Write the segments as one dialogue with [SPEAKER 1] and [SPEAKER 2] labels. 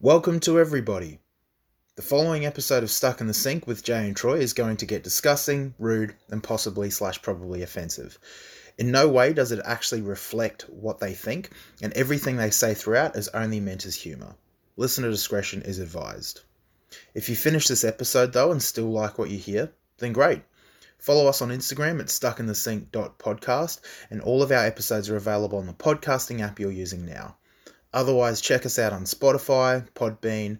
[SPEAKER 1] Welcome to everybody. The following episode of Stuck in the Sink with Jay and Troy is going to get disgusting, rude, and possibly slash probably offensive. In no way does it actually reflect what they think, and everything they say throughout is only meant as humour. Listener discretion is advised. If you finish this episode though and still like what you hear, then great. Follow us on Instagram at stuckinthesync.podcast, and all of our episodes are available on the podcasting app you're using now. Otherwise, check us out on Spotify, Podbean,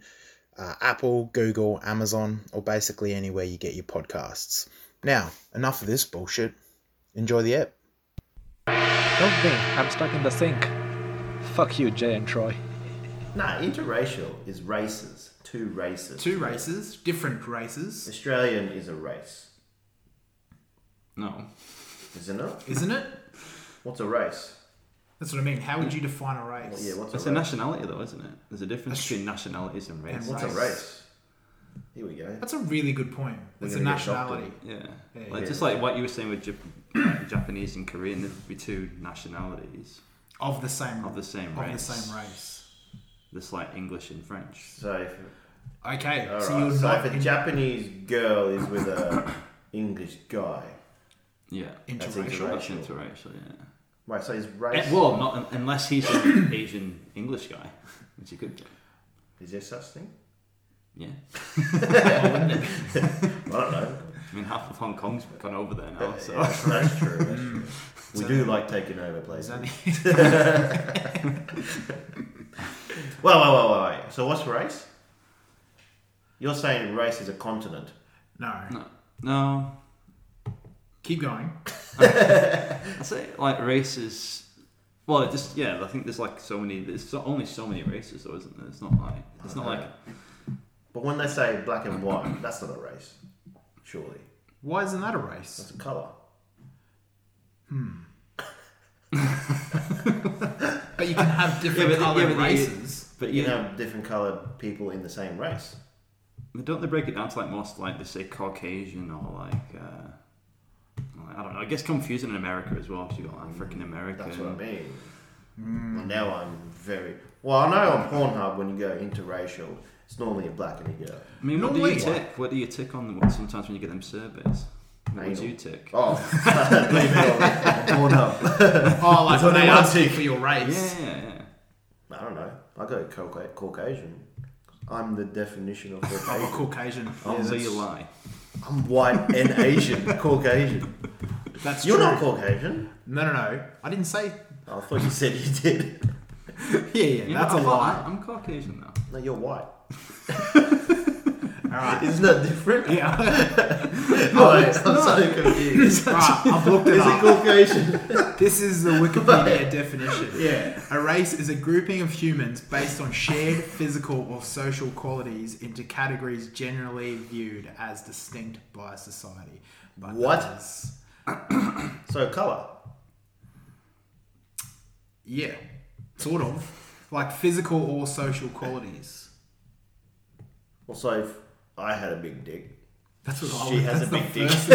[SPEAKER 1] uh, Apple, Google, Amazon, or basically anywhere you get your podcasts. Now, enough of this bullshit. Enjoy the app.
[SPEAKER 2] Help me, I'm stuck in the sink. Fuck you, Jay and Troy.
[SPEAKER 3] No, interracial is races. Two races.
[SPEAKER 4] two races, different races,
[SPEAKER 3] Australian is a race,
[SPEAKER 5] No.
[SPEAKER 3] isn't it?
[SPEAKER 4] isn't it?
[SPEAKER 3] What's a race?
[SPEAKER 4] That's what I mean. How would you define a
[SPEAKER 3] Well,
[SPEAKER 4] race?
[SPEAKER 3] yeah, what's a
[SPEAKER 5] It's
[SPEAKER 3] race?
[SPEAKER 5] a nationality though, isn't it? There's a difference
[SPEAKER 4] That's-
[SPEAKER 5] between nationalities and race.
[SPEAKER 4] And
[SPEAKER 3] what's a
[SPEAKER 4] Race.
[SPEAKER 3] race? Here we go.
[SPEAKER 4] That's a really good point.
[SPEAKER 3] We're
[SPEAKER 4] That's a
[SPEAKER 3] gonna get shocked,
[SPEAKER 4] nationality.
[SPEAKER 5] Yeah.
[SPEAKER 4] Yeah,
[SPEAKER 5] like,
[SPEAKER 3] yeah.
[SPEAKER 5] Just like what you were saying with Jap- Japanese and Korean, there'd be two nationalities
[SPEAKER 4] Of the same
[SPEAKER 5] of the same
[SPEAKER 4] of the
[SPEAKER 5] race.
[SPEAKER 4] same race.
[SPEAKER 5] There's like English and French.
[SPEAKER 3] So, if,
[SPEAKER 4] Okay,
[SPEAKER 3] all
[SPEAKER 4] so
[SPEAKER 3] right,
[SPEAKER 4] you're
[SPEAKER 3] so
[SPEAKER 4] not
[SPEAKER 3] if a
[SPEAKER 4] in-
[SPEAKER 3] Japanese girl is with a English guy,
[SPEAKER 5] Yeah.
[SPEAKER 3] that's
[SPEAKER 4] interracial.
[SPEAKER 5] That's
[SPEAKER 3] interracial.
[SPEAKER 5] interracial, yeah.
[SPEAKER 3] right? So is race?
[SPEAKER 5] Eh, Well, not un- unless he's an Asian English guy, which he could be.
[SPEAKER 3] Is there such thing?
[SPEAKER 5] Yeah.
[SPEAKER 3] I don't know.
[SPEAKER 5] I mean, half of Hong Kong's gone over there now, Oh, so. Mm.
[SPEAKER 3] Yeah, that's true. That's true. We do like taking over places.
[SPEAKER 4] Is that
[SPEAKER 3] Well,
[SPEAKER 4] the-
[SPEAKER 3] well, well, well, well. So what's race? You're saying race is a continent.
[SPEAKER 4] no.
[SPEAKER 5] No. No.
[SPEAKER 4] Keep going.
[SPEAKER 5] I'd say like races. Well, it just yeah, I think there's like so many. There's so, only so many races, though, isn't there? It's not like it's not like
[SPEAKER 3] But when they say black and white, that's not a race, surely.
[SPEAKER 4] Why isn't that a race?
[SPEAKER 3] That's a colour.
[SPEAKER 4] But you can have different
[SPEAKER 5] Yeah, but the-
[SPEAKER 4] colored
[SPEAKER 5] yeah, but the-
[SPEAKER 4] races.
[SPEAKER 5] But
[SPEAKER 3] You
[SPEAKER 5] yeah,
[SPEAKER 3] can have different coloured people in the same race.
[SPEAKER 5] but don't they break it down to like most like they say Caucasian or like uh, like, I don't know. It gets confusing in America as well. 'cause you got African American.
[SPEAKER 3] That's what I mean.
[SPEAKER 5] Mm.
[SPEAKER 3] Well, now I'm very well. I know on Pornhub when you go interracial, it's normally a black and a yellow.
[SPEAKER 5] I mean, what do
[SPEAKER 4] Normally-
[SPEAKER 5] you tick? What do you tick on? What, sometimes when you get them surveys, what would
[SPEAKER 3] Anal.
[SPEAKER 5] you tick?
[SPEAKER 3] Oh, leave it on, on Pornhub.
[SPEAKER 4] Oh, like when
[SPEAKER 3] only
[SPEAKER 4] they
[SPEAKER 3] one
[SPEAKER 4] ask you
[SPEAKER 3] tick.
[SPEAKER 4] for your
[SPEAKER 5] Yeah,
[SPEAKER 4] race.
[SPEAKER 5] yeah, yeah.
[SPEAKER 3] I don't know. I go Cauca- Caucasian. I'm the definition of
[SPEAKER 4] I'm a
[SPEAKER 3] Caucasian.
[SPEAKER 4] Caucasian.
[SPEAKER 5] Oh, so
[SPEAKER 4] that's-
[SPEAKER 5] you lie.
[SPEAKER 3] I'm white and Asian. Caucasian.
[SPEAKER 4] That's
[SPEAKER 3] You're
[SPEAKER 4] true.
[SPEAKER 3] not Caucasian.
[SPEAKER 4] No, no, no. I didn't say.
[SPEAKER 3] I thought you said you did.
[SPEAKER 4] Yeah, yeah.
[SPEAKER 5] You know,
[SPEAKER 4] that's a
[SPEAKER 5] I'm not-
[SPEAKER 4] lie.
[SPEAKER 5] I'm Caucasian though.
[SPEAKER 3] No, you're white.
[SPEAKER 4] All right.
[SPEAKER 3] Isn't that different?
[SPEAKER 4] Yeah.
[SPEAKER 3] Oh, I'm so confused.
[SPEAKER 4] All right. I've looked it
[SPEAKER 3] Is it
[SPEAKER 4] up.
[SPEAKER 3] Caucasian?
[SPEAKER 4] This is the Wikipedia definition.
[SPEAKER 3] Yeah.
[SPEAKER 4] A race is a grouping of humans based on shared physical or social qualities into categories generally viewed as distinct by society. But
[SPEAKER 3] What?
[SPEAKER 4] that is-
[SPEAKER 3] So colour.
[SPEAKER 4] yeah, sort of. Like physical or social qualities.
[SPEAKER 3] Also, if I had a big dick.
[SPEAKER 4] That's what I
[SPEAKER 3] She
[SPEAKER 4] would-
[SPEAKER 3] has
[SPEAKER 4] Oh,
[SPEAKER 3] a
[SPEAKER 4] that's the
[SPEAKER 3] big dick.
[SPEAKER 4] first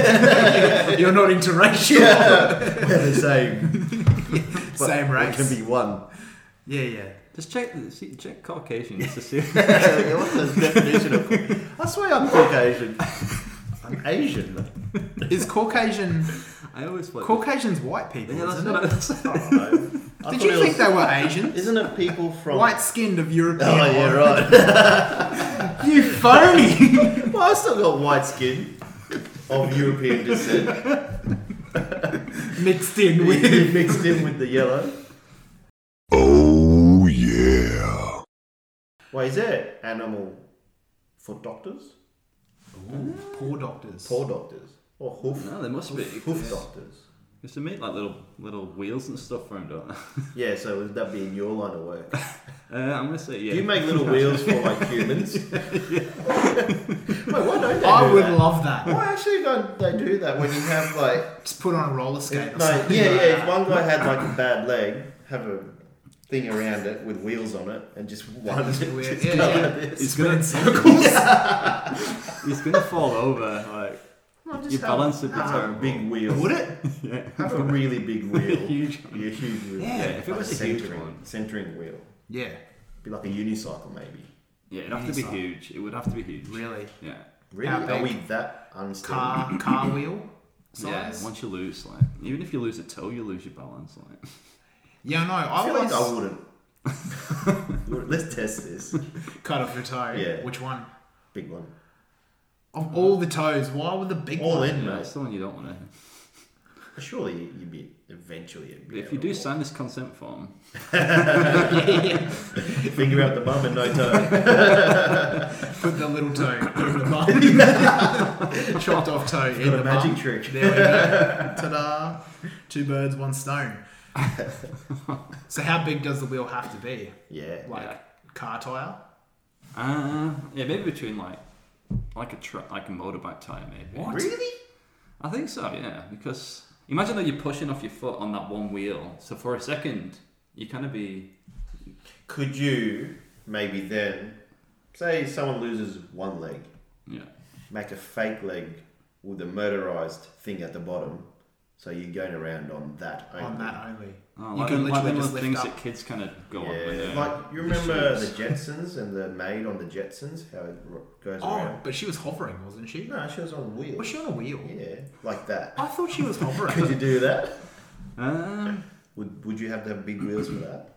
[SPEAKER 4] thing. You're not interracial.
[SPEAKER 3] We're the same. but
[SPEAKER 4] Same
[SPEAKER 3] we
[SPEAKER 4] race.
[SPEAKER 3] can be one.
[SPEAKER 4] Yeah, yeah.
[SPEAKER 5] Just check, see, check Caucasian just to see.
[SPEAKER 3] What's the definition of? I swear I'm Caucasian. I'm Asian.
[SPEAKER 4] Is Caucasian
[SPEAKER 5] I always thought.
[SPEAKER 4] Caucasians white people?
[SPEAKER 5] yeah, that's
[SPEAKER 4] isn't
[SPEAKER 5] what
[SPEAKER 4] it?
[SPEAKER 5] I was
[SPEAKER 3] I don't know. I
[SPEAKER 4] Did
[SPEAKER 3] thought it
[SPEAKER 4] you think
[SPEAKER 3] was-
[SPEAKER 4] they were Asian?
[SPEAKER 3] Isn't it people from?
[SPEAKER 4] White skinned of European.
[SPEAKER 3] Oh yeah,
[SPEAKER 4] origin.
[SPEAKER 3] right.
[SPEAKER 4] You phony.
[SPEAKER 3] well, I still got white skin of European descent
[SPEAKER 4] Mixed in with
[SPEAKER 3] mixed in with the yellow.
[SPEAKER 6] Oh yeah.
[SPEAKER 3] Wait, is there animal for doctors?
[SPEAKER 4] Ooh, poor doctors.
[SPEAKER 3] Poor doctors or hoof?
[SPEAKER 5] No, there must be.
[SPEAKER 3] Hoof doctors.
[SPEAKER 5] Because they make like little little wheels and stuff for him, don't they?
[SPEAKER 3] Yeah, so would that be in your line of work?
[SPEAKER 5] Uh, I'm gonna say yeah.
[SPEAKER 3] Do you make little wheels for like humans? Wait, why don't they?
[SPEAKER 4] I
[SPEAKER 3] do
[SPEAKER 4] would
[SPEAKER 3] that?
[SPEAKER 4] love that.
[SPEAKER 3] Why actually don't they do that when you have like?
[SPEAKER 4] Just put on a roller skate.
[SPEAKER 3] if-
[SPEAKER 4] or
[SPEAKER 3] no, yeah,
[SPEAKER 4] something
[SPEAKER 3] yeah.
[SPEAKER 4] like
[SPEAKER 3] If
[SPEAKER 4] that.
[SPEAKER 3] one guy had like a bad leg, have a thing around it with wheels on it, and just one.
[SPEAKER 4] That's
[SPEAKER 3] just
[SPEAKER 4] weird.
[SPEAKER 3] go
[SPEAKER 4] Yeah, yeah.
[SPEAKER 3] like this.
[SPEAKER 5] He's gonna
[SPEAKER 4] circles.
[SPEAKER 5] he's gonna fall over. Like
[SPEAKER 3] just
[SPEAKER 5] your
[SPEAKER 3] have-
[SPEAKER 5] balance would be
[SPEAKER 3] Have a
[SPEAKER 5] terrible.
[SPEAKER 3] big wheel.
[SPEAKER 4] Would it?
[SPEAKER 5] yeah.
[SPEAKER 3] Have a really big wheel.
[SPEAKER 5] Huge
[SPEAKER 3] Yeah, a huge wheel.
[SPEAKER 5] Yeah, if it was a huge
[SPEAKER 3] centering,
[SPEAKER 5] one.
[SPEAKER 3] centering wheel,
[SPEAKER 4] Yeah.
[SPEAKER 3] be like a unicycle maybe.
[SPEAKER 5] Yeah, it'd have to be
[SPEAKER 4] Mini-sub.
[SPEAKER 5] huge. It would have to be huge.
[SPEAKER 4] Really?
[SPEAKER 5] Yeah.
[SPEAKER 3] Really?
[SPEAKER 4] How
[SPEAKER 3] Are we
[SPEAKER 4] big?
[SPEAKER 3] that unstable?
[SPEAKER 4] Car car wheel
[SPEAKER 5] Yeah.
[SPEAKER 4] size?
[SPEAKER 5] Once you lose, like, even if you lose a toe, you lose your balance. Like,
[SPEAKER 4] Yeah, no, I
[SPEAKER 3] I feel
[SPEAKER 4] always
[SPEAKER 3] like I wouldn't. Let's test this.
[SPEAKER 4] cut off your toe.
[SPEAKER 3] Yeah.
[SPEAKER 4] Which one?
[SPEAKER 3] Big one.
[SPEAKER 4] Of all the toes, why would the big
[SPEAKER 3] All
[SPEAKER 4] one?
[SPEAKER 3] in,
[SPEAKER 5] yeah,
[SPEAKER 3] mate.
[SPEAKER 5] it's the one you don't want to.
[SPEAKER 3] Surely you'd be eventually. You'd be
[SPEAKER 5] If you
[SPEAKER 3] able
[SPEAKER 5] do
[SPEAKER 3] to
[SPEAKER 5] sign this consent form,
[SPEAKER 3] walk. finger out the bum and no toe.
[SPEAKER 4] Put the little toe in the bum. Chopped off toe in
[SPEAKER 3] Got
[SPEAKER 4] the
[SPEAKER 3] a magic
[SPEAKER 4] bum.
[SPEAKER 3] trick.
[SPEAKER 4] There we go. Ta-da! Two birds, one stone. so how big does the wheel have to be?
[SPEAKER 3] Yeah.
[SPEAKER 4] Like
[SPEAKER 5] Yeah.
[SPEAKER 4] car tire?
[SPEAKER 5] uh, yeah, maybe between like, like a truck, like a motorbike tire, maybe.
[SPEAKER 3] Really?
[SPEAKER 5] I think so, yeah. Because imagine that you're pushing off your foot on that one wheel. So for a second, you kind of be.
[SPEAKER 3] Could you maybe then say someone loses one leg,
[SPEAKER 5] Yeah.
[SPEAKER 3] make a fake leg with a motorized thing at the bottom, so you're going around on that only.
[SPEAKER 4] On that only.
[SPEAKER 5] Oh,
[SPEAKER 4] you
[SPEAKER 5] like
[SPEAKER 4] can
[SPEAKER 5] them- like
[SPEAKER 4] literally
[SPEAKER 5] them little
[SPEAKER 4] just lift
[SPEAKER 5] things
[SPEAKER 4] up.
[SPEAKER 5] that kids kind of go on. when
[SPEAKER 3] Yeah,
[SPEAKER 5] they're-
[SPEAKER 3] like you
[SPEAKER 5] the
[SPEAKER 3] remember the
[SPEAKER 5] shoots.
[SPEAKER 3] Jetsons and the maid on the Jetsons, how it ro- goes
[SPEAKER 4] Oh,
[SPEAKER 3] around.
[SPEAKER 4] but she was hovering, wasn't she?
[SPEAKER 3] No, she was on a wheel.
[SPEAKER 4] Was she on a wheel?
[SPEAKER 3] Yeah, like that.
[SPEAKER 4] I thought she was
[SPEAKER 3] Could you
[SPEAKER 4] hovering.
[SPEAKER 3] do that?
[SPEAKER 5] Um,
[SPEAKER 3] Would Would you have to have big wheels for that?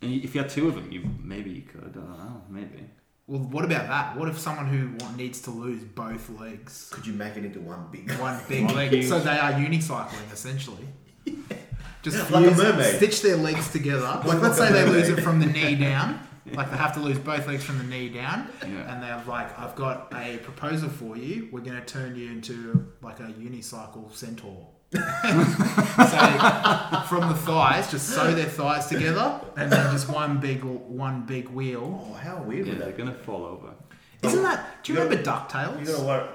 [SPEAKER 5] and you- if you had two of them, you maybe you could. I don't know. Maybe.
[SPEAKER 4] well, what about that? What if someone who wa- needs to lose both legs?
[SPEAKER 3] Could you make it into one big
[SPEAKER 4] One big
[SPEAKER 5] One
[SPEAKER 4] leg.
[SPEAKER 5] huge-
[SPEAKER 4] So they are unicycling, essentially. Just
[SPEAKER 3] Like a
[SPEAKER 4] fuse-
[SPEAKER 3] mermaid.
[SPEAKER 4] Stitch their legs together. Like,
[SPEAKER 3] Like
[SPEAKER 4] let's
[SPEAKER 3] a
[SPEAKER 4] say they lose
[SPEAKER 3] mermaid.
[SPEAKER 4] it from the knee down. Like, they have to lose both legs from the knee down.
[SPEAKER 5] Yeah.
[SPEAKER 4] And they're like, I've got a proposal for you. We're going to turn you into like a unicycle centaur. so from the thighs, just sew their thighs together, and then just one big one big wheel.
[SPEAKER 3] Oh, how weird
[SPEAKER 5] Yeah,
[SPEAKER 3] would
[SPEAKER 5] they're
[SPEAKER 3] that?
[SPEAKER 5] gonna fall over.
[SPEAKER 4] Isn't that? Do you
[SPEAKER 3] Oh. You gotta-
[SPEAKER 4] remember Ducktales?
[SPEAKER 3] You gotta worry.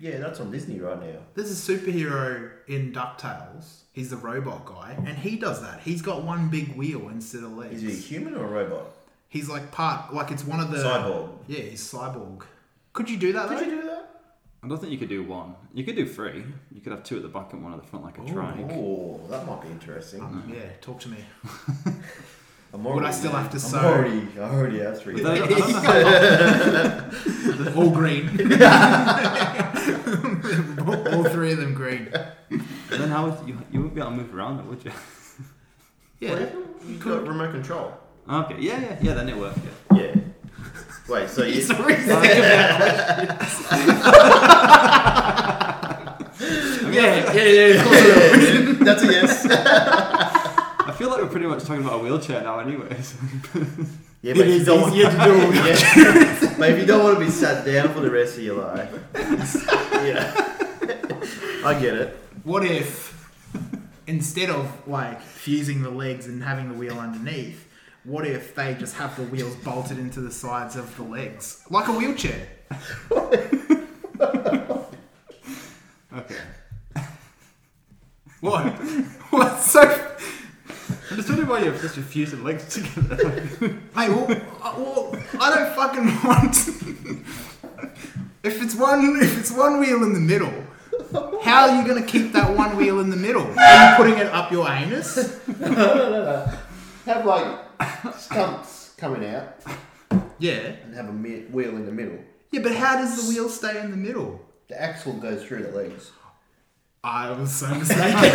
[SPEAKER 3] Yeah, that's on Disney right now.
[SPEAKER 4] There's a superhero in DuckTales. He's the robot guy, and he does that. He's got one big wheel instead of legs.
[SPEAKER 3] Is he a human or a robot?
[SPEAKER 4] He's like part, like it's one of the.
[SPEAKER 3] Cyborg.
[SPEAKER 4] Yeah, he's cyborg. Uh, Could you do that
[SPEAKER 3] Could
[SPEAKER 4] though?
[SPEAKER 3] you do that?
[SPEAKER 5] I don't think you could do one. You could do three. You could have two at the back and one at the front, like a trike.
[SPEAKER 3] Oh, that might be interesting.
[SPEAKER 4] Um, yeah, talk to me.
[SPEAKER 3] I'm
[SPEAKER 4] Would I still have to
[SPEAKER 3] I'm
[SPEAKER 4] sew?
[SPEAKER 3] Already, I already have three.
[SPEAKER 5] But I don't- I don't know how-
[SPEAKER 4] All green. All three of them green.
[SPEAKER 5] then how would you, you wouldn't be able to move around it, would you?
[SPEAKER 4] Yeah.
[SPEAKER 3] You got remote control.
[SPEAKER 5] okay. Yeah, yeah, yeah. Then it worked. Yeah.
[SPEAKER 3] Yeah. Wait, so you.
[SPEAKER 4] Yeah, yeah, yeah.
[SPEAKER 3] that's a yes.
[SPEAKER 5] I feel like we're pretty much talking about a wheelchair now, anyways.
[SPEAKER 3] Yeah, but if you don't want-
[SPEAKER 4] do.
[SPEAKER 3] Yeah. but if you don't want to be sat down for the rest of your life, yeah, I get it.
[SPEAKER 4] What if instead of like fusing the legs and having the wheel underneath, what if they just have the wheels bolted into the sides of the legs? Like a wheelchair.
[SPEAKER 5] okay.
[SPEAKER 4] What? what? So,
[SPEAKER 5] I'm just wondering why you're just fusing legs together.
[SPEAKER 4] hey, well, I- well, I don't fucking want. if it's one, if it's one wheel in the middle, how are you gonna keep that one wheel in the middle? Are you putting it up your anus?
[SPEAKER 3] Have like stumps coming out
[SPEAKER 4] Yeah.
[SPEAKER 3] and have a mi- wheel in the middle.
[SPEAKER 4] Yeah, but how does the wheel stay in the middle?
[SPEAKER 3] The axle goes through the legs.
[SPEAKER 4] I was so mistaken.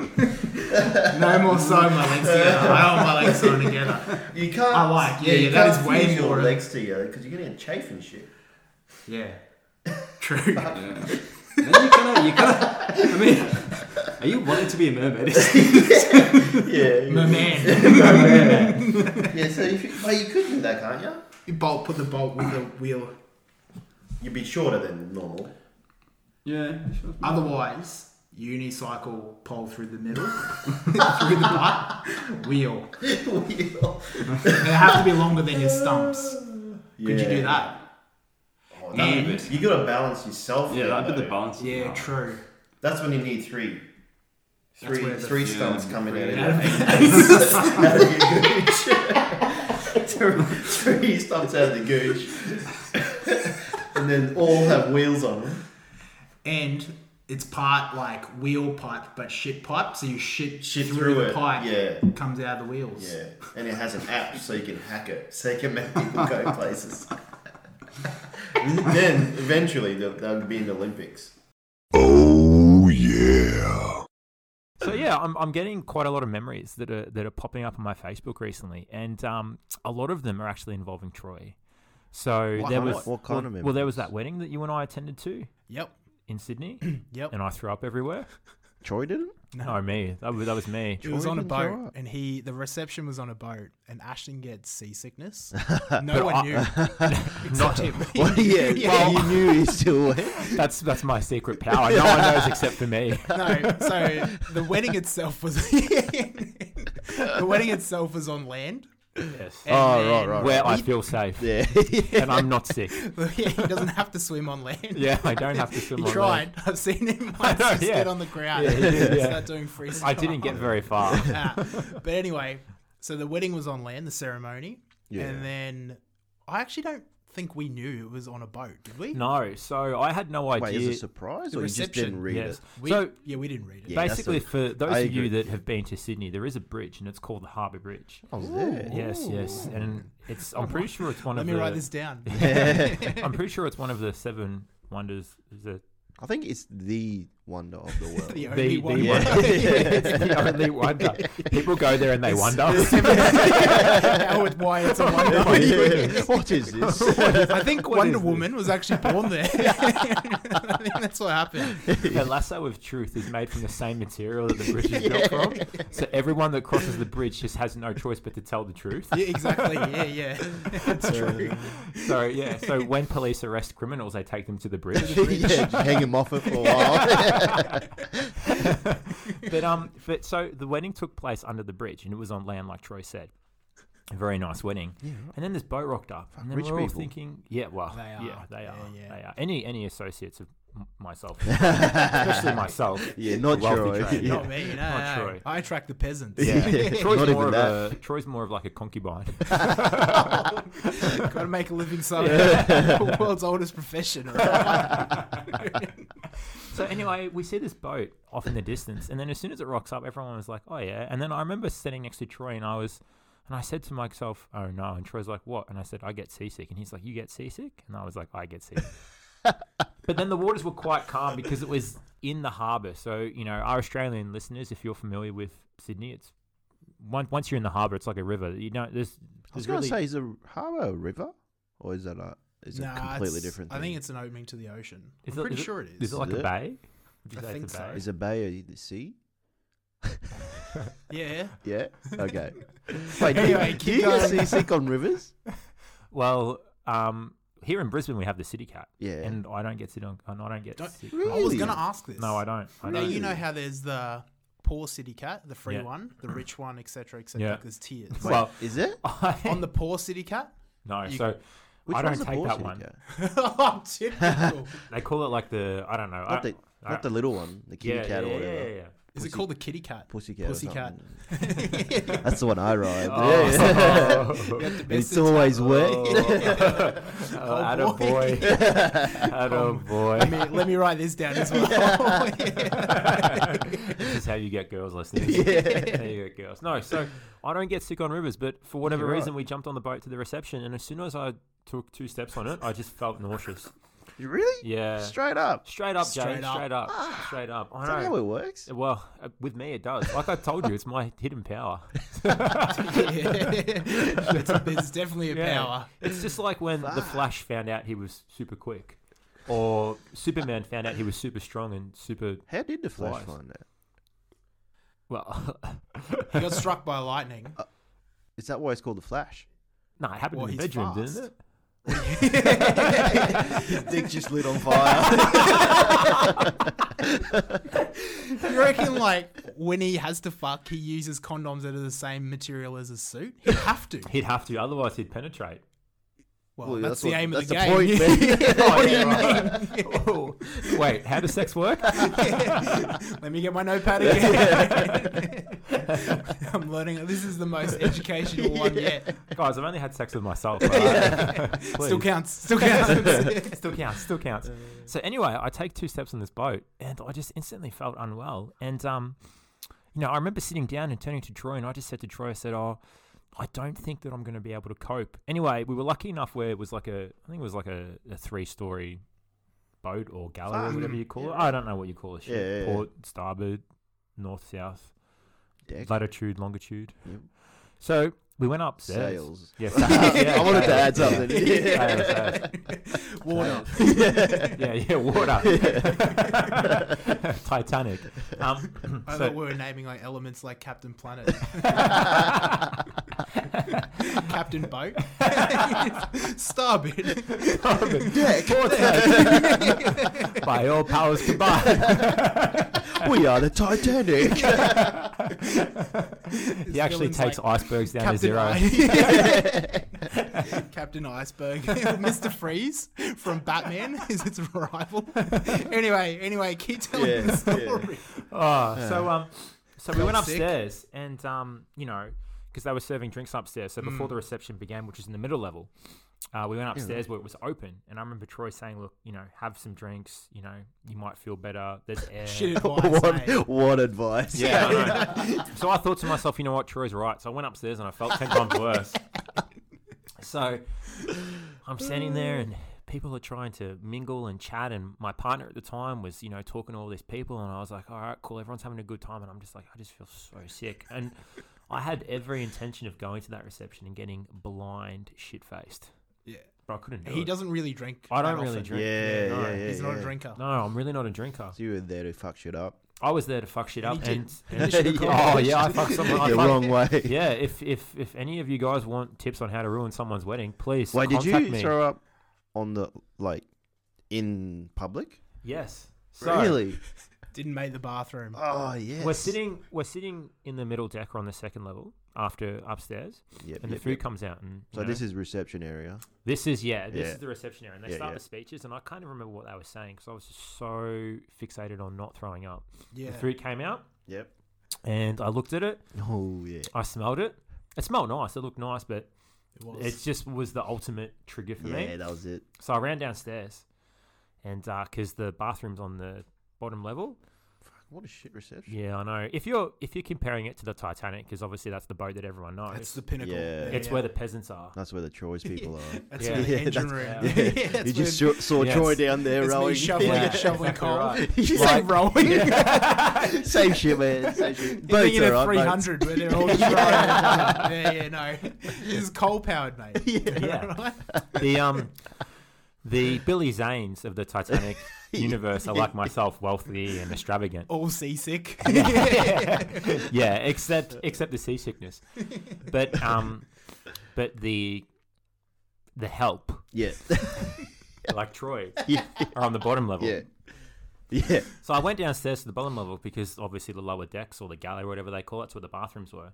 [SPEAKER 4] no more sewing my legs together. I don't want my legs sewn together.
[SPEAKER 3] You can't.
[SPEAKER 4] I like, yeah, yeah, that
[SPEAKER 3] can't
[SPEAKER 4] is way
[SPEAKER 3] fuse
[SPEAKER 4] more-
[SPEAKER 3] your legs together because you're gonna chafe and shit.
[SPEAKER 4] Yeah. True.
[SPEAKER 5] Yeah. Then you kind of, you kind of. I mean, are you wanting to be a mermaid?
[SPEAKER 3] Yeah,
[SPEAKER 4] My man.
[SPEAKER 3] yeah. So if you, well, you could do that, can't you?
[SPEAKER 4] You bolt put the bolt with the wheel.
[SPEAKER 3] You'd be shorter than normal.
[SPEAKER 5] yeah. sure.
[SPEAKER 4] Otherwise, unicycle pole through the middle. through the butt. Wheel.
[SPEAKER 3] Wheel.
[SPEAKER 4] And they have to be longer than your stumps. Could you do
[SPEAKER 3] Yeah.
[SPEAKER 4] that?
[SPEAKER 3] Oh,
[SPEAKER 5] That'd be
[SPEAKER 4] And-
[SPEAKER 5] good.
[SPEAKER 3] You gotta balance yourself.
[SPEAKER 5] Yeah,
[SPEAKER 3] there,
[SPEAKER 5] that'd be the
[SPEAKER 3] though.
[SPEAKER 5] balance.
[SPEAKER 4] Yeah,
[SPEAKER 5] now.
[SPEAKER 4] true.
[SPEAKER 3] That's when you need three.
[SPEAKER 4] That's
[SPEAKER 3] Three,
[SPEAKER 4] where the-
[SPEAKER 3] three
[SPEAKER 5] Yeah,
[SPEAKER 3] stumps coming out of
[SPEAKER 4] Out
[SPEAKER 3] your
[SPEAKER 4] of-
[SPEAKER 3] out of your gooch. three, three stumps out of the gooch. and then all have wheels on them.
[SPEAKER 4] And
[SPEAKER 7] it's part like wheel pipe, but shit pipe. So you shit,
[SPEAKER 8] Shit
[SPEAKER 7] through,
[SPEAKER 8] through
[SPEAKER 7] the
[SPEAKER 8] it,
[SPEAKER 7] pipe.
[SPEAKER 8] yeah.
[SPEAKER 7] comes out of the wheels.
[SPEAKER 8] Yeah, and it has an app so you can hack it, so you can make people go places. then eventually they'll, they'll be in the Olympics.
[SPEAKER 6] Oh yeah.
[SPEAKER 9] So yeah, I'm, I'm getting quite a lot of memories that are that are popping up on my Facebook recently, and um, a lot of them are actually involving Troy. So
[SPEAKER 7] What-
[SPEAKER 9] there
[SPEAKER 7] what-
[SPEAKER 9] was
[SPEAKER 10] what kind
[SPEAKER 9] well,
[SPEAKER 10] of
[SPEAKER 9] well, there was that
[SPEAKER 10] memories?
[SPEAKER 9] wedding that you and I attended to
[SPEAKER 7] Yep.
[SPEAKER 9] in Sydney,
[SPEAKER 4] Yep.
[SPEAKER 9] and I threw up everywhere.
[SPEAKER 10] Troy didn't.
[SPEAKER 9] No, me. That was that was me.
[SPEAKER 4] It was
[SPEAKER 10] Troy
[SPEAKER 4] on a
[SPEAKER 10] didn't throw
[SPEAKER 4] boat,
[SPEAKER 10] up.
[SPEAKER 4] and he the reception was on a boat, and Ashton gets seasickness.
[SPEAKER 9] But
[SPEAKER 4] No one
[SPEAKER 9] I-
[SPEAKER 4] knew, except him.
[SPEAKER 10] Well, yeah, well, you knew he still went.
[SPEAKER 9] That's that's my secret power. No one knows except for me.
[SPEAKER 4] No, so the wedding itself was the wedding itself was on land.
[SPEAKER 9] Yes.
[SPEAKER 4] and
[SPEAKER 10] Oh, right,
[SPEAKER 4] then-
[SPEAKER 10] right,
[SPEAKER 9] Where I
[SPEAKER 4] he-
[SPEAKER 9] feel safe
[SPEAKER 10] Yeah.
[SPEAKER 9] and I'm not sick.
[SPEAKER 4] Yeah, he doesn't have to swim on land.
[SPEAKER 9] Yeah, I don't have to swim
[SPEAKER 4] He
[SPEAKER 9] on
[SPEAKER 4] tried.
[SPEAKER 9] land.
[SPEAKER 4] I've seen him
[SPEAKER 9] I
[SPEAKER 4] once
[SPEAKER 9] know,
[SPEAKER 4] just
[SPEAKER 9] yeah.
[SPEAKER 4] get on the ground
[SPEAKER 9] Yeah, he did,
[SPEAKER 4] and
[SPEAKER 9] yeah.
[SPEAKER 4] start doing free
[SPEAKER 9] I didn't get
[SPEAKER 4] style.
[SPEAKER 9] very far.
[SPEAKER 4] Ah, but anyway, so the wedding was on land, the ceremony,
[SPEAKER 10] Yeah.
[SPEAKER 4] and then I actually don't think we knew it was on a boat, did we?
[SPEAKER 9] No, so I had no idea.
[SPEAKER 10] Wait, is it a surprise or you just
[SPEAKER 4] reception,
[SPEAKER 10] didn't read
[SPEAKER 9] yes.
[SPEAKER 10] it?
[SPEAKER 4] We,
[SPEAKER 9] so
[SPEAKER 4] yeah, we didn't read it.
[SPEAKER 10] Yeah, that's
[SPEAKER 9] basically,
[SPEAKER 10] the-
[SPEAKER 9] for those
[SPEAKER 10] I
[SPEAKER 9] of you
[SPEAKER 10] agree.
[SPEAKER 9] that have been to Sydney, there is a bridge, and it's called the Harbour Bridge.
[SPEAKER 10] I was there.
[SPEAKER 9] Yes, yes, and it's. I'm pretty sure it's one
[SPEAKER 4] Let
[SPEAKER 9] of
[SPEAKER 4] me
[SPEAKER 9] the.
[SPEAKER 4] write this down.
[SPEAKER 9] I'm pretty sure it's one of the seven wonders. Is it
[SPEAKER 10] I think it's the wonder of the world.
[SPEAKER 4] the
[SPEAKER 9] the,
[SPEAKER 4] only
[SPEAKER 9] the
[SPEAKER 4] one.
[SPEAKER 9] one- it's the only wonder. People go there and they wonder.
[SPEAKER 4] Now with why it's a wonder.
[SPEAKER 10] Yeah. What is this?
[SPEAKER 4] I think Wonder Woman was actually born there. I think that's what happened.
[SPEAKER 9] The lasso of truth is made from the same material that the bridge is built from. So everyone that crosses the bridge just has no choice but to tell the truth.
[SPEAKER 4] Yeah, exactly. Yeah, yeah. That's true.
[SPEAKER 9] So yeah, so when police arrest criminals, they take them to the bridge.
[SPEAKER 10] yeah, hang him off it for a while.
[SPEAKER 9] but um, but so the wedding took place under the bridge, and it was on land, like Troy said. A very nice wedding. Yeah. And then this boat rocked up, and then
[SPEAKER 10] rich
[SPEAKER 9] we're all
[SPEAKER 10] people.
[SPEAKER 9] thinking, yeah, well,
[SPEAKER 4] They are.
[SPEAKER 9] yeah, they
[SPEAKER 4] Yeah,
[SPEAKER 9] are,
[SPEAKER 4] yeah.
[SPEAKER 9] they are. Any any associates of m- myself, especially myself.
[SPEAKER 10] yeah, not
[SPEAKER 9] Wealthy
[SPEAKER 10] Troy.
[SPEAKER 9] trade.
[SPEAKER 10] Yeah.
[SPEAKER 4] Not me. No,
[SPEAKER 9] Not
[SPEAKER 4] no.
[SPEAKER 9] Troy.
[SPEAKER 4] I attract the peasants.
[SPEAKER 10] Yeah.
[SPEAKER 9] Troy's
[SPEAKER 10] Not even
[SPEAKER 9] more of
[SPEAKER 10] that.
[SPEAKER 9] a, Troy's more of like a concubine.
[SPEAKER 4] Got to make a living somehow. The World's oldest profession.
[SPEAKER 9] So anyway, we see this boat off in the distance, and then as soon as it rocks up, everyone was like, "Oh yeah!" And then I remember sitting next to Troy, and I was, and I said to myself, "Oh no!" And Troy's like, "What?" And I said, "I get seasick," and he's like, "You get seasick?" And I was like, "I get seasick." but then the waters were quite calm because it was in the harbour. So you know, our Australian listeners, if you're familiar with Sydney, it's on- once you're in the harbour, it's like a river. You don't. There's,
[SPEAKER 10] I was
[SPEAKER 9] there's
[SPEAKER 10] going to
[SPEAKER 9] really-
[SPEAKER 10] say, is a harbour a river? Or is that a, is it a completely
[SPEAKER 4] it's-
[SPEAKER 10] different
[SPEAKER 4] I
[SPEAKER 10] thing?
[SPEAKER 4] think it's an opening to the ocean.
[SPEAKER 9] is
[SPEAKER 4] I'm
[SPEAKER 9] it-
[SPEAKER 4] pretty
[SPEAKER 9] is
[SPEAKER 4] sure it is.
[SPEAKER 9] Is it like
[SPEAKER 10] Is
[SPEAKER 9] a
[SPEAKER 10] it?
[SPEAKER 9] bay? Would you
[SPEAKER 4] I
[SPEAKER 9] say it's
[SPEAKER 4] think
[SPEAKER 9] a
[SPEAKER 4] so.
[SPEAKER 9] bay?
[SPEAKER 10] Is a bay a sea?
[SPEAKER 4] yeah.
[SPEAKER 10] Yeah? Okay. Wait,
[SPEAKER 4] Anyway,
[SPEAKER 10] anyway, do you
[SPEAKER 4] keep
[SPEAKER 10] guys see
[SPEAKER 4] going.
[SPEAKER 10] sick on rivers?
[SPEAKER 9] Well, um, here in Brisbane we have the city cat.
[SPEAKER 10] Yeah.
[SPEAKER 9] And I don't get city on. I don't get.
[SPEAKER 4] Don't-
[SPEAKER 9] sick.
[SPEAKER 4] I was
[SPEAKER 10] Really?
[SPEAKER 4] gonna ask this.
[SPEAKER 9] No, I don't. I
[SPEAKER 4] Now
[SPEAKER 9] don't.
[SPEAKER 4] you know how there's the poor city cat, the free
[SPEAKER 9] Yeah.
[SPEAKER 4] one, the rich one, etc., etc.
[SPEAKER 9] Yeah.
[SPEAKER 4] There's tears.
[SPEAKER 9] well,
[SPEAKER 10] Is it?
[SPEAKER 4] on the poor city cat.
[SPEAKER 9] no.
[SPEAKER 4] you-
[SPEAKER 9] so
[SPEAKER 10] Which
[SPEAKER 9] I don't
[SPEAKER 10] one's the
[SPEAKER 9] take
[SPEAKER 10] poor
[SPEAKER 9] that
[SPEAKER 10] city
[SPEAKER 9] one.
[SPEAKER 10] cat?
[SPEAKER 4] oh, typical.
[SPEAKER 9] They call it like the. I don't know. I,
[SPEAKER 10] Not the,
[SPEAKER 9] I-
[SPEAKER 10] not the little one, the kitty
[SPEAKER 9] yeah,
[SPEAKER 10] cat
[SPEAKER 9] yeah,
[SPEAKER 10] or whatever.
[SPEAKER 9] Yeah, yeah, yeah.
[SPEAKER 4] Is it called the kitty cat?
[SPEAKER 10] Pussy cat.
[SPEAKER 4] Pussy cat.
[SPEAKER 10] That's the one I ride. Yeah,
[SPEAKER 9] Oh.
[SPEAKER 10] yeah. Oh.
[SPEAKER 4] The best
[SPEAKER 10] It's
[SPEAKER 4] in town.
[SPEAKER 10] always wet.
[SPEAKER 9] Oh, atta boy. atta boy.
[SPEAKER 4] Let me, let me write this down as well. Yeah.
[SPEAKER 9] this is how you get girls listening. how you get girls. No, so I don't get sick on rivers, but for whatever
[SPEAKER 10] You're right.
[SPEAKER 9] reason, we jumped on the boat to the reception, and as soon as I took two steps on it, I just felt nauseous.
[SPEAKER 10] You really?
[SPEAKER 9] Yeah.
[SPEAKER 10] Straight up. Ah.
[SPEAKER 9] Straight up, Jay.
[SPEAKER 4] Straight up.
[SPEAKER 9] Straight up. Straight up.
[SPEAKER 10] Is that
[SPEAKER 9] I
[SPEAKER 10] how
[SPEAKER 9] know.
[SPEAKER 10] it works?
[SPEAKER 9] Well, uh, with me it does. Like I told you, it's my hidden power.
[SPEAKER 4] it's, it's definitely a power.
[SPEAKER 9] It's just like when the Flash found out he was super quick, or Superman found out he was super strong and super
[SPEAKER 10] How did the Flash
[SPEAKER 9] Flies.
[SPEAKER 10] find out?
[SPEAKER 9] well.
[SPEAKER 4] He got struck by lightning.
[SPEAKER 10] Is that why it's called the Flash?
[SPEAKER 9] no, it happened
[SPEAKER 4] Well,
[SPEAKER 9] in the
[SPEAKER 4] he's
[SPEAKER 9] bedroom,
[SPEAKER 4] fast.
[SPEAKER 9] didn't it?
[SPEAKER 10] His dick just lit on fire.
[SPEAKER 4] You reckon, like, when he has to fuck, he uses condoms that are the same material as his suit? He'd have to.
[SPEAKER 9] He'd have to, otherwise he'd penetrate.
[SPEAKER 4] Well,
[SPEAKER 10] Well,
[SPEAKER 4] that's,
[SPEAKER 10] that's
[SPEAKER 4] the
[SPEAKER 10] what-
[SPEAKER 4] aim of the
[SPEAKER 10] that's
[SPEAKER 4] game.
[SPEAKER 10] the
[SPEAKER 4] what do you mean?
[SPEAKER 9] Oh, wait, how does sex work?
[SPEAKER 4] Let me get my notepad again. I'm learning. This is the most educational one yet.
[SPEAKER 9] Guys, I've only had sex with myself. alright?
[SPEAKER 4] Still
[SPEAKER 9] Please.
[SPEAKER 4] counts. Still counts.
[SPEAKER 9] still counts. Still counts. So anyway, I take two steps on this boat, and I just instantly felt unwell. And um, you know, I remember sitting down and turning to Troy, and I just said to Troy, I said, "Oh, I don't think that I'm going to be able to cope." Anyway, we were lucky enough where it was like a, I think it was like a, a three-story boat or galley or whatever you call it. I don't know what you call a ship.
[SPEAKER 10] Yeah, yeah, yeah.
[SPEAKER 9] Port, starboard, north, south,
[SPEAKER 10] Deck.
[SPEAKER 9] latitude, longitude.
[SPEAKER 10] Yep.
[SPEAKER 9] So we went upstairs.
[SPEAKER 10] Sales.
[SPEAKER 9] Yeah, sails, yeah,
[SPEAKER 10] I wanted to
[SPEAKER 9] sails,
[SPEAKER 10] add
[SPEAKER 9] yeah.
[SPEAKER 10] something.
[SPEAKER 9] Sails, sails
[SPEAKER 4] Water.
[SPEAKER 9] yeah, yeah, water. Titanic. Um,
[SPEAKER 4] I thought
[SPEAKER 9] so,
[SPEAKER 4] we were naming like elements like Captain Planet, Captain Boat, Starbit.
[SPEAKER 9] by all powers combined.
[SPEAKER 10] we are the Titanic.
[SPEAKER 9] he actually
[SPEAKER 4] villain's
[SPEAKER 9] takes icebergs down to
[SPEAKER 4] Captain,
[SPEAKER 9] zero.
[SPEAKER 4] I- Captain Iceberg, Mr. Freeze from Batman is its rival. anyway, anyway, keep telling
[SPEAKER 10] Yeah,
[SPEAKER 4] the
[SPEAKER 10] yeah.
[SPEAKER 4] story.
[SPEAKER 9] Oh, so um, so we went
[SPEAKER 4] Felt sick.
[SPEAKER 9] upstairs, and um, you know, because they were serving drinks upstairs. So
[SPEAKER 4] Mm.
[SPEAKER 9] before the reception began, which is in the middle level, uh, we went upstairs where it was open, and I remember Troy saying, "Look, you know, have some drinks. You know, you might feel better. There's air."
[SPEAKER 4] Shit advice,
[SPEAKER 10] what,
[SPEAKER 4] mate.
[SPEAKER 10] what advice?
[SPEAKER 9] Yeah, I know. so I thought to myself, you know what, Troy's right. So I went upstairs and I felt ten times worse. So I'm standing there and people are trying to mingle and chat and my partner at the time was, you know, talking to all these people and I was like, All right, cool, everyone's having a good time and I'm just like, I just feel so sick and I had every intention of going to that reception and getting blind shit faced.
[SPEAKER 4] Yeah.
[SPEAKER 9] But I couldn't do
[SPEAKER 4] He
[SPEAKER 9] it.
[SPEAKER 4] doesn't really drink.
[SPEAKER 9] I don't
[SPEAKER 4] that
[SPEAKER 9] really
[SPEAKER 4] often.
[SPEAKER 9] drink.
[SPEAKER 10] Yeah,
[SPEAKER 9] no.
[SPEAKER 10] yeah, yeah,
[SPEAKER 4] He's not a
[SPEAKER 10] yeah.
[SPEAKER 4] drinker.
[SPEAKER 9] No, I'm really not a drinker.
[SPEAKER 10] So you were there to fuck shit up.
[SPEAKER 9] I was there to fuck shit
[SPEAKER 4] And
[SPEAKER 9] up
[SPEAKER 4] he
[SPEAKER 9] and,
[SPEAKER 4] did.
[SPEAKER 9] and-
[SPEAKER 10] You did.
[SPEAKER 9] Oh yeah, I fucked someone I
[SPEAKER 10] the
[SPEAKER 9] fucked-
[SPEAKER 10] wrong way.
[SPEAKER 9] yeah, if if if any of you guys want tips on how to ruin someone's wedding, please
[SPEAKER 10] Wait, did
[SPEAKER 9] contact
[SPEAKER 10] you
[SPEAKER 9] me.
[SPEAKER 10] throw up on the like in public?
[SPEAKER 9] yes. So
[SPEAKER 10] really?
[SPEAKER 4] Didn't make the bathroom.
[SPEAKER 10] Oh yes.
[SPEAKER 9] we're sitting we're sitting in the middle deck or on the second level after upstairs,
[SPEAKER 10] Yep,
[SPEAKER 9] and
[SPEAKER 10] yep,
[SPEAKER 9] the food
[SPEAKER 10] yep.
[SPEAKER 9] comes out. And
[SPEAKER 10] So this is reception area.
[SPEAKER 9] this is yeah, this
[SPEAKER 10] Yeah.
[SPEAKER 9] is the reception area, and they
[SPEAKER 10] Yeah,
[SPEAKER 9] start
[SPEAKER 10] yeah.
[SPEAKER 9] with speeches, and I can't even remember what they were saying because I was just so fixated on not throwing up.
[SPEAKER 4] yeah.
[SPEAKER 9] The food came out,
[SPEAKER 10] Yep.
[SPEAKER 9] and I looked at it,
[SPEAKER 10] Oh yeah.
[SPEAKER 9] I smelled it. It smelled nice. It looked nice, but
[SPEAKER 4] It was.
[SPEAKER 9] it just was the ultimate trigger for me.
[SPEAKER 10] Yeah, that was it.
[SPEAKER 9] So I ran downstairs, and because the bathroom's on the bottom level.
[SPEAKER 10] What a shit reception.
[SPEAKER 9] Yeah, I know. If you're if you're comparing it to the Titanic, because obviously that's the boat that everyone knows.
[SPEAKER 4] That's the pinnacle.
[SPEAKER 10] Yeah.
[SPEAKER 9] it's where the peasants are.
[SPEAKER 10] That's where the Troy's people are.
[SPEAKER 4] That's
[SPEAKER 9] Yeah.
[SPEAKER 4] where the
[SPEAKER 10] Yeah,
[SPEAKER 4] engine
[SPEAKER 10] that's-
[SPEAKER 4] room.
[SPEAKER 9] yeah.
[SPEAKER 4] Yeah, that's
[SPEAKER 10] you just
[SPEAKER 4] where,
[SPEAKER 10] saw, saw
[SPEAKER 9] Yes.
[SPEAKER 10] Troy down there
[SPEAKER 4] it's me
[SPEAKER 10] rowing.
[SPEAKER 4] shoveling,
[SPEAKER 9] Yeah.
[SPEAKER 4] shoveling
[SPEAKER 9] Exactly
[SPEAKER 4] coal.
[SPEAKER 9] right.
[SPEAKER 4] You say rowing?
[SPEAKER 10] Same shit, man. Same shit.
[SPEAKER 4] You're
[SPEAKER 10] Boats
[SPEAKER 4] thinking
[SPEAKER 10] are
[SPEAKER 4] of
[SPEAKER 10] right, boats.
[SPEAKER 4] 300 where they're all just rowing. yeah, yeah, no. This is coal powered, mate.
[SPEAKER 9] yeah. the um, the Billy Zanes of the Titanic universe are like myself, wealthy and extravagant.
[SPEAKER 10] Oh.
[SPEAKER 4] All seasick.
[SPEAKER 9] yeah, except except the seasickness. But um, but the the help
[SPEAKER 10] Yeah.
[SPEAKER 9] like Troy
[SPEAKER 10] yeah.
[SPEAKER 9] are on the bottom level.
[SPEAKER 10] Yeah. Yeah.
[SPEAKER 9] So I went downstairs to the bottom level because obviously the lower decks or the galley or whatever they call it, that's where the bathrooms were.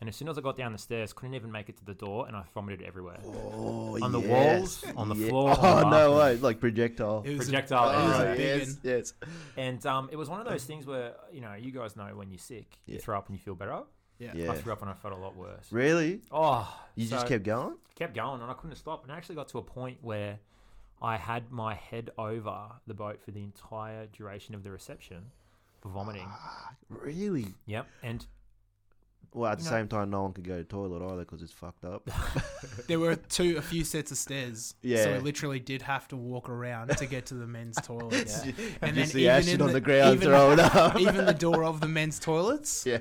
[SPEAKER 9] And as soon as I got down the stairs, couldn't even make it to the door, and I vomited everywhere
[SPEAKER 10] Oh,
[SPEAKER 9] on the
[SPEAKER 10] yes.
[SPEAKER 9] walls, on the
[SPEAKER 10] Yeah.
[SPEAKER 9] floor.
[SPEAKER 10] Oh,
[SPEAKER 9] on
[SPEAKER 10] no
[SPEAKER 9] the bathroom.
[SPEAKER 10] way. Like projectile.
[SPEAKER 4] It was a-
[SPEAKER 9] Projectile
[SPEAKER 4] it was a
[SPEAKER 10] Oh,
[SPEAKER 9] everywhere.
[SPEAKER 4] big
[SPEAKER 10] yes,
[SPEAKER 4] un.
[SPEAKER 10] yes.
[SPEAKER 9] And um, it was one of those things where you know you guys know when you're sick, you
[SPEAKER 10] Yeah.
[SPEAKER 9] throw up and you feel better. I
[SPEAKER 10] Yeah.
[SPEAKER 9] threw up and I felt a lot worse.
[SPEAKER 10] Really?
[SPEAKER 9] Oh,
[SPEAKER 10] You
[SPEAKER 9] so-
[SPEAKER 10] just kept going?
[SPEAKER 9] kept going and I couldn't stop. And I actually got to a point where I had my head over the boat for the entire duration of the reception, vomiting.
[SPEAKER 10] Ah, Really?
[SPEAKER 9] Yep, and
[SPEAKER 10] Well, at
[SPEAKER 9] You
[SPEAKER 10] the
[SPEAKER 9] know-
[SPEAKER 10] same time, no one could go to the toilet either because it's fucked up.
[SPEAKER 4] There were two, a few sets of stairs. So
[SPEAKER 10] Yeah.
[SPEAKER 4] we literally did have to walk around to get to the men's toilets. And
[SPEAKER 10] just
[SPEAKER 4] then
[SPEAKER 10] the
[SPEAKER 4] even
[SPEAKER 10] ashes
[SPEAKER 4] in
[SPEAKER 10] on
[SPEAKER 4] the-
[SPEAKER 10] the ground
[SPEAKER 4] even-
[SPEAKER 10] thrown up.
[SPEAKER 4] Even the door of the men's toilets,
[SPEAKER 10] yeah.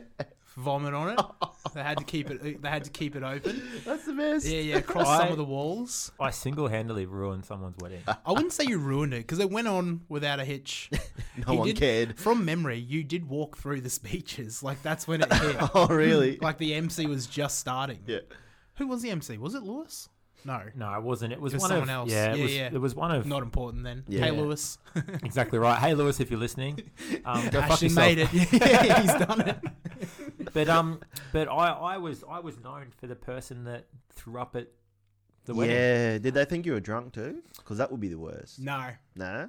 [SPEAKER 4] vomit on it. They had to keep it. They had to keep it open.
[SPEAKER 10] That's the best.
[SPEAKER 4] Yeah, yeah. Across
[SPEAKER 9] I-
[SPEAKER 4] some of the walls.
[SPEAKER 9] I single-handedly ruined someone's wedding.
[SPEAKER 4] I wouldn't say you ruined it because it went on without a hitch.
[SPEAKER 10] No
[SPEAKER 4] You
[SPEAKER 10] one
[SPEAKER 4] did-
[SPEAKER 10] cared.
[SPEAKER 4] From memory, you did walk through the speeches. Like that's when it hit.
[SPEAKER 10] Oh, really?
[SPEAKER 4] like the MC was just starting.
[SPEAKER 10] yeah.
[SPEAKER 4] Who was the MC? Was it Lewis? No.
[SPEAKER 9] No, it wasn't. It was,
[SPEAKER 4] It was
[SPEAKER 9] one
[SPEAKER 4] someone
[SPEAKER 9] of,
[SPEAKER 4] else.
[SPEAKER 9] Yeah, it
[SPEAKER 4] Yeah,
[SPEAKER 9] was,
[SPEAKER 4] yeah.
[SPEAKER 9] It was one of
[SPEAKER 4] Not important then.
[SPEAKER 10] Yeah.
[SPEAKER 4] Hey Lewis.
[SPEAKER 9] exactly right. Hey, Lewis, if you're listening, um, go fuck
[SPEAKER 4] Ashton
[SPEAKER 9] yourself.
[SPEAKER 4] made it. Yeah, he's done it.
[SPEAKER 9] But um, but I, I was I was known for the person that threw up at the wedding.
[SPEAKER 3] Yeah. Did they think you were drunk too? Because that would be the worst.
[SPEAKER 4] No.
[SPEAKER 3] Nah.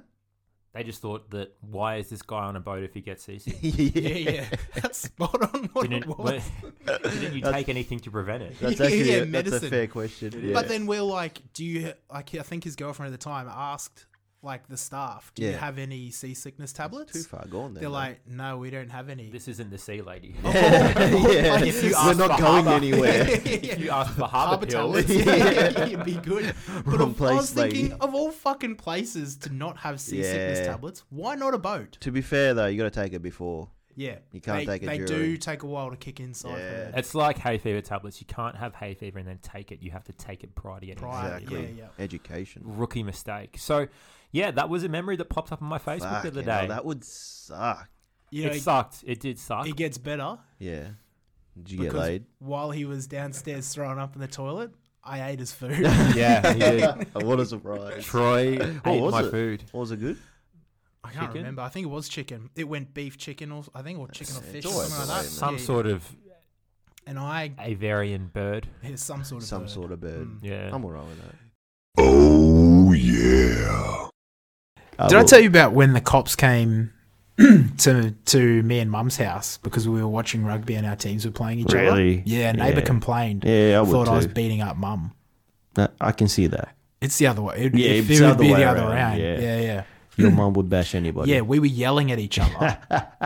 [SPEAKER 9] They just thought that why is this guy on a boat if he gets seasick?
[SPEAKER 4] Yeah, yeah. That's spot on what
[SPEAKER 9] Didn't,
[SPEAKER 4] it was.
[SPEAKER 9] didn't you take anything to prevent it?
[SPEAKER 3] That's
[SPEAKER 4] Yeah,
[SPEAKER 3] actually
[SPEAKER 4] yeah,
[SPEAKER 3] a, that's a
[SPEAKER 4] medicine.
[SPEAKER 3] fair question. Yeah.
[SPEAKER 4] But then we're like, do you like? I think his girlfriend at the time asked like the staff, do you
[SPEAKER 3] Yeah.
[SPEAKER 4] have any seasickness tablets?
[SPEAKER 3] too far gone. Then,
[SPEAKER 4] They're
[SPEAKER 3] mate.
[SPEAKER 4] like, oh, no, we don't have any.
[SPEAKER 9] This isn't the sea lady.
[SPEAKER 3] yeah.
[SPEAKER 4] if you
[SPEAKER 3] we're
[SPEAKER 9] ask
[SPEAKER 3] not
[SPEAKER 9] for
[SPEAKER 3] going
[SPEAKER 9] harbour-
[SPEAKER 3] anywhere.
[SPEAKER 9] If you ask for
[SPEAKER 4] Harbour
[SPEAKER 9] harbour pills,
[SPEAKER 4] tablets. It'd be good. But
[SPEAKER 3] Wrong
[SPEAKER 4] of- I
[SPEAKER 3] place,
[SPEAKER 4] was thinking
[SPEAKER 3] lady.
[SPEAKER 4] of all fucking places to not have seasickness
[SPEAKER 3] Yeah.
[SPEAKER 4] tablets. Why not a boat?
[SPEAKER 3] to be fair though, you got to take it before.
[SPEAKER 4] Yeah,
[SPEAKER 3] You can't
[SPEAKER 4] they,
[SPEAKER 3] take it
[SPEAKER 4] They
[SPEAKER 3] during.
[SPEAKER 4] do take a while to kick inside.
[SPEAKER 3] Yeah.
[SPEAKER 4] Yeah.
[SPEAKER 9] it's like hay fever tablets. You can't have hay fever and then take it. You have to take it prior to getting
[SPEAKER 4] Prior.
[SPEAKER 9] it.
[SPEAKER 3] Exactly.
[SPEAKER 4] yeah.
[SPEAKER 3] Education.
[SPEAKER 9] Rookie mistake. So, yeah, that was a memory that popped up on my Facebook the other
[SPEAKER 3] Fucking
[SPEAKER 9] day.
[SPEAKER 3] hell, that would suck.
[SPEAKER 4] You know,
[SPEAKER 9] it sucked. It did suck.
[SPEAKER 4] it gets better
[SPEAKER 3] Yeah. Did you
[SPEAKER 4] because
[SPEAKER 3] get laid?
[SPEAKER 4] while he was downstairs throwing up in the toilet, I ate his food.
[SPEAKER 9] yeah, he did.
[SPEAKER 3] what a surprise.
[SPEAKER 9] Troy ate
[SPEAKER 3] was
[SPEAKER 9] my
[SPEAKER 3] it?
[SPEAKER 9] food.
[SPEAKER 3] Was it good?
[SPEAKER 4] I can't
[SPEAKER 9] Chicken?
[SPEAKER 4] remember. I think it was chicken. It went beef chicken, or I think, or chicken or fish, or
[SPEAKER 3] always
[SPEAKER 4] something like
[SPEAKER 3] the way,
[SPEAKER 4] that.
[SPEAKER 3] isn't
[SPEAKER 9] Some
[SPEAKER 4] Yeah,
[SPEAKER 9] sort of
[SPEAKER 4] And I,
[SPEAKER 9] avarian bird.
[SPEAKER 4] yeah, some sort of
[SPEAKER 3] Some
[SPEAKER 4] bird.
[SPEAKER 3] sort of bird.
[SPEAKER 4] Mm.
[SPEAKER 9] Yeah.
[SPEAKER 3] I'm alright with that.
[SPEAKER 11] Oh yeah.
[SPEAKER 3] Uh,
[SPEAKER 4] Did I
[SPEAKER 3] well,
[SPEAKER 4] tell you about when the cops came to to me and Mum's house because we were watching rugby and our teams were playing each
[SPEAKER 3] Really?
[SPEAKER 4] other? Yeah, neighbour
[SPEAKER 3] Yeah.
[SPEAKER 4] complained.
[SPEAKER 3] Yeah, I would
[SPEAKER 4] thought I was
[SPEAKER 3] too.
[SPEAKER 4] beating up Mum.
[SPEAKER 3] No, I can see that.
[SPEAKER 4] It's the other way. It,
[SPEAKER 3] Yeah,
[SPEAKER 4] if
[SPEAKER 3] it's
[SPEAKER 4] it
[SPEAKER 3] the
[SPEAKER 4] would
[SPEAKER 3] other
[SPEAKER 4] be
[SPEAKER 3] way
[SPEAKER 4] the other
[SPEAKER 3] around,
[SPEAKER 4] round.
[SPEAKER 3] yeah.
[SPEAKER 4] Yeah, yeah, yeah.
[SPEAKER 3] Your mum would bash anybody.
[SPEAKER 4] we were yelling at each other,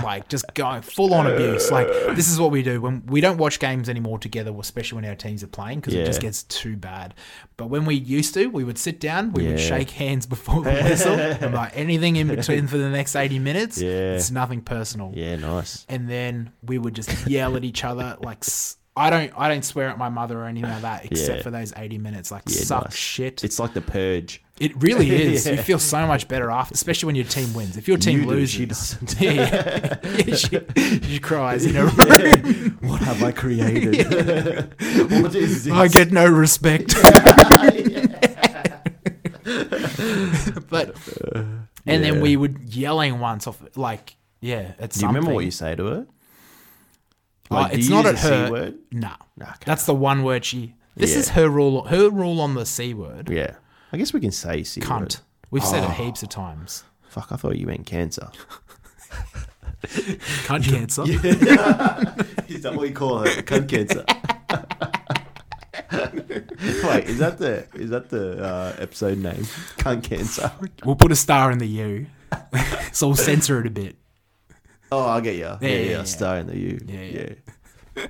[SPEAKER 4] like just going full on abuse. Like this is what we do when we don't watch games anymore together, especially when our teams are playing, because
[SPEAKER 3] Yeah.
[SPEAKER 4] it just gets too bad. But when we used to, we would sit down, we would
[SPEAKER 3] Yeah.
[SPEAKER 4] shake hands before we whistle, and like anything in between for the next eighty minutes,
[SPEAKER 3] Yeah.
[SPEAKER 4] it's nothing personal.
[SPEAKER 3] Yeah, nice.
[SPEAKER 4] And then we would just yell at each other, like. s- I don't, I don't swear at my mother or anything like that, except
[SPEAKER 3] Yeah.
[SPEAKER 4] for those eighty minutes. Like, suck
[SPEAKER 3] nice.
[SPEAKER 4] shit.
[SPEAKER 3] It's like the purge.
[SPEAKER 4] It really is.
[SPEAKER 3] Yeah.
[SPEAKER 4] You feel so much better after, especially when your team wins. If your team
[SPEAKER 3] You do,
[SPEAKER 4] loses,
[SPEAKER 3] she doesn't.
[SPEAKER 4] Yeah, yeah. Yeah, she, she cries in her room.
[SPEAKER 3] What have I created? what is this?
[SPEAKER 4] I get no respect. but
[SPEAKER 3] Uh,
[SPEAKER 4] and then we would yelling once off like yeah. It's
[SPEAKER 3] Do you remember what
[SPEAKER 4] something.
[SPEAKER 3] you say to her?
[SPEAKER 4] Uh,
[SPEAKER 3] Like, do
[SPEAKER 4] it's
[SPEAKER 3] you
[SPEAKER 4] not
[SPEAKER 3] use
[SPEAKER 4] at
[SPEAKER 3] the C
[SPEAKER 4] her.
[SPEAKER 3] word?
[SPEAKER 4] No,
[SPEAKER 3] Okay.
[SPEAKER 4] that's the one word she. This
[SPEAKER 3] Yeah.
[SPEAKER 4] is her rule. Her rule on the c word.
[SPEAKER 3] Yeah. I guess we can say C word.
[SPEAKER 4] Cunt. We've said
[SPEAKER 3] Oh.
[SPEAKER 4] it heaps of times.
[SPEAKER 3] Fuck, I thought you meant cancer.
[SPEAKER 4] Cunt cancer.
[SPEAKER 3] Is that what you call her? Cunt cancer. Wait, is that the is that the uh, episode name? Cunt cancer.
[SPEAKER 4] We'll put a star in the U. so we'll censor it a bit.
[SPEAKER 3] Oh, I get you. Yeah, yeah,
[SPEAKER 4] yeah,
[SPEAKER 3] yeah,
[SPEAKER 4] yeah.
[SPEAKER 3] Star in the U. Yeah, yeah,
[SPEAKER 4] yeah.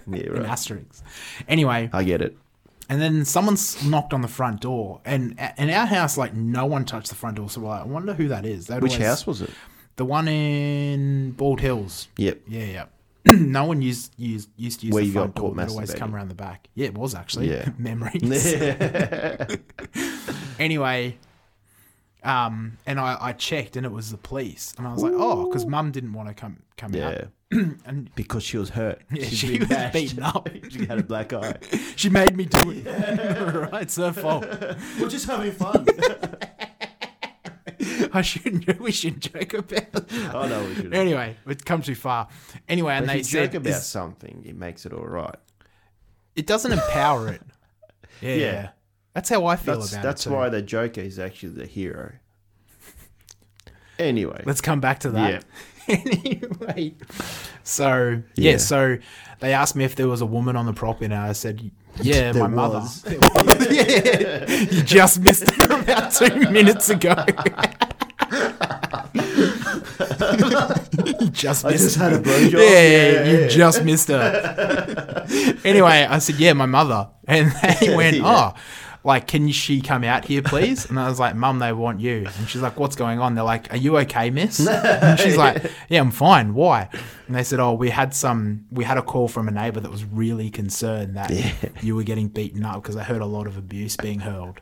[SPEAKER 3] yeah.
[SPEAKER 4] an
[SPEAKER 3] right.
[SPEAKER 4] asterisk. Anyway,
[SPEAKER 3] I get it.
[SPEAKER 4] and then someone's knocked on the front door, and in our house, like no one touched the front door, so we're like, I wonder who that is. They'd
[SPEAKER 3] Which
[SPEAKER 4] always-
[SPEAKER 3] house was it?
[SPEAKER 4] The one in Bald Hills.
[SPEAKER 3] Yep.
[SPEAKER 4] Yeah, yeah. no one used used used to use
[SPEAKER 3] Where
[SPEAKER 4] the
[SPEAKER 3] you got
[SPEAKER 4] front door.
[SPEAKER 3] caught
[SPEAKER 4] They'd always come
[SPEAKER 3] masturbating.
[SPEAKER 4] around the back. Yeah, it was actually
[SPEAKER 3] Yeah.
[SPEAKER 4] memories. anyway. Um, and I, I checked and it was the police and I was like, oh, because mum didn't want to come come out.
[SPEAKER 3] yeah.
[SPEAKER 4] And
[SPEAKER 3] Because she was hurt.
[SPEAKER 4] yeah,
[SPEAKER 3] She'd
[SPEAKER 4] she
[SPEAKER 3] been
[SPEAKER 4] was
[SPEAKER 3] bashed.
[SPEAKER 4] beaten up.
[SPEAKER 3] she had a black eye.
[SPEAKER 4] She made me do it. right, it's her fault.
[SPEAKER 12] We're just having fun.
[SPEAKER 4] I shouldn't. We shouldn't joke about. That.
[SPEAKER 3] Oh no, we should. have
[SPEAKER 4] Anyway, it's come too far. Anyway, and
[SPEAKER 3] if
[SPEAKER 4] they
[SPEAKER 3] you joke
[SPEAKER 4] said
[SPEAKER 3] about
[SPEAKER 4] "Is-
[SPEAKER 3] something, it makes it all right.
[SPEAKER 4] it doesn't empower it. Yeah,
[SPEAKER 3] Yeah.
[SPEAKER 4] that's how I feel
[SPEAKER 3] That's
[SPEAKER 4] about
[SPEAKER 3] that's
[SPEAKER 4] it. too.
[SPEAKER 3] why the Joker is actually the hero. Anyway,
[SPEAKER 4] Let's come back to that. anyway, so yeah.
[SPEAKER 3] Yeah.
[SPEAKER 4] so they asked me if there was a woman on the prop, and I said, "Yeah,
[SPEAKER 3] There
[SPEAKER 4] my mother."
[SPEAKER 3] was.
[SPEAKER 4] yeah, you just missed her about two minutes ago. you just
[SPEAKER 3] I
[SPEAKER 4] missed
[SPEAKER 3] just had a blowjob.
[SPEAKER 4] yeah, yeah, yeah, you just missed her. anyway, I said, yeah, my mother. And they went,
[SPEAKER 3] Yeah.
[SPEAKER 4] oh, like, can she come out here, please? And I was like, mum, they want you. And she's like, what's going on? They're like, are you okay, miss? And she's like, yeah, I'm fine. Why? And they said, oh, we had some, we had a call from a neighbor that was really concerned that you were getting beaten up because I heard a lot of abuse being hurled.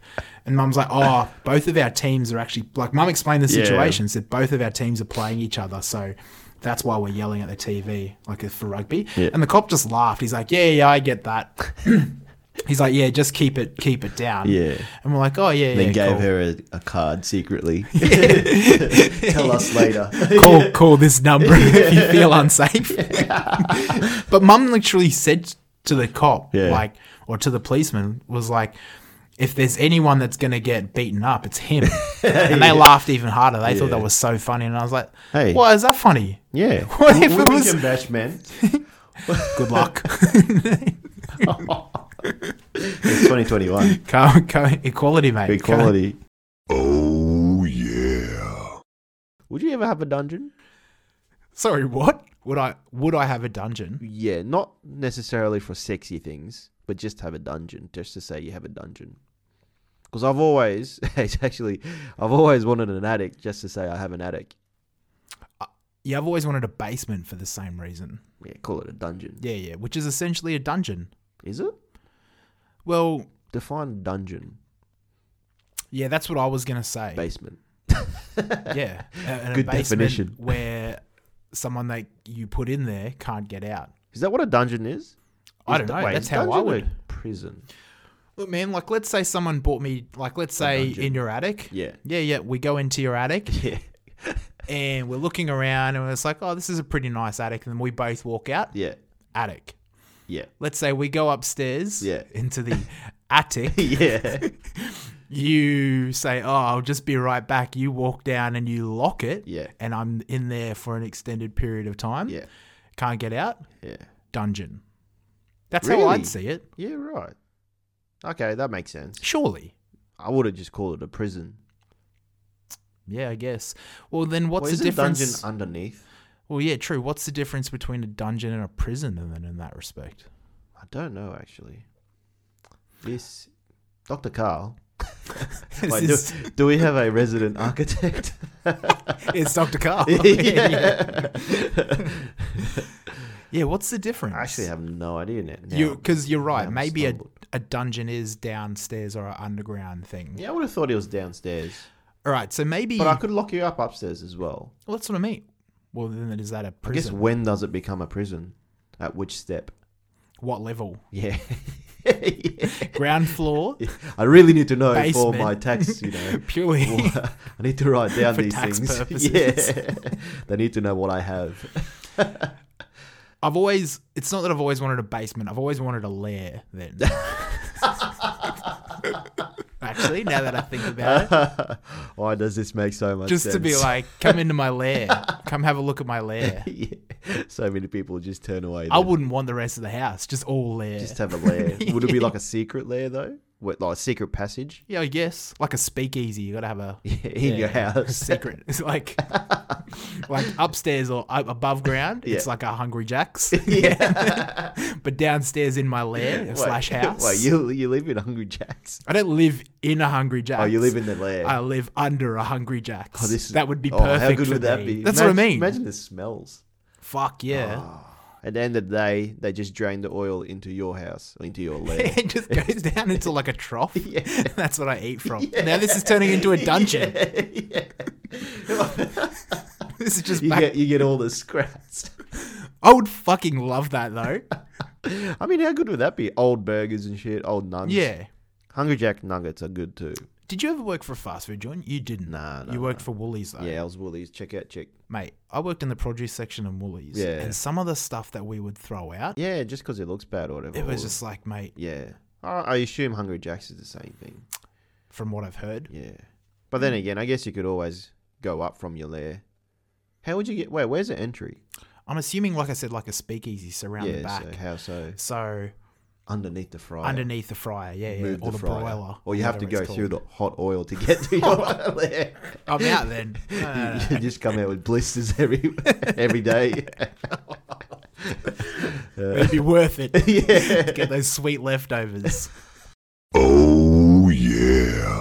[SPEAKER 4] And mum's like, oh, both of our teams are actually, like, mum explained the
[SPEAKER 3] Yeah.
[SPEAKER 4] situation, said both of our teams are playing each other. So, that's why we're yelling at the TV, like it's for rugby.
[SPEAKER 3] Yeah.
[SPEAKER 4] And the cop just laughed. He's like, "Yeah, yeah, I get that." He's like, "Yeah, just keep it, keep it down."
[SPEAKER 3] Yeah.
[SPEAKER 4] And we're like, "Oh yeah,
[SPEAKER 3] Then
[SPEAKER 4] yeah."
[SPEAKER 3] gave
[SPEAKER 4] cool.
[SPEAKER 3] her a, a card secretly. Tell us later.
[SPEAKER 4] call call this number if you feel unsafe. but mum literally said to the cop,
[SPEAKER 3] Yeah.
[SPEAKER 4] like, or to the policeman, was like, if there's anyone that's going to get beaten up, it's him. and they laughed even harder. They thought that was so funny. And I was like,
[SPEAKER 10] Hey.
[SPEAKER 4] why is that funny?
[SPEAKER 10] Yeah.
[SPEAKER 4] What if it
[SPEAKER 10] Women
[SPEAKER 4] was-
[SPEAKER 10] can bash men?
[SPEAKER 4] Good luck.
[SPEAKER 10] It's 2021.
[SPEAKER 4] co- co- equality, mate. Co-
[SPEAKER 10] Equality.
[SPEAKER 6] Oh yeah.
[SPEAKER 10] Would you ever have a dungeon?
[SPEAKER 4] Sorry, what? Would I would I have a dungeon?
[SPEAKER 3] Yeah, not necessarily for sexy things, but just have a dungeon, just to say you have a dungeon. Because I've always, it's actually, I've always wanted an attic, just to say I have an attic.
[SPEAKER 4] Yeah, I've always wanted a basement for the same reason.
[SPEAKER 3] Yeah, call it a dungeon.
[SPEAKER 4] Yeah, yeah, which is essentially a dungeon.
[SPEAKER 3] Is it?
[SPEAKER 4] Well,
[SPEAKER 3] Define dungeon
[SPEAKER 4] yeah, that's what I was gonna say.
[SPEAKER 3] basement.
[SPEAKER 4] yeah, a- and
[SPEAKER 3] Good
[SPEAKER 4] a basement
[SPEAKER 3] definition.
[SPEAKER 4] Where someone that you put in there can't get out.
[SPEAKER 3] Is that what a dungeon is?
[SPEAKER 4] I
[SPEAKER 3] Is
[SPEAKER 4] don't
[SPEAKER 3] the-
[SPEAKER 4] know.
[SPEAKER 3] wait,
[SPEAKER 4] That's
[SPEAKER 3] is
[SPEAKER 4] how I
[SPEAKER 3] dungeon
[SPEAKER 4] would.
[SPEAKER 3] a Prison.
[SPEAKER 4] Look, man, like let's say someone bought me, like let's say
[SPEAKER 3] dungeon.
[SPEAKER 4] in your attic.
[SPEAKER 3] Yeah.
[SPEAKER 4] Yeah, yeah. We go into your attic
[SPEAKER 3] Yeah.
[SPEAKER 4] and we're looking around and it's like, oh, this is a pretty nice attic. And then we both walk out.
[SPEAKER 3] Yeah.
[SPEAKER 4] Attic.
[SPEAKER 3] Yeah.
[SPEAKER 4] Let's say we go upstairs
[SPEAKER 3] Yeah.
[SPEAKER 4] into the attic.
[SPEAKER 3] Yeah.
[SPEAKER 4] You say, oh, I'll just be right back. You walk down and you lock it.
[SPEAKER 3] Yeah.
[SPEAKER 4] And I'm in there for an extended period of time.
[SPEAKER 3] Yeah.
[SPEAKER 4] Can't get out.
[SPEAKER 3] Yeah.
[SPEAKER 4] Dungeon. That's how
[SPEAKER 3] Really?
[SPEAKER 4] I'd see it.
[SPEAKER 3] Yeah, right. Okay, that makes sense.
[SPEAKER 4] Surely.
[SPEAKER 3] I would have just called it a prison.
[SPEAKER 4] Yeah, I guess. Well, then
[SPEAKER 3] What's
[SPEAKER 4] what's
[SPEAKER 3] well, isn't
[SPEAKER 4] the difference?
[SPEAKER 3] dungeon underneath?
[SPEAKER 4] Well, yeah, true. What's the difference between a dungeon and a prison then in that respect?
[SPEAKER 3] I don't know actually. This Dr. Carl. Wait, do-
[SPEAKER 4] This
[SPEAKER 3] do, we have a resident architect?
[SPEAKER 4] It's Dr. Carl.
[SPEAKER 3] yeah.
[SPEAKER 4] Yeah, what's the difference?
[SPEAKER 3] I actually have no idea now.
[SPEAKER 4] you because you're right.
[SPEAKER 3] Now I've
[SPEAKER 4] Maybe a,
[SPEAKER 3] stumbled.
[SPEAKER 4] a dungeon is downstairs or an underground thing.
[SPEAKER 3] Yeah, I would have thought it was downstairs.
[SPEAKER 4] All right, so maybe
[SPEAKER 3] But I could lock you up upstairs as well.
[SPEAKER 4] well, that's what I mean. Well, then is that a
[SPEAKER 3] I guess
[SPEAKER 4] prison?
[SPEAKER 3] when does it become a prison? At which step?
[SPEAKER 4] what level?
[SPEAKER 3] Yeah.
[SPEAKER 4] Ground floor,
[SPEAKER 3] I really need to know for my
[SPEAKER 4] Basement.
[SPEAKER 3] tax, you know.
[SPEAKER 4] purely.
[SPEAKER 3] I need to write down
[SPEAKER 4] For
[SPEAKER 3] these
[SPEAKER 4] tax
[SPEAKER 3] things.
[SPEAKER 4] purposes.
[SPEAKER 3] Yeah. they need to know what I have.
[SPEAKER 4] I've always. It's not that I've always wanted a basement. I've always wanted a lair. Then. Actually, now that I think about it,
[SPEAKER 3] Why does this make so much
[SPEAKER 4] just
[SPEAKER 3] sense?
[SPEAKER 4] to be like, come into my lair, come have a look at my lair.
[SPEAKER 3] Yeah. So many people just turn away.
[SPEAKER 4] I
[SPEAKER 3] then.
[SPEAKER 4] wouldn't want the rest of the house, just all lair.
[SPEAKER 3] just have a lair. Would it be like a secret lair though? What, like a secret passage
[SPEAKER 4] yeah, I guess like a speakeasy. You gotta have a
[SPEAKER 3] in your
[SPEAKER 4] a
[SPEAKER 3] house?
[SPEAKER 4] secret. It's like like upstairs or up above ground. It's
[SPEAKER 3] Yeah.
[SPEAKER 4] like a Hungry Jack's,
[SPEAKER 3] yeah.
[SPEAKER 4] but downstairs in my lair slash
[SPEAKER 3] Wait,
[SPEAKER 4] house.
[SPEAKER 3] Wait, you you live in Hungry Jack's?
[SPEAKER 4] I don't live in a Hungry Jack's.
[SPEAKER 3] Oh, you live in the lair.
[SPEAKER 4] I live under a Hungry Jack's.
[SPEAKER 3] Oh, this is-
[SPEAKER 4] that would be
[SPEAKER 3] oh,
[SPEAKER 4] perfect.
[SPEAKER 3] How good
[SPEAKER 4] for
[SPEAKER 3] would that
[SPEAKER 4] me.
[SPEAKER 3] be?
[SPEAKER 4] That's
[SPEAKER 3] Imagine-
[SPEAKER 4] what I mean.
[SPEAKER 3] Imagine Oh. the smells.
[SPEAKER 4] Fuck yeah!
[SPEAKER 3] At the end of the day, they just drain the oil into your house, into your lair.
[SPEAKER 4] it just goes down into like a trough.
[SPEAKER 3] Yeah.
[SPEAKER 4] That's what I eat from. Now this is turning into a dungeon. This is just
[SPEAKER 3] you
[SPEAKER 4] back.
[SPEAKER 3] get you get all the scraps.
[SPEAKER 4] I would fucking love that though.
[SPEAKER 3] I mean, how good would that be? Old burgers and shit, old nuggets.
[SPEAKER 4] yeah.
[SPEAKER 3] Hungry Jack nuggets are good too.
[SPEAKER 4] Did you ever work for a fast food joint? You didn't.
[SPEAKER 3] Nah, nah,
[SPEAKER 4] You worked for Woolies though.
[SPEAKER 3] Yeah, I was Woolies. Check out, check.
[SPEAKER 4] Mate, I worked in the produce section in Woolies.
[SPEAKER 3] Yeah.
[SPEAKER 4] And some of the stuff that we would throw out,
[SPEAKER 3] Yeah, just because it looks bad or whatever.
[SPEAKER 4] it was
[SPEAKER 3] or-
[SPEAKER 4] just like, mate,
[SPEAKER 3] yeah. I, I assume Hungry Jack's is the same thing.
[SPEAKER 4] from what I've heard.
[SPEAKER 3] Yeah, but
[SPEAKER 4] Mm.
[SPEAKER 3] then again, I guess you could always go up from your lair. How would you get? Wait, where's the entry?
[SPEAKER 4] I'm assuming, like I said, like a speakeasy surround
[SPEAKER 3] yeah,
[SPEAKER 4] the back.
[SPEAKER 3] so how so?
[SPEAKER 4] So
[SPEAKER 3] Underneath the fryer.
[SPEAKER 4] underneath the fryer, yeah, yeah,
[SPEAKER 3] Move
[SPEAKER 4] or the,
[SPEAKER 3] fryer.
[SPEAKER 4] broiler,
[SPEAKER 3] Or you have to
[SPEAKER 4] whatever
[SPEAKER 3] go
[SPEAKER 4] it's
[SPEAKER 3] through
[SPEAKER 4] called.
[SPEAKER 3] the hot oil to get to your lair.
[SPEAKER 4] I'm out then. No, no, no.
[SPEAKER 3] you just come out with blisters every every day. Uh,
[SPEAKER 4] It'd be worth it.
[SPEAKER 3] yeah.
[SPEAKER 4] Get those sweet leftovers.
[SPEAKER 6] Oh yeah.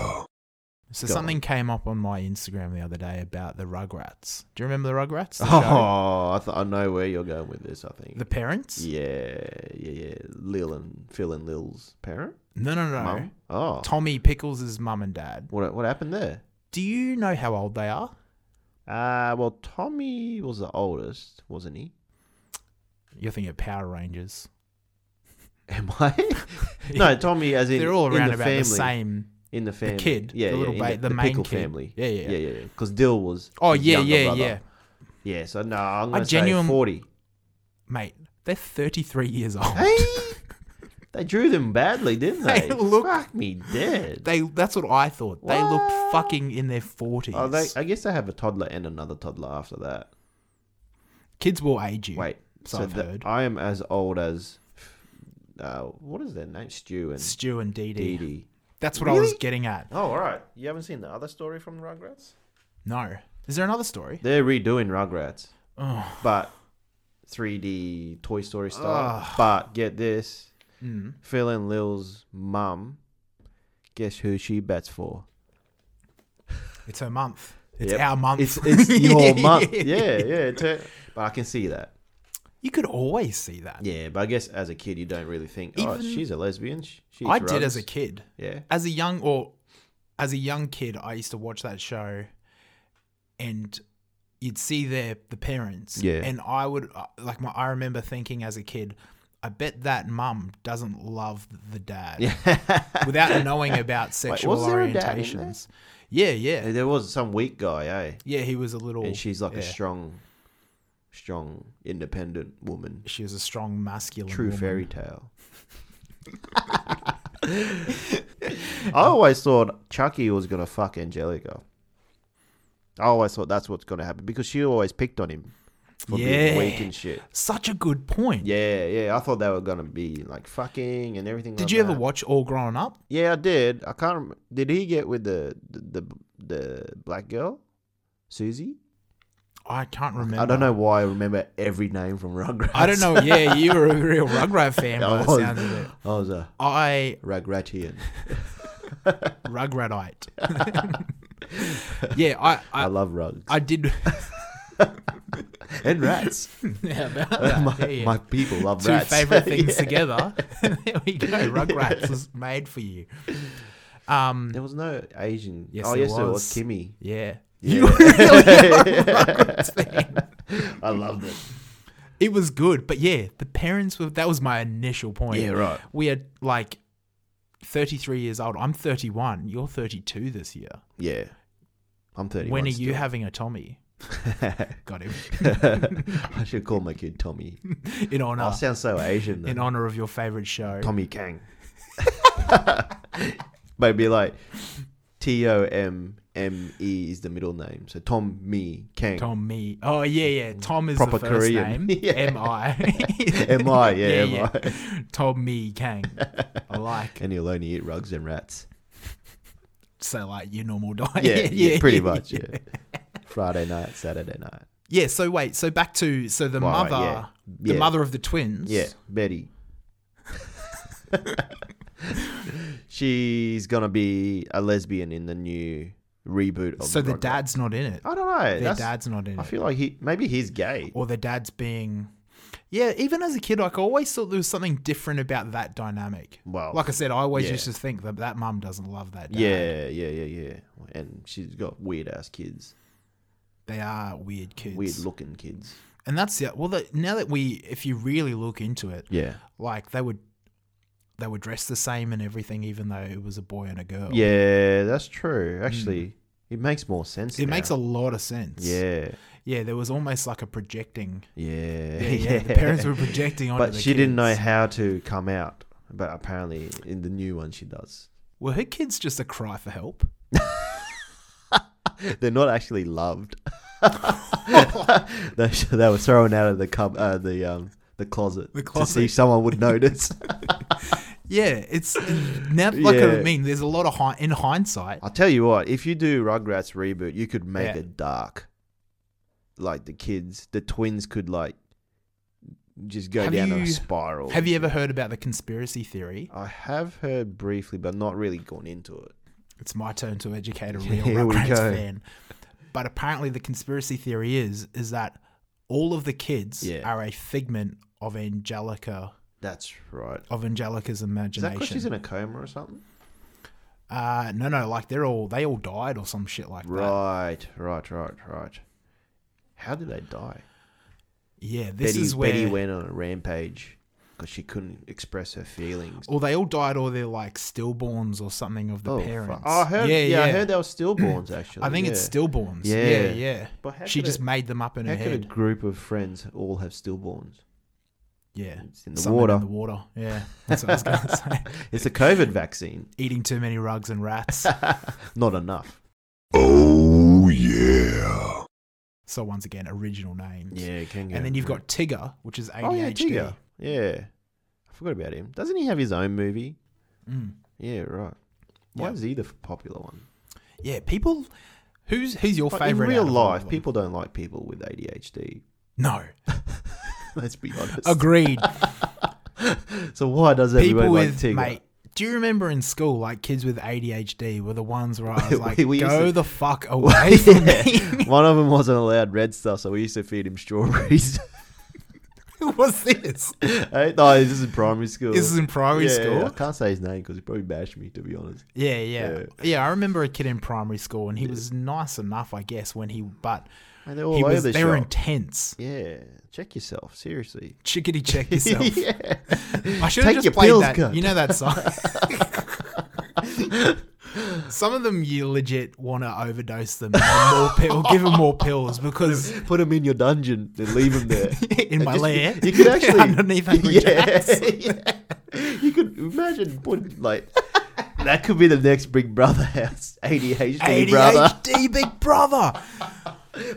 [SPEAKER 4] So
[SPEAKER 3] Go on.
[SPEAKER 4] something came up on my Instagram the other day about the Rugrats. Do you remember the Rugrats? The, show?
[SPEAKER 3] Oh, I, th- I know where you're going with this. I think.
[SPEAKER 4] The parents?
[SPEAKER 3] yeah, yeah, yeah. Lil and Phil and Lil's parent.
[SPEAKER 4] No, no, no.
[SPEAKER 3] Mum. Oh,
[SPEAKER 4] Tommy Pickles' mum and dad.
[SPEAKER 3] what what happened there?
[SPEAKER 4] Do you know how old they are?
[SPEAKER 3] Uh, well, Tommy was the oldest, wasn't he?
[SPEAKER 4] You're thinking of Power Rangers.
[SPEAKER 3] Am I? no, Tommy, as in
[SPEAKER 4] They're all
[SPEAKER 3] in
[SPEAKER 4] around
[SPEAKER 3] the
[SPEAKER 4] about
[SPEAKER 3] family,
[SPEAKER 4] the same.
[SPEAKER 3] in the family,
[SPEAKER 4] kid,
[SPEAKER 3] yeah,
[SPEAKER 4] the
[SPEAKER 3] yeah,
[SPEAKER 4] little
[SPEAKER 3] in
[SPEAKER 4] ba-
[SPEAKER 3] the,
[SPEAKER 4] the
[SPEAKER 3] the
[SPEAKER 4] main
[SPEAKER 3] pickle
[SPEAKER 4] kid.
[SPEAKER 3] family,
[SPEAKER 4] Yeah, yeah.
[SPEAKER 3] yeah, yeah, because Dill was.
[SPEAKER 4] Oh
[SPEAKER 3] his
[SPEAKER 4] yeah,
[SPEAKER 3] younger
[SPEAKER 4] yeah,
[SPEAKER 3] brother.
[SPEAKER 4] yeah,
[SPEAKER 3] yeah. So no, I'm gonna
[SPEAKER 4] genuine-
[SPEAKER 3] say forty.
[SPEAKER 4] mate. They're 33 years old.
[SPEAKER 3] Hey, They drew them badly, didn't they?
[SPEAKER 4] Oh. They look-
[SPEAKER 3] Fuck me dead.
[SPEAKER 4] They that's what I thought. They looked fucking in their forties.
[SPEAKER 3] Oh, they, I guess they have a toddler and another toddler after that.
[SPEAKER 4] Kids will age you.
[SPEAKER 3] Wait,
[SPEAKER 4] so
[SPEAKER 3] so
[SPEAKER 4] I've
[SPEAKER 3] the-
[SPEAKER 4] heard.
[SPEAKER 3] I am as old as uh, what is their name? Stew and
[SPEAKER 4] Stew and Dee Dee.
[SPEAKER 3] Dee.
[SPEAKER 4] That's what I was
[SPEAKER 3] Really?
[SPEAKER 4] getting at.
[SPEAKER 3] Oh, all right. You haven't seen the other story from Rugrats?
[SPEAKER 4] No. Is there another story?
[SPEAKER 3] They're redoing Rugrats,
[SPEAKER 4] Oh.
[SPEAKER 3] but 3D Toy Story style. But get this,
[SPEAKER 4] Mm.
[SPEAKER 3] Phil and Lil's mum. Guess who she bets for?
[SPEAKER 4] It's her month. It's
[SPEAKER 3] Yep.
[SPEAKER 4] our month.
[SPEAKER 3] It's, it's your month. Yeah, yeah. it's her- but I can see that.
[SPEAKER 4] You could always see that.
[SPEAKER 3] Yeah, but I guess as a kid you don't really think, oh,
[SPEAKER 4] Even-
[SPEAKER 3] she's a lesbian. She she
[SPEAKER 4] I
[SPEAKER 3] eats
[SPEAKER 4] did as
[SPEAKER 3] rugs."
[SPEAKER 4] a kid.
[SPEAKER 3] Yeah.
[SPEAKER 4] As a young or as a young kid, I used to watch that show, and you'd see their the parents.
[SPEAKER 3] Yeah.
[SPEAKER 4] And I would uh, like my. I remember thinking as a kid, I bet that mum doesn't love the dad. Without knowing about sexual
[SPEAKER 3] was there a dad in there?
[SPEAKER 4] orientations. Yeah, yeah,
[SPEAKER 3] There was some weak guy, eh?
[SPEAKER 4] yeah. He was a little.
[SPEAKER 3] And she's like a
[SPEAKER 4] Oh, yeah.
[SPEAKER 3] strong, strong, independent woman.
[SPEAKER 4] She was a strong masculine.
[SPEAKER 3] True
[SPEAKER 4] woman.
[SPEAKER 3] fairy tale. I always thought Chucky was gonna fuck Angelica. I always thought that's what's gonna happen because she always picked on him for being weak
[SPEAKER 4] Yeah.
[SPEAKER 3] and shit.
[SPEAKER 4] Such a good point.
[SPEAKER 3] Yeah, yeah. I thought they were gonna be like fucking and everything.
[SPEAKER 4] Did
[SPEAKER 3] like
[SPEAKER 4] you ever
[SPEAKER 3] that.
[SPEAKER 4] watch All Grown Up?
[SPEAKER 3] Yeah, I did. I can't. Rem- did he get with the the the, the black girl, Susie?
[SPEAKER 4] I can't remember.
[SPEAKER 3] I don't know why I remember every name from Rugrats.
[SPEAKER 4] I don't know. Yeah, you were a real Rugrat fan
[SPEAKER 3] I
[SPEAKER 4] by the
[SPEAKER 3] was.
[SPEAKER 4] sounds of it.
[SPEAKER 3] I was a
[SPEAKER 4] I
[SPEAKER 3] Rugratian.
[SPEAKER 4] Rugratite. yeah, I
[SPEAKER 3] I,
[SPEAKER 4] I,
[SPEAKER 3] love rugs
[SPEAKER 4] I did.
[SPEAKER 3] and rats.
[SPEAKER 4] yeah, about that.
[SPEAKER 3] my,
[SPEAKER 4] yeah, yeah.
[SPEAKER 3] my people love
[SPEAKER 4] Two
[SPEAKER 3] rats.
[SPEAKER 4] favorite things
[SPEAKER 3] Yeah.
[SPEAKER 4] together. there we go. Rugrats was made for you. Um.
[SPEAKER 3] There was no Asian.
[SPEAKER 4] Yes,
[SPEAKER 3] oh,
[SPEAKER 4] there
[SPEAKER 3] yes, there was
[SPEAKER 4] was.
[SPEAKER 3] Kimmy.
[SPEAKER 4] Yeah.
[SPEAKER 3] You I loved it.
[SPEAKER 4] It was good, but yeah, the parents were. That was my initial point.
[SPEAKER 3] Yeah, right.
[SPEAKER 4] We are like 33 years old. I'm 31. You're 32 this year.
[SPEAKER 3] Yeah, I'm thirty.
[SPEAKER 4] When are you having a Tommy? Got him.
[SPEAKER 3] I should call my kid Tommy.
[SPEAKER 4] In honor.
[SPEAKER 3] I sound so Asian. though.
[SPEAKER 4] in honor of your favorite show.
[SPEAKER 3] Tommy Kang. Maybe like T O M M E is the middle name. So Tom Me Kang.
[SPEAKER 4] Tom me. Oh yeah, yeah. Tom is
[SPEAKER 3] Mm. Proper
[SPEAKER 4] the first
[SPEAKER 3] Korean.
[SPEAKER 4] name.
[SPEAKER 3] Yeah.
[SPEAKER 4] M I.
[SPEAKER 3] M I, yeah, M
[SPEAKER 4] Tom me Kang. I like
[SPEAKER 3] And he'll only eat rugs and rats.
[SPEAKER 4] so like your normal diet.
[SPEAKER 3] Yeah, yeah, pretty much. Yeah. Friday night, Saturday night.
[SPEAKER 4] Yeah. So wait. So back to so the
[SPEAKER 3] Right,
[SPEAKER 4] mother,
[SPEAKER 3] yeah.
[SPEAKER 4] the
[SPEAKER 3] Yeah.
[SPEAKER 4] mother of the twins.
[SPEAKER 3] Yeah, Betty. She's gonna be a lesbian in the new reboot. Of
[SPEAKER 4] So the
[SPEAKER 3] Rugrats.
[SPEAKER 4] dad's not in it.
[SPEAKER 3] I don't know.
[SPEAKER 4] Their
[SPEAKER 3] that's-
[SPEAKER 4] dad's not in
[SPEAKER 3] I
[SPEAKER 4] it.
[SPEAKER 3] feel like he maybe he's gay.
[SPEAKER 4] or the dad's being. Yeah, even as a kid, like I always thought there was something different about that dynamic.
[SPEAKER 3] Well,
[SPEAKER 4] like I said, I always
[SPEAKER 3] yeah.
[SPEAKER 4] used to think that that mum doesn't love that dad.
[SPEAKER 3] Yeah, yeah, yeah, yeah. And she's got weird ass kids,
[SPEAKER 4] they are weird kids.
[SPEAKER 3] weird looking kids.
[SPEAKER 4] And that's the well. The, now that we, if you really look into it,
[SPEAKER 3] Yeah,
[SPEAKER 4] like they would, they were dressed the same and everything, even though it was a boy and a girl.
[SPEAKER 3] yeah, that's true. Actually, it makes more sense.
[SPEAKER 4] Hmm. it makes a
[SPEAKER 3] now.
[SPEAKER 4] lot of sense.
[SPEAKER 3] yeah,
[SPEAKER 4] yeah. There was almost like a projecting.
[SPEAKER 3] yeah,
[SPEAKER 4] Yeah, yeah. The parents were projecting onto
[SPEAKER 3] but
[SPEAKER 4] the
[SPEAKER 3] she didn't know
[SPEAKER 4] kids.
[SPEAKER 3] how to come out. But apparently, in the new one, she does.
[SPEAKER 4] Were her kids just a cry for help?
[SPEAKER 3] They're not actually loved. they, they were thrown out of the cub, uh, the um, the closet,
[SPEAKER 4] The
[SPEAKER 3] to see
[SPEAKER 4] closet.
[SPEAKER 3] if someone would notice.
[SPEAKER 4] Yeah, it's now. Like I
[SPEAKER 3] Yeah.
[SPEAKER 4] mean, there's a lot of hi- in hindsight.
[SPEAKER 3] I'll tell you what, if you do Rugrats reboot, you could make
[SPEAKER 4] Yeah.
[SPEAKER 3] it dark. Like the kids, the twins could like just go
[SPEAKER 4] Have
[SPEAKER 3] down a
[SPEAKER 4] you-
[SPEAKER 3] spiral.
[SPEAKER 4] Have you ever heard about the conspiracy theory?
[SPEAKER 3] I have heard briefly, but not really gone into it.
[SPEAKER 4] It's my turn to educate a real
[SPEAKER 3] Here we
[SPEAKER 4] Rugrats
[SPEAKER 3] go.
[SPEAKER 4] fan. But apparently, the conspiracy theory is is that all of the kids
[SPEAKER 3] Yeah.
[SPEAKER 4] are a figment of Angelica
[SPEAKER 3] That's right.
[SPEAKER 4] of Angelica's
[SPEAKER 3] Is that because
[SPEAKER 4] imagination.
[SPEAKER 3] she's in a coma or something?
[SPEAKER 4] uh, no, no, like they're all they all died or some shit like that.
[SPEAKER 3] Right, right, right, right. How did they die?
[SPEAKER 4] Yeah, this
[SPEAKER 3] Betty,
[SPEAKER 4] is where.
[SPEAKER 3] Betty went on a rampage because she couldn't express her feelings.
[SPEAKER 4] or they all died, or they're like stillborns or something of the
[SPEAKER 3] oh, fuck.
[SPEAKER 4] parents.
[SPEAKER 3] Oh, I heard. Yeah, I heard they were stillborns. Actually,
[SPEAKER 4] I think
[SPEAKER 3] yeah.
[SPEAKER 4] it's stillborns.
[SPEAKER 3] Yeah.
[SPEAKER 4] Yeah, yeah. yeah.
[SPEAKER 3] But how
[SPEAKER 4] she
[SPEAKER 3] could
[SPEAKER 4] just
[SPEAKER 3] it-
[SPEAKER 4] made them up in her
[SPEAKER 3] How could a
[SPEAKER 4] head.
[SPEAKER 3] group of friends all have stillborns?
[SPEAKER 4] Yeah.
[SPEAKER 3] It's in the
[SPEAKER 4] Something
[SPEAKER 3] water.
[SPEAKER 4] In the water. Yeah. That's what I was going to say.
[SPEAKER 3] It's the COVID vaccine.
[SPEAKER 4] Eating too many rugs and rats.
[SPEAKER 3] Not enough.
[SPEAKER 6] Oh yeah.
[SPEAKER 4] so once again, original names.
[SPEAKER 3] Yeah, kangaroo.
[SPEAKER 4] And then you've got Tigger, which is ADHD.
[SPEAKER 3] Oh yeah, Tigger. Yeah, I forgot about him. Doesn't he have his own movie?
[SPEAKER 4] Mm.
[SPEAKER 3] Yeah, right. Why
[SPEAKER 4] Yeah.
[SPEAKER 3] is he the f- popular one?
[SPEAKER 4] Yeah, people. Who's who's your
[SPEAKER 3] Like,
[SPEAKER 4] favorite
[SPEAKER 3] in real
[SPEAKER 4] out of all
[SPEAKER 3] life,
[SPEAKER 4] of them?
[SPEAKER 3] people don't like people with ADHD.
[SPEAKER 4] No,
[SPEAKER 3] Let's be honest.
[SPEAKER 4] agreed.
[SPEAKER 3] So why does everyone
[SPEAKER 4] people
[SPEAKER 3] like
[SPEAKER 4] with
[SPEAKER 3] Tigger?
[SPEAKER 4] mate. Do you remember in school, like kids with ADHD were the ones where I was like,
[SPEAKER 3] We- we used
[SPEAKER 4] "Go
[SPEAKER 3] to-
[SPEAKER 4] the fuck away from me."
[SPEAKER 3] One of them wasn't allowed red stuff, so we used to feed him strawberries.
[SPEAKER 4] Who was this?
[SPEAKER 3] Eh? no, this is in primary school.
[SPEAKER 4] This is in primary
[SPEAKER 3] Yeah,
[SPEAKER 4] school.
[SPEAKER 3] I can't say his name because he probably bashed me. To be honest,
[SPEAKER 4] Yeah, yeah, yeah,
[SPEAKER 3] Yeah.
[SPEAKER 4] I remember a kid in primary school, and he was nice enough, I guess, when he but
[SPEAKER 3] And they're all
[SPEAKER 4] he
[SPEAKER 3] over
[SPEAKER 4] was
[SPEAKER 3] the
[SPEAKER 4] they were
[SPEAKER 3] shop.
[SPEAKER 4] intense.
[SPEAKER 3] yeah, check yourself seriously.
[SPEAKER 4] Chickadee, check yourself.
[SPEAKER 3] yeah,
[SPEAKER 4] I should have
[SPEAKER 3] Take
[SPEAKER 4] just
[SPEAKER 3] your
[SPEAKER 4] played
[SPEAKER 3] pills,
[SPEAKER 4] that.
[SPEAKER 3] cunt.
[SPEAKER 4] You know that song. Some of them you legit want to overdose them, and more pill, give them more pills because
[SPEAKER 3] put him in your dungeon and leave him there.
[SPEAKER 4] in my
[SPEAKER 3] Just-
[SPEAKER 4] lair,
[SPEAKER 3] you could actually
[SPEAKER 4] underneath Angry Jacks.
[SPEAKER 3] yeah. You could imagine putting like that could be the next Big Brother house. ADHD,
[SPEAKER 4] ADHD,
[SPEAKER 3] brother,
[SPEAKER 4] Big Brother.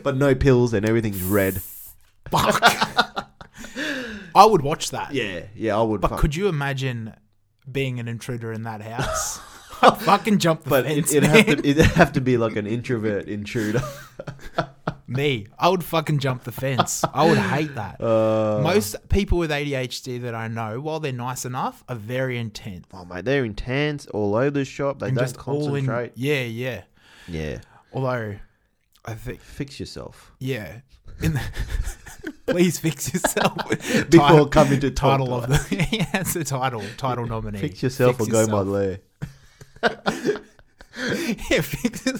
[SPEAKER 3] but no pills and everything's red.
[SPEAKER 4] Fuck. I would watch that.
[SPEAKER 3] Yeah, yeah, I would.
[SPEAKER 4] But
[SPEAKER 3] fuck-
[SPEAKER 4] could you imagine being an intruder in that house? I'd fucking jump the
[SPEAKER 3] but
[SPEAKER 4] fence.
[SPEAKER 3] it, it'd have
[SPEAKER 4] man.
[SPEAKER 3] to it'd have to be like an introvert intruder.
[SPEAKER 4] Me, I would fucking jump the fence. I would hate that.
[SPEAKER 3] Uh,
[SPEAKER 4] Most people with ADHD that I know, while they're nice enough, are very intense.
[SPEAKER 3] oh mate, they're intense, all over the shop. They
[SPEAKER 4] and
[SPEAKER 3] don't
[SPEAKER 4] just all in.
[SPEAKER 3] concentrate.
[SPEAKER 4] Yeah, yeah.
[SPEAKER 3] Yeah,
[SPEAKER 4] Although, I think,
[SPEAKER 3] fix yourself
[SPEAKER 4] yeah. In the, please fix yourself.
[SPEAKER 3] before
[SPEAKER 4] Title-
[SPEAKER 3] coming to talk
[SPEAKER 4] title
[SPEAKER 3] to
[SPEAKER 4] of
[SPEAKER 3] us.
[SPEAKER 4] the yeah, it's the title title nominee.
[SPEAKER 3] Fix yourself or go my lair.
[SPEAKER 4] Yeah, fix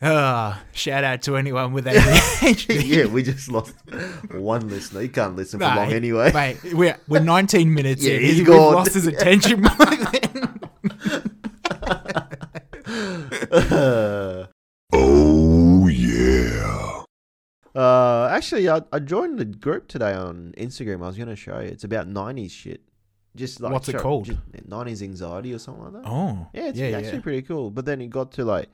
[SPEAKER 4] Ah, shout out to anyone with ADHD.
[SPEAKER 3] yeah, we just lost one listener. He can't listen
[SPEAKER 4] Nah,
[SPEAKER 3] for long anyway.
[SPEAKER 4] Mate, we're, we're 19 minutes
[SPEAKER 3] Yeah,
[SPEAKER 4] in.
[SPEAKER 3] he's
[SPEAKER 4] We've
[SPEAKER 3] gone.
[SPEAKER 4] lost his attention by then.
[SPEAKER 6] Oh yeah.
[SPEAKER 3] Uh, actually, I, I joined the group today on Instagram. I was going to show you. It's about '90s shit. Just like
[SPEAKER 4] What's it
[SPEAKER 3] show-
[SPEAKER 4] called?
[SPEAKER 3] just '90s anxiety or something like that.
[SPEAKER 4] Oh.
[SPEAKER 3] yeah, it's
[SPEAKER 4] yeah,
[SPEAKER 3] actually
[SPEAKER 4] yeah.
[SPEAKER 3] pretty cool. But then it got to like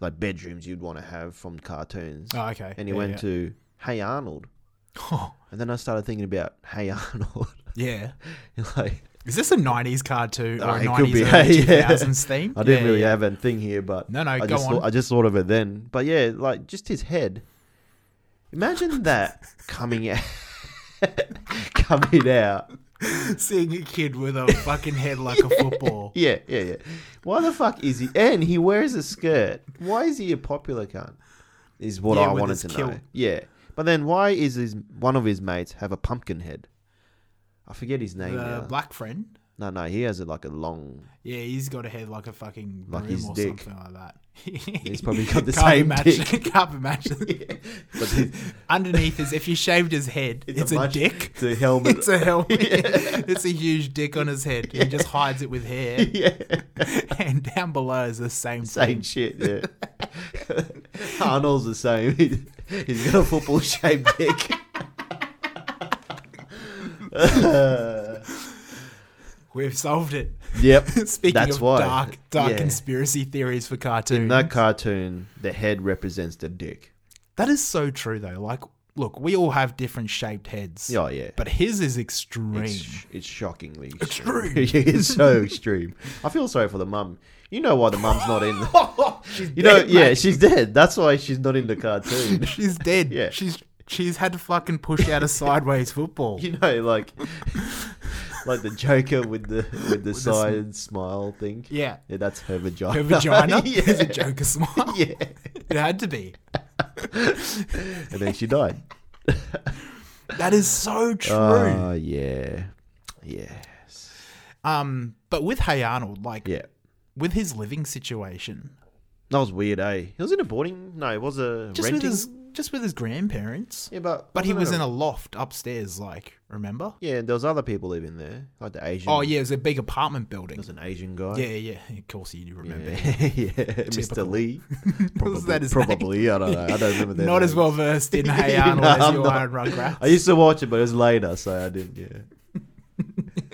[SPEAKER 3] like bedrooms you'd want to have from cartoons,
[SPEAKER 4] Oh, okay.
[SPEAKER 3] and he
[SPEAKER 4] yeah,
[SPEAKER 3] went
[SPEAKER 4] yeah.
[SPEAKER 3] to Hey Arnold,
[SPEAKER 4] Oh,
[SPEAKER 3] and then I started thinking about Hey Arnold,
[SPEAKER 4] yeah.
[SPEAKER 3] like.
[SPEAKER 4] Is this a 90s cartoon or
[SPEAKER 3] Oh,
[SPEAKER 4] a
[SPEAKER 3] it could
[SPEAKER 4] 90s
[SPEAKER 3] be,
[SPEAKER 4] early
[SPEAKER 3] yeah.
[SPEAKER 4] 2000s theme?
[SPEAKER 3] I didn't
[SPEAKER 4] Yeah,
[SPEAKER 3] really
[SPEAKER 4] yeah.
[SPEAKER 3] have a thing here, but
[SPEAKER 4] No, no,
[SPEAKER 3] I
[SPEAKER 4] go
[SPEAKER 3] just
[SPEAKER 4] on.
[SPEAKER 3] Thought, I just thought of it then. But yeah, like just his head. Imagine that coming out, coming out.
[SPEAKER 4] Seeing a kid with a fucking head like a football.
[SPEAKER 3] Yeah, yeah, yeah. Why the fuck is he? And he wears a skirt. Why is he a popular cunt? Is what
[SPEAKER 4] Yeah,
[SPEAKER 3] I
[SPEAKER 4] with
[SPEAKER 3] wanted
[SPEAKER 4] his
[SPEAKER 3] to know.
[SPEAKER 4] kilt.
[SPEAKER 3] Yeah, but then why is his one of his mates have a pumpkin head? I forget his name. now.
[SPEAKER 4] The black friend.
[SPEAKER 3] no, no, he has it like a long.
[SPEAKER 4] Yeah, he's got a head like a fucking
[SPEAKER 3] Like
[SPEAKER 4] broom
[SPEAKER 3] his
[SPEAKER 4] or
[SPEAKER 3] dick.
[SPEAKER 4] something like that.
[SPEAKER 3] He's probably got the
[SPEAKER 4] Can't
[SPEAKER 3] same
[SPEAKER 4] imagine-
[SPEAKER 3] dick.
[SPEAKER 4] Can't imagine.
[SPEAKER 3] But his-
[SPEAKER 4] Underneath is if you shaved his head, it's, a,
[SPEAKER 3] much-
[SPEAKER 4] dick.
[SPEAKER 3] It's a helmet.
[SPEAKER 4] It's a helmet. It's a huge dick on his head. He just hides it with hair.
[SPEAKER 3] yeah.
[SPEAKER 4] And down below is the same,
[SPEAKER 3] Same
[SPEAKER 4] thing.
[SPEAKER 3] shit, yeah. Arnold's the same. He- He's got a football shaped dick.
[SPEAKER 4] We've solved it.
[SPEAKER 3] yep.
[SPEAKER 4] Speaking
[SPEAKER 3] That's
[SPEAKER 4] of
[SPEAKER 3] why.
[SPEAKER 4] dark, dark
[SPEAKER 3] Yeah.
[SPEAKER 4] conspiracy theories for cartoons.
[SPEAKER 3] In that cartoon, the head represents the dick.
[SPEAKER 4] that is so true, though. Like, look, we all have different shaped heads.
[SPEAKER 3] Oh, yeah.
[SPEAKER 4] But his is extreme.
[SPEAKER 3] It's, sh- it's shockingly
[SPEAKER 4] Extreme.
[SPEAKER 3] Yeah, it's so extreme. I feel sorry for the mum. You know why the mum's not in. The- you know,
[SPEAKER 4] dead,
[SPEAKER 3] yeah,
[SPEAKER 4] mate.
[SPEAKER 3] she's dead. That's why she's not in the cartoon.
[SPEAKER 4] She's dead.
[SPEAKER 3] Yeah.
[SPEAKER 4] She's she's had to fucking push out a sideways football.
[SPEAKER 3] you know, like like the Joker with the with the side smile thing.
[SPEAKER 4] Yeah.
[SPEAKER 3] yeah, that's her vagina.
[SPEAKER 4] Her vagina
[SPEAKER 3] yeah.
[SPEAKER 4] is a Joker smile.
[SPEAKER 3] Yeah,
[SPEAKER 4] It had to be.
[SPEAKER 3] and then she died.
[SPEAKER 4] That is so true.
[SPEAKER 3] Oh yeah, yeah,
[SPEAKER 4] um, but with Hey Arnold, like
[SPEAKER 3] yeah.
[SPEAKER 4] with his living situation,
[SPEAKER 3] That was weird, eh? He was in a boarding. No, it was a
[SPEAKER 4] just
[SPEAKER 3] renting. Oh,
[SPEAKER 4] with his just with his grandparents.
[SPEAKER 3] Yeah, but
[SPEAKER 4] but he
[SPEAKER 3] wasn't
[SPEAKER 4] was
[SPEAKER 3] it a-
[SPEAKER 4] in a loft upstairs. Like, remember?
[SPEAKER 3] Yeah, and there was other people living there, like the Asian.
[SPEAKER 4] Oh yeah, it was a big apartment building.
[SPEAKER 3] there's an Asian guy.
[SPEAKER 4] Yeah, yeah. Of course, you remember.
[SPEAKER 3] yeah, Mr.
[SPEAKER 4] Typical.
[SPEAKER 3] Lee.
[SPEAKER 4] Was that his name?
[SPEAKER 3] Probably, I don't know. I don't remember that.
[SPEAKER 4] Not as well versed in Hey Arnold as you are in Rugrats.
[SPEAKER 3] I used to watch it, but it was later, so I didn't.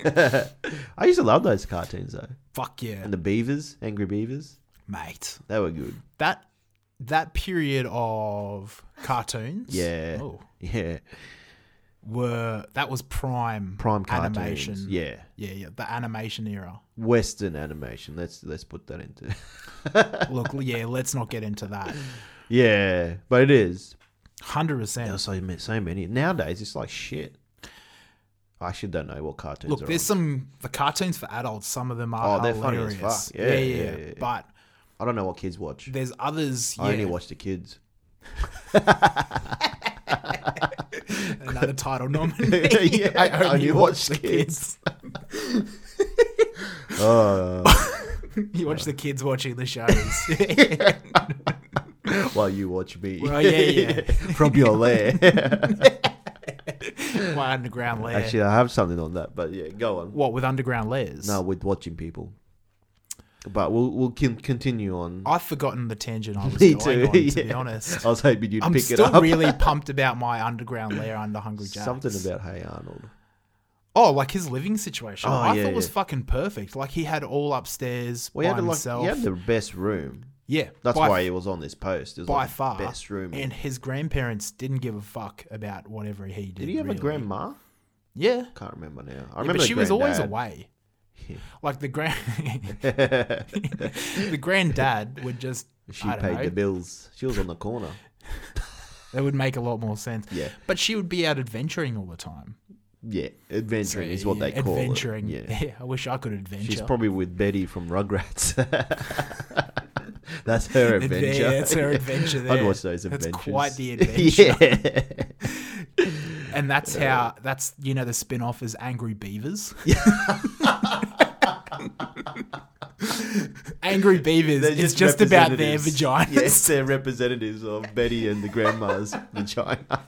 [SPEAKER 3] Yeah. I used to love those cartoons though,
[SPEAKER 4] Fuck yeah,
[SPEAKER 3] and the Beavers, Angry Beavers.
[SPEAKER 4] mate.
[SPEAKER 3] They were good.
[SPEAKER 4] That that period of cartoons.
[SPEAKER 3] Yeah.
[SPEAKER 4] Oh,
[SPEAKER 3] Yeah.
[SPEAKER 4] were that was prime
[SPEAKER 3] Prime cartoons.
[SPEAKER 4] animation.
[SPEAKER 3] Yeah.
[SPEAKER 4] yeah, yeah. The animation era.
[SPEAKER 3] Western animation. Let's let's put that into.
[SPEAKER 4] Look, yeah. Let's not get into that.
[SPEAKER 3] yeah, but it is.
[SPEAKER 4] Hundred
[SPEAKER 3] There are
[SPEAKER 4] percent.
[SPEAKER 3] so many, so many. Nowadays, it's like shit. I actually don't know what cartoons
[SPEAKER 4] Look,
[SPEAKER 3] are.
[SPEAKER 4] there's some the cartoons for adults. Some of them are
[SPEAKER 3] Oh, they're funny as
[SPEAKER 4] hilarious.
[SPEAKER 3] fuck. Yeah,
[SPEAKER 4] yeah,
[SPEAKER 3] yeah,
[SPEAKER 4] yeah,
[SPEAKER 3] yeah, yeah.
[SPEAKER 4] But
[SPEAKER 3] on. I don't know what kids watch.
[SPEAKER 4] there's others. Yeah,
[SPEAKER 3] I only watch the kids.
[SPEAKER 4] another title nominee.
[SPEAKER 3] yeah,
[SPEAKER 4] I only watch the kids.
[SPEAKER 3] Uh,
[SPEAKER 4] you watch the kids watching the shows.
[SPEAKER 3] while you watch me.
[SPEAKER 4] Well, yeah, yeah.
[SPEAKER 3] From your lair.
[SPEAKER 4] My underground lair.
[SPEAKER 3] Actually, I have something on that, but yeah, go on.
[SPEAKER 4] what with underground lairs?
[SPEAKER 3] No, with watching people. But we'll we'll con- continue on.
[SPEAKER 4] I've forgotten the tangent I was
[SPEAKER 3] Me
[SPEAKER 4] going
[SPEAKER 3] too.
[SPEAKER 4] on. To be
[SPEAKER 3] yeah.
[SPEAKER 4] honest,
[SPEAKER 3] I was hoping you'd
[SPEAKER 4] I'm
[SPEAKER 3] pick it
[SPEAKER 4] still
[SPEAKER 3] up.
[SPEAKER 4] really pumped about my underground lair under Hungry Jack's.
[SPEAKER 3] something about Hey Arnold.
[SPEAKER 4] oh, like his living situation.
[SPEAKER 3] Oh,
[SPEAKER 4] I
[SPEAKER 3] yeah,
[SPEAKER 4] thought was
[SPEAKER 3] yeah.
[SPEAKER 4] fucking perfect. Like he had all upstairs
[SPEAKER 3] Well, he
[SPEAKER 4] by
[SPEAKER 3] had, like,
[SPEAKER 4] himself.
[SPEAKER 3] he had the best room.
[SPEAKER 4] yeah,
[SPEAKER 3] That's
[SPEAKER 4] by,
[SPEAKER 3] why he was on this post. It was
[SPEAKER 4] by
[SPEAKER 3] like the
[SPEAKER 4] far
[SPEAKER 3] best room.
[SPEAKER 4] And his grandparents didn't give a fuck about whatever he did.
[SPEAKER 3] Did he have
[SPEAKER 4] really.
[SPEAKER 3] a grandma?
[SPEAKER 4] Yeah, Yeah,
[SPEAKER 3] Can't remember now. I remember
[SPEAKER 4] but
[SPEAKER 3] the
[SPEAKER 4] she was always
[SPEAKER 3] granddad.
[SPEAKER 4] away. Like the grand, the granddad would just.
[SPEAKER 3] She
[SPEAKER 4] I don't
[SPEAKER 3] paid
[SPEAKER 4] know,
[SPEAKER 3] the bills. She was on the corner.
[SPEAKER 4] That would make a lot more sense.
[SPEAKER 3] Yeah.
[SPEAKER 4] But she would be out adventuring all the time.
[SPEAKER 3] Yeah, adventuring is what
[SPEAKER 4] Yeah,
[SPEAKER 3] they call
[SPEAKER 4] adventuring.
[SPEAKER 3] it. Yeah.
[SPEAKER 4] I wish I could adventure.
[SPEAKER 3] She's probably with Betty from Rugrats. That's her
[SPEAKER 4] There,
[SPEAKER 3] adventure.
[SPEAKER 4] that's her
[SPEAKER 3] Yeah.
[SPEAKER 4] adventure
[SPEAKER 3] I'd
[SPEAKER 4] there.
[SPEAKER 3] watch those
[SPEAKER 4] That's
[SPEAKER 3] adventures.
[SPEAKER 4] quite the adventure.
[SPEAKER 3] yeah.
[SPEAKER 4] and that's how that's you know the spin-off is Angry Beavers. Angry Beavers
[SPEAKER 3] They're
[SPEAKER 4] is just about their
[SPEAKER 3] representatives.
[SPEAKER 4] vaginas.
[SPEAKER 3] Yes, they're representatives of Betty and the grandma's vagina.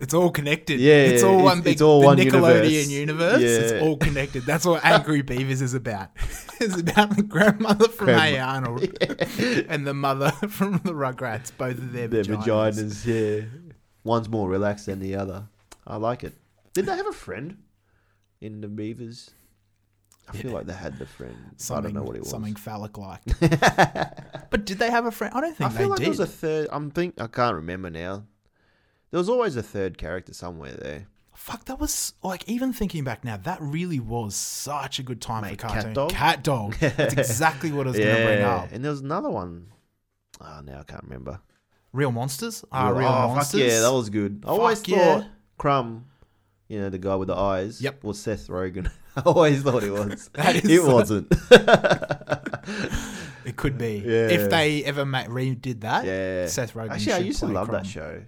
[SPEAKER 4] It's all connected.
[SPEAKER 3] Yeah,
[SPEAKER 4] it's all
[SPEAKER 3] it's-
[SPEAKER 4] one big
[SPEAKER 3] it's all
[SPEAKER 4] the
[SPEAKER 3] one
[SPEAKER 4] Nickelodeon universe.
[SPEAKER 3] universe.
[SPEAKER 4] It's
[SPEAKER 3] Yeah.
[SPEAKER 4] all connected. That's what Angry Beavers is about. It's about the grandmother from
[SPEAKER 3] Grandma.
[SPEAKER 4] Hey Arnold and the mother from the Rugrats. Both of their,
[SPEAKER 3] Their
[SPEAKER 4] vaginas.
[SPEAKER 3] vaginas, yeah. One's more relaxed than the other. I like it. Did they have a friend in the Beavers? I feel like they had the friend. I
[SPEAKER 4] Something,
[SPEAKER 3] don't know what it was.
[SPEAKER 4] Something phallic like. but did they have a friend? I don't think
[SPEAKER 3] I feel
[SPEAKER 4] they
[SPEAKER 3] like
[SPEAKER 4] did.
[SPEAKER 3] there was a third. I'm think I can't remember now. There was always a third character somewhere there.
[SPEAKER 4] Fuck, that was like even thinking back now, that really was such a good time
[SPEAKER 3] Mate,
[SPEAKER 4] for
[SPEAKER 3] Cat
[SPEAKER 4] cartoon.
[SPEAKER 3] Dog?
[SPEAKER 4] Cat dog. That's exactly what I was going to bring up.
[SPEAKER 3] and there was another one. Ah, now I can't remember.
[SPEAKER 4] Real monsters. Ah,
[SPEAKER 3] Real-
[SPEAKER 4] real
[SPEAKER 3] oh, fuck
[SPEAKER 4] monsters.
[SPEAKER 3] yeah, that was good. I always
[SPEAKER 4] Fuck
[SPEAKER 3] thought
[SPEAKER 4] yeah.
[SPEAKER 3] Crumb, you know, the guy with the eyes,
[SPEAKER 4] Yep.
[SPEAKER 3] was Seth Rogen. I always thought it was.
[SPEAKER 4] That is
[SPEAKER 3] it
[SPEAKER 4] so-
[SPEAKER 3] wasn't.
[SPEAKER 4] It could be.
[SPEAKER 3] Yeah.
[SPEAKER 4] If they ever ma- redid that,
[SPEAKER 3] yeah.
[SPEAKER 4] Seth Rogen.
[SPEAKER 3] Actually, I
[SPEAKER 4] should
[SPEAKER 3] used to
[SPEAKER 4] play
[SPEAKER 3] love
[SPEAKER 4] Crumb.
[SPEAKER 3] that show.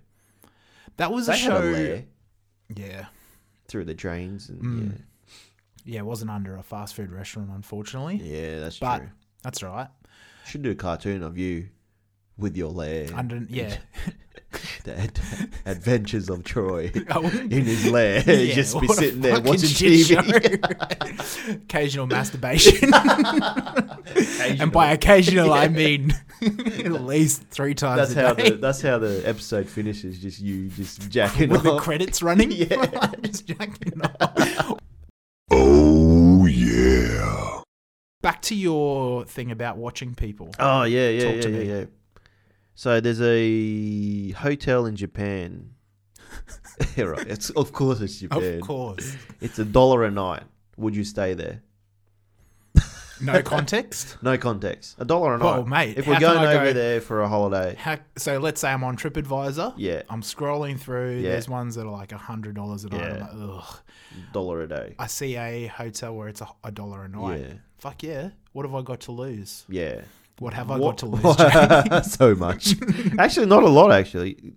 [SPEAKER 4] That was
[SPEAKER 3] They
[SPEAKER 4] a
[SPEAKER 3] had a
[SPEAKER 4] show.
[SPEAKER 3] lair
[SPEAKER 4] yeah.
[SPEAKER 3] through the drains, and
[SPEAKER 4] Mm. Yeah, it wasn't under a fast food restaurant, unfortunately.
[SPEAKER 3] yeah, yeah, that's
[SPEAKER 4] but
[SPEAKER 3] true.
[SPEAKER 4] that's all right.
[SPEAKER 3] Should do a cartoon of you with your lair.
[SPEAKER 4] Under, yeah.
[SPEAKER 3] the ad- adventures of Troy
[SPEAKER 4] I wouldn't-
[SPEAKER 3] in his lair.
[SPEAKER 4] Yeah,
[SPEAKER 3] He'd just be
[SPEAKER 4] what a
[SPEAKER 3] sitting there
[SPEAKER 4] fucking
[SPEAKER 3] watching
[SPEAKER 4] shit
[SPEAKER 3] TV.
[SPEAKER 4] show. occasional masturbation. and by occasional, I mean at least three times
[SPEAKER 3] That's
[SPEAKER 4] a
[SPEAKER 3] how
[SPEAKER 4] day.
[SPEAKER 3] the that's how the episode finishes. Just you just jacking
[SPEAKER 4] with the
[SPEAKER 3] off.
[SPEAKER 4] credits running. Just jacking off.
[SPEAKER 6] Oh yeah.
[SPEAKER 4] Back to your thing about watching people.
[SPEAKER 3] oh yeah, yeah,
[SPEAKER 4] Talk
[SPEAKER 3] yeah,
[SPEAKER 4] to
[SPEAKER 3] yeah,
[SPEAKER 4] me.
[SPEAKER 3] yeah. So there's a hotel in Japan. Yeah, right. It's of course it's
[SPEAKER 4] Of
[SPEAKER 3] Japan.
[SPEAKER 4] course.
[SPEAKER 3] It's a dollar a night. Would you stay there?
[SPEAKER 4] No context.
[SPEAKER 3] No context. A dollar a night.
[SPEAKER 4] Well, mate,
[SPEAKER 3] if
[SPEAKER 4] how
[SPEAKER 3] we're
[SPEAKER 4] can
[SPEAKER 3] going
[SPEAKER 4] I
[SPEAKER 3] over
[SPEAKER 4] go-
[SPEAKER 3] there for a holiday,
[SPEAKER 4] How, so let's say I'm on TripAdvisor.
[SPEAKER 3] Yeah.
[SPEAKER 4] I'm scrolling through.
[SPEAKER 3] Yeah.
[SPEAKER 4] There's ones that are like hundred dollars a night. I'm
[SPEAKER 3] Yeah.
[SPEAKER 4] like, ugh.
[SPEAKER 3] dollar a day.
[SPEAKER 4] I see a hotel where it's a, a dollar a night.
[SPEAKER 3] Yeah.
[SPEAKER 4] Fuck yeah. What have I got to lose?
[SPEAKER 3] Yeah.
[SPEAKER 4] What have I got
[SPEAKER 3] What-
[SPEAKER 4] to lose? Jamie?
[SPEAKER 3] so much. actually, not a lot. Actually,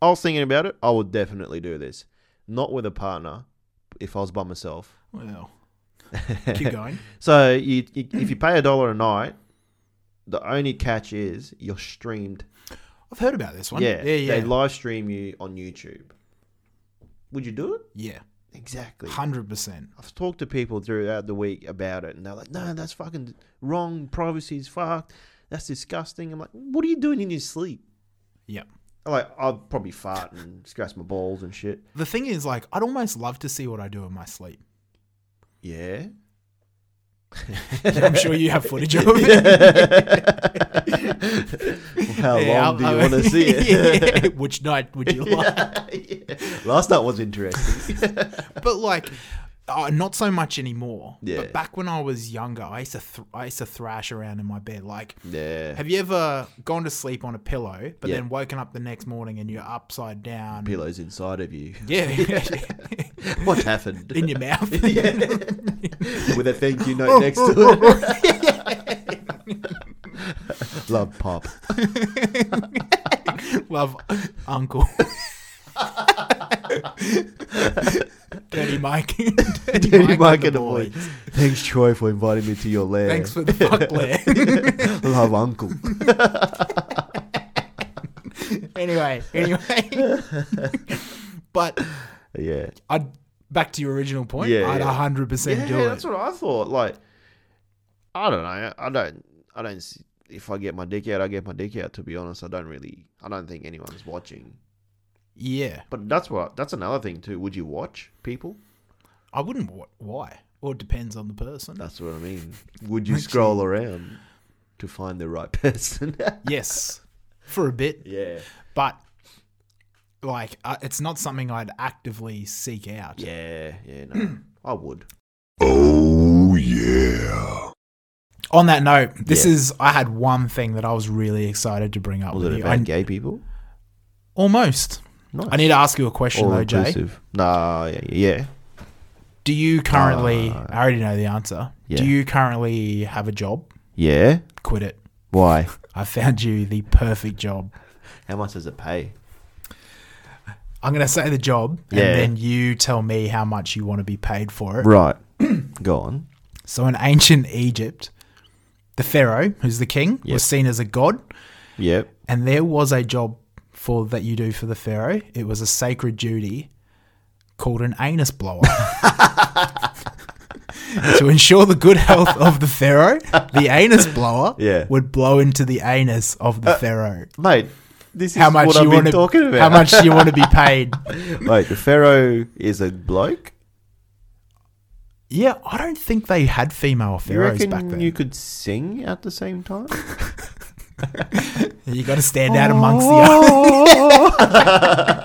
[SPEAKER 3] I was thinking about it. I would definitely do this. Not with a partner. If I was by myself.
[SPEAKER 4] well, keep going.
[SPEAKER 3] So you, you, if you pay a dollar a night, The only catch is you're streamed.
[SPEAKER 4] I've heard about this one.
[SPEAKER 3] Yeah,
[SPEAKER 4] Yeah,
[SPEAKER 3] They
[SPEAKER 4] yeah.
[SPEAKER 3] live stream you on YouTube. Would you do it?
[SPEAKER 4] Yeah.
[SPEAKER 3] Exactly.
[SPEAKER 4] Hundred percent.
[SPEAKER 3] I've talked to people throughout the week about it, and they're like, "No, that's fucking wrong. Privacy is fucked. That's disgusting." I'm like, "What are you doing in your sleep?"
[SPEAKER 4] Yep.
[SPEAKER 3] I'm like, I'll probably fart and scratch my balls and shit.
[SPEAKER 4] The thing is, like, I'd almost love to see what I do in my sleep.
[SPEAKER 3] Yeah.
[SPEAKER 4] I'm sure you have footage of it.
[SPEAKER 3] How
[SPEAKER 4] Yeah,
[SPEAKER 3] long do
[SPEAKER 4] I'll-
[SPEAKER 3] you want to see it?
[SPEAKER 4] Yeah, Which night would you like?
[SPEAKER 3] Last night was interesting.
[SPEAKER 4] but like uh, not so much anymore
[SPEAKER 3] Yeah.
[SPEAKER 4] but back when i was younger i used to thr i used to thrash around in my bed like
[SPEAKER 3] Yeah.
[SPEAKER 4] have you ever gone to sleep on a pillow but
[SPEAKER 3] Yeah.
[SPEAKER 4] then woken up the next morning and you're upside down
[SPEAKER 3] Pillows inside of you.
[SPEAKER 4] yeah, yeah,
[SPEAKER 3] What happened?
[SPEAKER 4] in your mouth
[SPEAKER 3] Yeah. With a thank you note next to it. Love pop.
[SPEAKER 4] love uncle Dirty Mike. Dirty,
[SPEAKER 3] Dirty Mike
[SPEAKER 4] the
[SPEAKER 3] and the
[SPEAKER 4] boy.
[SPEAKER 3] boys. Thanks, Troy, for inviting me to your lair.
[SPEAKER 4] Thanks for the fuck, Blair.
[SPEAKER 3] Love, Uncle.
[SPEAKER 4] anyway, anyway. but
[SPEAKER 3] Yeah.
[SPEAKER 4] I'd back to your original point.
[SPEAKER 3] Yeah,
[SPEAKER 4] I'd
[SPEAKER 3] yeah.
[SPEAKER 4] hundred percent do
[SPEAKER 3] Yeah,
[SPEAKER 4] it.
[SPEAKER 3] that's what I thought. Like, I don't know. I don't. I don't. See, if I get my dick out, I get my dick out. To be honest, I don't really. I don't think anyone's watching.
[SPEAKER 4] yeah,
[SPEAKER 3] But that's what. That's another thing too. Would you watch people?
[SPEAKER 4] I wouldn't. Wa- why? Well, it depends on the person.
[SPEAKER 3] That's what I mean. Would you scroll around to find the right person?
[SPEAKER 4] yes, for a bit,
[SPEAKER 3] yeah.
[SPEAKER 4] but like uh, it's not something I'd actively seek out.
[SPEAKER 3] Yeah. Yeah. No. I would.
[SPEAKER 6] Oh yeah.
[SPEAKER 4] On that note, this
[SPEAKER 3] Yeah.
[SPEAKER 4] is I had one thing that I was really excited to bring up
[SPEAKER 3] Was
[SPEAKER 4] with
[SPEAKER 3] it
[SPEAKER 4] you.
[SPEAKER 3] about
[SPEAKER 4] I-
[SPEAKER 3] gay people?
[SPEAKER 4] almost.
[SPEAKER 3] Nice.
[SPEAKER 4] I need to ask you a question
[SPEAKER 3] All
[SPEAKER 4] though, Jay.
[SPEAKER 3] inclusive. Nah. Yeah. Yeah.
[SPEAKER 4] Do you currently?
[SPEAKER 3] Uh,
[SPEAKER 4] I already know the answer.
[SPEAKER 3] yeah.
[SPEAKER 4] Do you currently have a job?
[SPEAKER 3] Yeah.
[SPEAKER 4] Quit it.
[SPEAKER 3] Why?
[SPEAKER 4] I found you the perfect job.
[SPEAKER 3] How much does it pay?
[SPEAKER 4] I'm going to say the job,
[SPEAKER 3] Yeah.
[SPEAKER 4] and then you tell me how much you want to be paid for it.
[SPEAKER 3] Right. Go on.
[SPEAKER 4] So, in ancient Egypt, the pharaoh, who's the king,
[SPEAKER 3] Yep.
[SPEAKER 4] was seen as a god,
[SPEAKER 3] Yep.
[SPEAKER 4] and there was a job for that you do for the pharaoh. It was a sacred duty called an anus blower. to ensure the good health of the pharaoh, the anus blower
[SPEAKER 3] Yeah.
[SPEAKER 4] would blow into the anus of the pharaoh.
[SPEAKER 3] Mate, this
[SPEAKER 4] How
[SPEAKER 3] is
[SPEAKER 4] much
[SPEAKER 3] what
[SPEAKER 4] you
[SPEAKER 3] I've
[SPEAKER 4] want
[SPEAKER 3] been talking
[SPEAKER 4] to?
[SPEAKER 3] about.
[SPEAKER 4] How much do you want to be paid?
[SPEAKER 3] Wait, the pharaoh is a bloke.
[SPEAKER 4] Yeah, I don't think they had female
[SPEAKER 3] You
[SPEAKER 4] pharaohs back
[SPEAKER 3] reckon
[SPEAKER 4] then.
[SPEAKER 3] you
[SPEAKER 4] You,
[SPEAKER 3] could sing at the same time?
[SPEAKER 4] got to stand out amongst the other.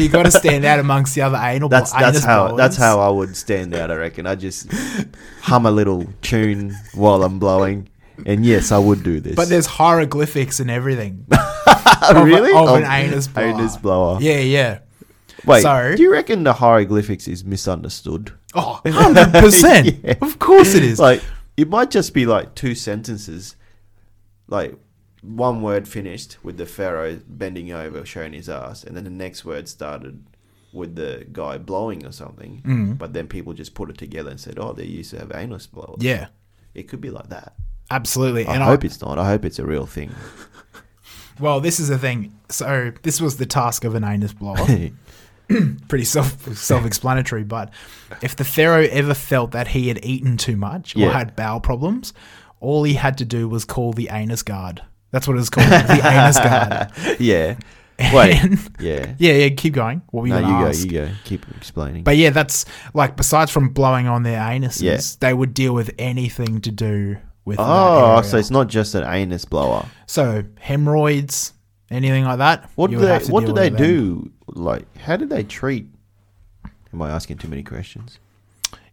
[SPEAKER 4] you got to stand out amongst the other anal.
[SPEAKER 3] That's that's
[SPEAKER 4] anus
[SPEAKER 3] how
[SPEAKER 4] blowers.
[SPEAKER 3] that's how I would stand out. I reckon. I just hum a little tune while I'm blowing. And yes, I would do this.
[SPEAKER 4] But there's hieroglyphics and everything.
[SPEAKER 3] oh, really
[SPEAKER 4] of an anus blower.
[SPEAKER 3] Anus blower.
[SPEAKER 4] yeah, yeah.
[SPEAKER 3] Wait,
[SPEAKER 4] so-
[SPEAKER 3] do you reckon the hieroglyphics is misunderstood?
[SPEAKER 4] Oh, 100 percent.
[SPEAKER 3] Yeah.
[SPEAKER 4] Of course it is.
[SPEAKER 3] Like it might just be like two sentences, like one word finished with the pharaoh bending over, showing his ass, and then the next word started with the guy blowing or something.
[SPEAKER 4] Mm.
[SPEAKER 3] But then people just put it together and said, "Oh, they used to have anus blowers."
[SPEAKER 4] yeah,
[SPEAKER 3] it could be like that.
[SPEAKER 4] absolutely.
[SPEAKER 3] I
[SPEAKER 4] and
[SPEAKER 3] hope
[SPEAKER 4] I,
[SPEAKER 3] it's not. I hope it's a real thing.
[SPEAKER 4] well, this is the thing. So this was the task of an anus blower. Pretty self self explanatory. But if the pharaoh ever felt that he had eaten too much or
[SPEAKER 3] Yeah.
[SPEAKER 4] had bowel problems, all he had to do was call the anus guard. That's what it was called, the anus guard.
[SPEAKER 3] yeah. Wait.
[SPEAKER 4] And-
[SPEAKER 3] yeah.
[SPEAKER 4] Yeah, yeah. Keep going. What were you
[SPEAKER 3] No,
[SPEAKER 4] going
[SPEAKER 3] you
[SPEAKER 4] to
[SPEAKER 3] go.
[SPEAKER 4] ask?
[SPEAKER 3] You go. Keep explaining.
[SPEAKER 4] But yeah, that's like besides from blowing on their anuses,
[SPEAKER 3] Yeah.
[SPEAKER 4] they would deal with anything to do with. that
[SPEAKER 3] oh,
[SPEAKER 4] area.
[SPEAKER 3] so it's not just an anus blower.
[SPEAKER 4] So hemorrhoids, anything like that.
[SPEAKER 3] What
[SPEAKER 4] you
[SPEAKER 3] do
[SPEAKER 4] would
[SPEAKER 3] they
[SPEAKER 4] have to
[SPEAKER 3] What do
[SPEAKER 4] deal
[SPEAKER 3] they
[SPEAKER 4] with then.
[SPEAKER 3] do? Like, how do they treat? Am I asking too many questions?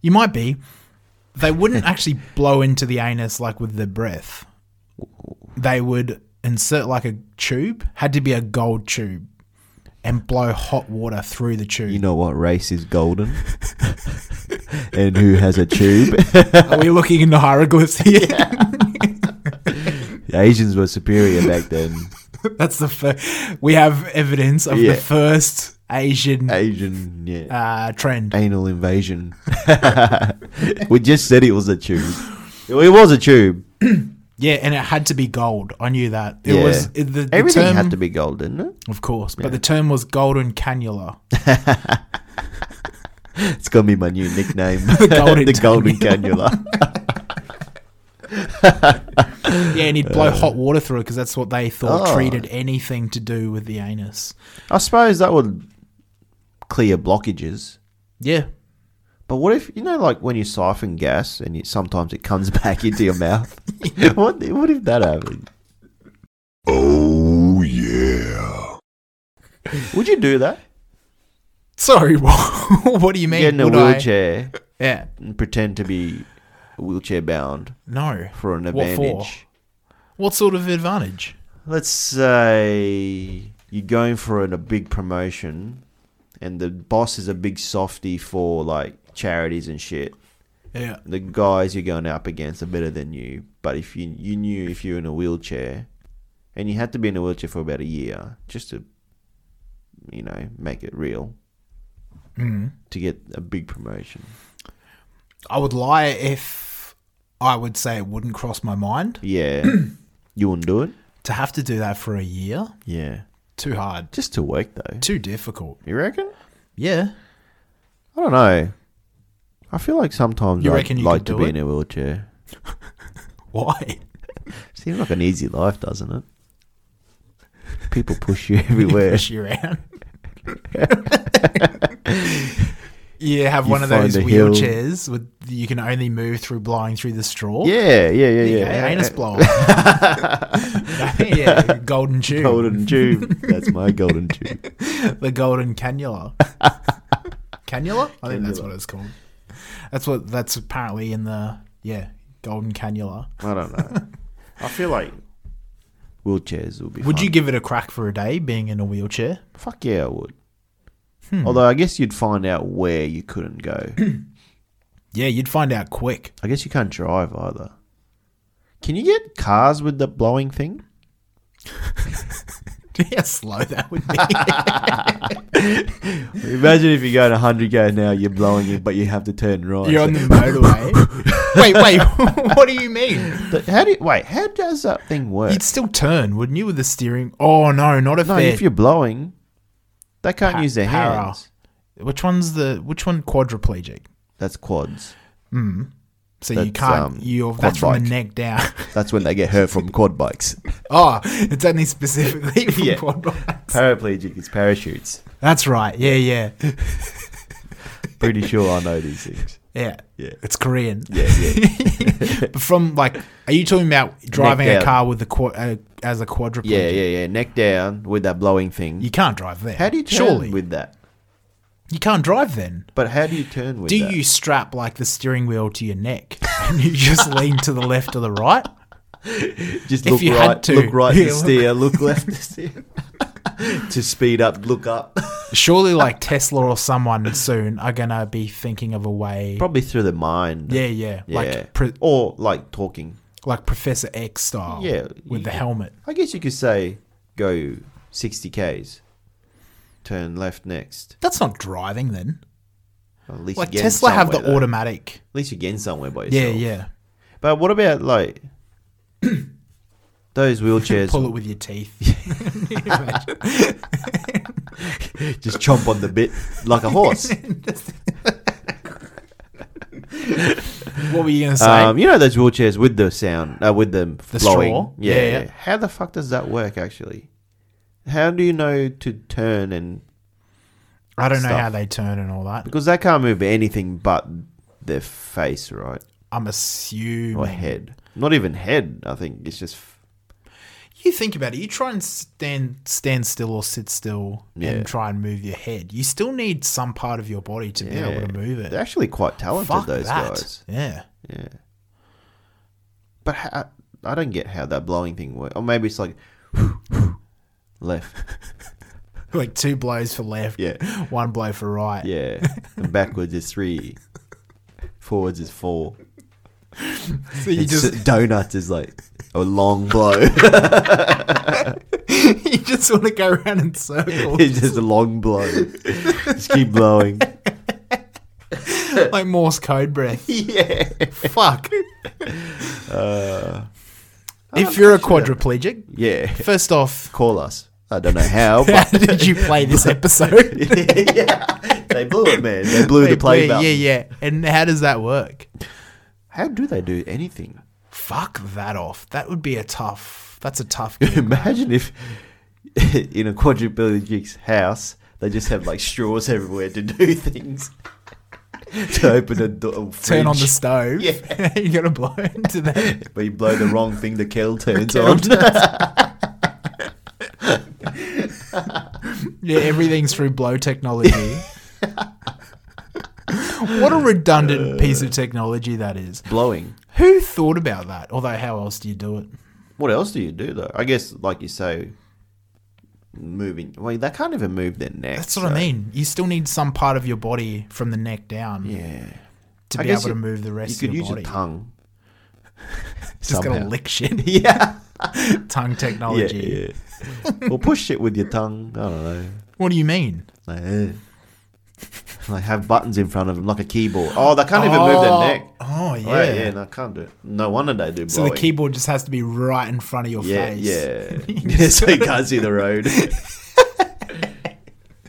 [SPEAKER 4] You might be. They wouldn't actually blow into the anus like with the breath. They would insert like a tube. Had to be a gold tube, and blow hot water through the tube.
[SPEAKER 3] You know what race is golden, and who has a tube?
[SPEAKER 4] Are we looking into hieroglyphs here?
[SPEAKER 3] The Asians were superior back then.
[SPEAKER 4] That's the fir- we have evidence of
[SPEAKER 3] Yeah.
[SPEAKER 4] the first Asian
[SPEAKER 3] Asian, yeah.
[SPEAKER 4] uh, trend.
[SPEAKER 3] Anal invasion. we just said it was a tube. It was a tube.
[SPEAKER 4] Yeah, and it had to be gold. I knew that. It
[SPEAKER 3] Yeah.
[SPEAKER 4] was it, the, the
[SPEAKER 3] Everything
[SPEAKER 4] term,
[SPEAKER 3] had to be gold, didn't it?
[SPEAKER 4] of course,
[SPEAKER 3] Yeah.
[SPEAKER 4] but the term was golden cannula.
[SPEAKER 3] It's gonna be my new nickname,
[SPEAKER 4] The golden
[SPEAKER 3] the golden
[SPEAKER 4] cannula.
[SPEAKER 3] cannula.
[SPEAKER 4] Yeah, and he'd blow hot water through it because that's what they thought
[SPEAKER 3] Oh.
[SPEAKER 4] treated anything to do with the anus.
[SPEAKER 3] I suppose that would clear blockages.
[SPEAKER 4] Yeah,
[SPEAKER 3] But what if you know, like when you siphon gas and you, sometimes it comes back into your mouth? what What if that happened?
[SPEAKER 6] Oh yeah.
[SPEAKER 3] Would you do that?
[SPEAKER 4] Sorry, what, what do you mean?
[SPEAKER 3] Get in a
[SPEAKER 4] would I-
[SPEAKER 3] wheelchair
[SPEAKER 4] Yeah,
[SPEAKER 3] and pretend to be wheelchair bound
[SPEAKER 4] no.
[SPEAKER 3] for an
[SPEAKER 4] What
[SPEAKER 3] advantage.
[SPEAKER 4] for? What sort of advantage?
[SPEAKER 3] Let's say you're going for an, a big promotion, and the boss is a big softy for like charities and shit.
[SPEAKER 4] Yeah,
[SPEAKER 3] the guys you're going up against are better than you. But if you you knew if you're in a wheelchair, and you had to be in a wheelchair for about a year just to, you know, make it real,
[SPEAKER 4] mm.
[SPEAKER 3] to get a big promotion.
[SPEAKER 4] I would lie if I would say it wouldn't cross my mind
[SPEAKER 3] Yeah, you wouldn't do it.
[SPEAKER 4] to have to do that for a year.
[SPEAKER 3] Yeah,
[SPEAKER 4] Too hard,
[SPEAKER 3] just to work though.
[SPEAKER 4] too difficult.
[SPEAKER 3] You reckon?
[SPEAKER 4] Yeah,
[SPEAKER 3] I don't know. I feel like sometimes
[SPEAKER 4] You
[SPEAKER 3] I'd
[SPEAKER 4] reckon you
[SPEAKER 3] like
[SPEAKER 4] could
[SPEAKER 3] to
[SPEAKER 4] do
[SPEAKER 3] be in
[SPEAKER 4] it?
[SPEAKER 3] a wheelchair.
[SPEAKER 4] why?
[SPEAKER 3] Seems like an easy life, doesn't it? People push you everywhere.
[SPEAKER 4] Push you around. yeah, have
[SPEAKER 3] You
[SPEAKER 4] one of
[SPEAKER 3] find
[SPEAKER 4] those
[SPEAKER 3] a hill.
[SPEAKER 4] wheelchairs with you can only move through blowing through the straw.
[SPEAKER 3] Yeah, yeah, yeah,
[SPEAKER 4] There you
[SPEAKER 3] yeah. Uh,
[SPEAKER 4] go, anus blower. yeah, golden tube,
[SPEAKER 3] Golden tube. That's my golden tube.
[SPEAKER 4] the golden cannula. cannula? I think that's what it's called. That's what that's apparently in the yeah golden cannula.
[SPEAKER 3] I don't know. I feel like wheelchairs will be.
[SPEAKER 4] Would
[SPEAKER 3] fun.
[SPEAKER 4] you give it a crack for a day being in a wheelchair?
[SPEAKER 3] Fuck yeah, I would.
[SPEAKER 4] Hmm.
[SPEAKER 3] Although I guess you'd find out where you couldn't go.
[SPEAKER 4] Yeah, you'd find out quick.
[SPEAKER 3] I guess you can't drive either. Can you get cars with the blowing thing?
[SPEAKER 4] Do you how slow that would be?
[SPEAKER 3] Imagine if you go at 100 k an hour, you're blowing it, but you have to turn right.
[SPEAKER 4] You're on the motorway. wait, wait. what do you mean?
[SPEAKER 3] Th- how do you, wait? How does that thing work?
[SPEAKER 4] You'd still turn, wouldn't you, with the steering? Oh no, not if
[SPEAKER 3] no,
[SPEAKER 4] they're
[SPEAKER 3] if you're blowing, they can't
[SPEAKER 4] Pa-
[SPEAKER 3] use their
[SPEAKER 4] para.
[SPEAKER 3] hands.
[SPEAKER 4] Which one's the which one quadriplegic?
[SPEAKER 3] That's quads.
[SPEAKER 4] Mm. So you
[SPEAKER 3] That's,
[SPEAKER 4] can't.
[SPEAKER 3] um,
[SPEAKER 4] you're
[SPEAKER 3] quad
[SPEAKER 4] that's from
[SPEAKER 3] bike.
[SPEAKER 4] the neck down.
[SPEAKER 3] That's when they get hurt from quad bikes.
[SPEAKER 4] oh, it's only specifically from
[SPEAKER 3] Yeah.
[SPEAKER 4] quad bikes.
[SPEAKER 3] Paraplegic is parachutes.
[SPEAKER 4] That's right. Yeah, yeah,
[SPEAKER 3] Pretty sure I know these things.
[SPEAKER 4] yeah.
[SPEAKER 3] Yeah.
[SPEAKER 4] It's Korean.
[SPEAKER 3] Yeah,
[SPEAKER 4] But from like, are you talking about driving a
[SPEAKER 3] down.
[SPEAKER 4] car with a quad uh, as a quadriplegic?
[SPEAKER 3] yeah, yeah, yeah. Neck down with that blowing thing.
[SPEAKER 4] You can't drive there.
[SPEAKER 3] how do you turn
[SPEAKER 4] Surely
[SPEAKER 3] with that?
[SPEAKER 4] you can't drive then.
[SPEAKER 3] But how do you turn with
[SPEAKER 4] Do
[SPEAKER 3] that?
[SPEAKER 4] you strap like the steering wheel to your neck and you just lean to the left or the right?
[SPEAKER 3] just
[SPEAKER 4] if
[SPEAKER 3] look
[SPEAKER 4] you
[SPEAKER 3] right,
[SPEAKER 4] had to-
[SPEAKER 3] look right
[SPEAKER 4] Yeah,
[SPEAKER 3] to
[SPEAKER 4] look-
[SPEAKER 3] steer, look left to steer. to speed up, look up.
[SPEAKER 4] Surely, like Tesla or someone soon are gonna be thinking of a way.
[SPEAKER 3] Probably through the mind.
[SPEAKER 4] Yeah, yeah,
[SPEAKER 3] yeah.
[SPEAKER 4] like pre-
[SPEAKER 3] or like talking.
[SPEAKER 4] like Professor X style.
[SPEAKER 3] Yeah, you-
[SPEAKER 4] with the helmet.
[SPEAKER 3] I guess you could say go sixty k's, turn left next.
[SPEAKER 4] That's not driving then.
[SPEAKER 3] At least
[SPEAKER 4] Like
[SPEAKER 3] you're getting
[SPEAKER 4] Tesla have the
[SPEAKER 3] somewhere, though.
[SPEAKER 4] automatic.
[SPEAKER 3] At least you're getting somewhere by
[SPEAKER 4] Yeah,
[SPEAKER 3] yourself.
[SPEAKER 4] yeah.
[SPEAKER 3] But what about like those wheelchairs?
[SPEAKER 4] Pull it with your teeth.
[SPEAKER 3] just chomp on the bit like a horse. Um,
[SPEAKER 4] what were you gonna say?
[SPEAKER 3] um, you know those wheelchairs with the sound, uh, with the,
[SPEAKER 4] The
[SPEAKER 3] blowing.
[SPEAKER 4] straw?
[SPEAKER 3] Yeah,
[SPEAKER 4] Yeah, yeah.
[SPEAKER 3] How the fuck does that work actually? How do you know to turn and
[SPEAKER 4] I don't know
[SPEAKER 3] stuff.
[SPEAKER 4] how they turn and all that.
[SPEAKER 3] because they can't move anything but their face, right,
[SPEAKER 4] I'm assuming.
[SPEAKER 3] or head? Not even head. I think it's just f-
[SPEAKER 4] You think about it. You try and stand stand still or sit still
[SPEAKER 3] Yeah.
[SPEAKER 4] and try and move your head. You still need some part of your body to be able to move
[SPEAKER 3] they're
[SPEAKER 4] it.
[SPEAKER 3] actually quite talented.
[SPEAKER 4] Fuck
[SPEAKER 3] those
[SPEAKER 4] that.
[SPEAKER 3] guys.
[SPEAKER 4] Yeah.
[SPEAKER 3] Yeah. But how, I don't get how that blowing thing works. Or maybe it's like left.
[SPEAKER 4] Like two blows for left,
[SPEAKER 3] Yeah.
[SPEAKER 4] one blow for right.
[SPEAKER 3] Yeah. And backwards is three. Forwards is four.
[SPEAKER 4] So you
[SPEAKER 3] And
[SPEAKER 4] just
[SPEAKER 3] s- donuts is like a long blow.
[SPEAKER 4] you just want to go around in circles
[SPEAKER 3] it's just a long blow. Just keep blowing.
[SPEAKER 4] like Morse code breath.
[SPEAKER 3] Yeah.
[SPEAKER 4] Fuck. if you're a quadriplegic,
[SPEAKER 3] Yeah.
[SPEAKER 4] First off,
[SPEAKER 3] call us. I don't know how.
[SPEAKER 4] how
[SPEAKER 3] But
[SPEAKER 4] did you play this episode?
[SPEAKER 3] They blew it, man. They blew the
[SPEAKER 4] Wait,
[SPEAKER 3] play
[SPEAKER 4] wait,
[SPEAKER 3] button.
[SPEAKER 4] Yeah, yeah. And how does that work?
[SPEAKER 3] How do they do anything?
[SPEAKER 4] Fuck that off. That would be a tough. That's a tough.
[SPEAKER 3] Imagine if in a quadriplegic's house they just have like straws everywhere to do things. to open a door,
[SPEAKER 4] Turn on the
[SPEAKER 3] fridge.
[SPEAKER 4] stove. Yeah. you gotta blow into that.
[SPEAKER 3] But you blow the wrong thing, the kettle turns
[SPEAKER 4] kettle
[SPEAKER 3] on.
[SPEAKER 4] Yeah, everything's through blow technology. what a redundant piece of technology that is.
[SPEAKER 3] Blowing.
[SPEAKER 4] Who thought about that? Although, how else do you do it?
[SPEAKER 3] What else do you do though? I guess, like you say, moving. Well, they can't even move their neck.
[SPEAKER 4] That's what I
[SPEAKER 3] so-
[SPEAKER 4] mean. You still need some part of your body from the neck down
[SPEAKER 3] Yeah.
[SPEAKER 4] to
[SPEAKER 3] I
[SPEAKER 4] be
[SPEAKER 3] guess
[SPEAKER 4] able to
[SPEAKER 3] you-
[SPEAKER 4] move the rest
[SPEAKER 3] You could
[SPEAKER 4] of your
[SPEAKER 3] use
[SPEAKER 4] body.
[SPEAKER 3] your tongue.
[SPEAKER 4] Just gonna
[SPEAKER 3] somehow.
[SPEAKER 4] lick shit.
[SPEAKER 3] Yeah.
[SPEAKER 4] Tongue
[SPEAKER 3] Yeah.
[SPEAKER 4] technology.
[SPEAKER 3] yeah. or push it with your tongue. I don't know.
[SPEAKER 4] What do you mean?
[SPEAKER 3] Like, eh. Like, have buttons in front of them, like a keyboard. Oh, they can't even move
[SPEAKER 4] Oh.
[SPEAKER 3] their neck.
[SPEAKER 4] Oh yeah.
[SPEAKER 3] Right, yeah, no, I can't do it. No wonder they do blowing.
[SPEAKER 4] So the keyboard just has to be right in front of your
[SPEAKER 3] yeah,
[SPEAKER 4] face.
[SPEAKER 3] Yeah, yeah. so you can't see the road.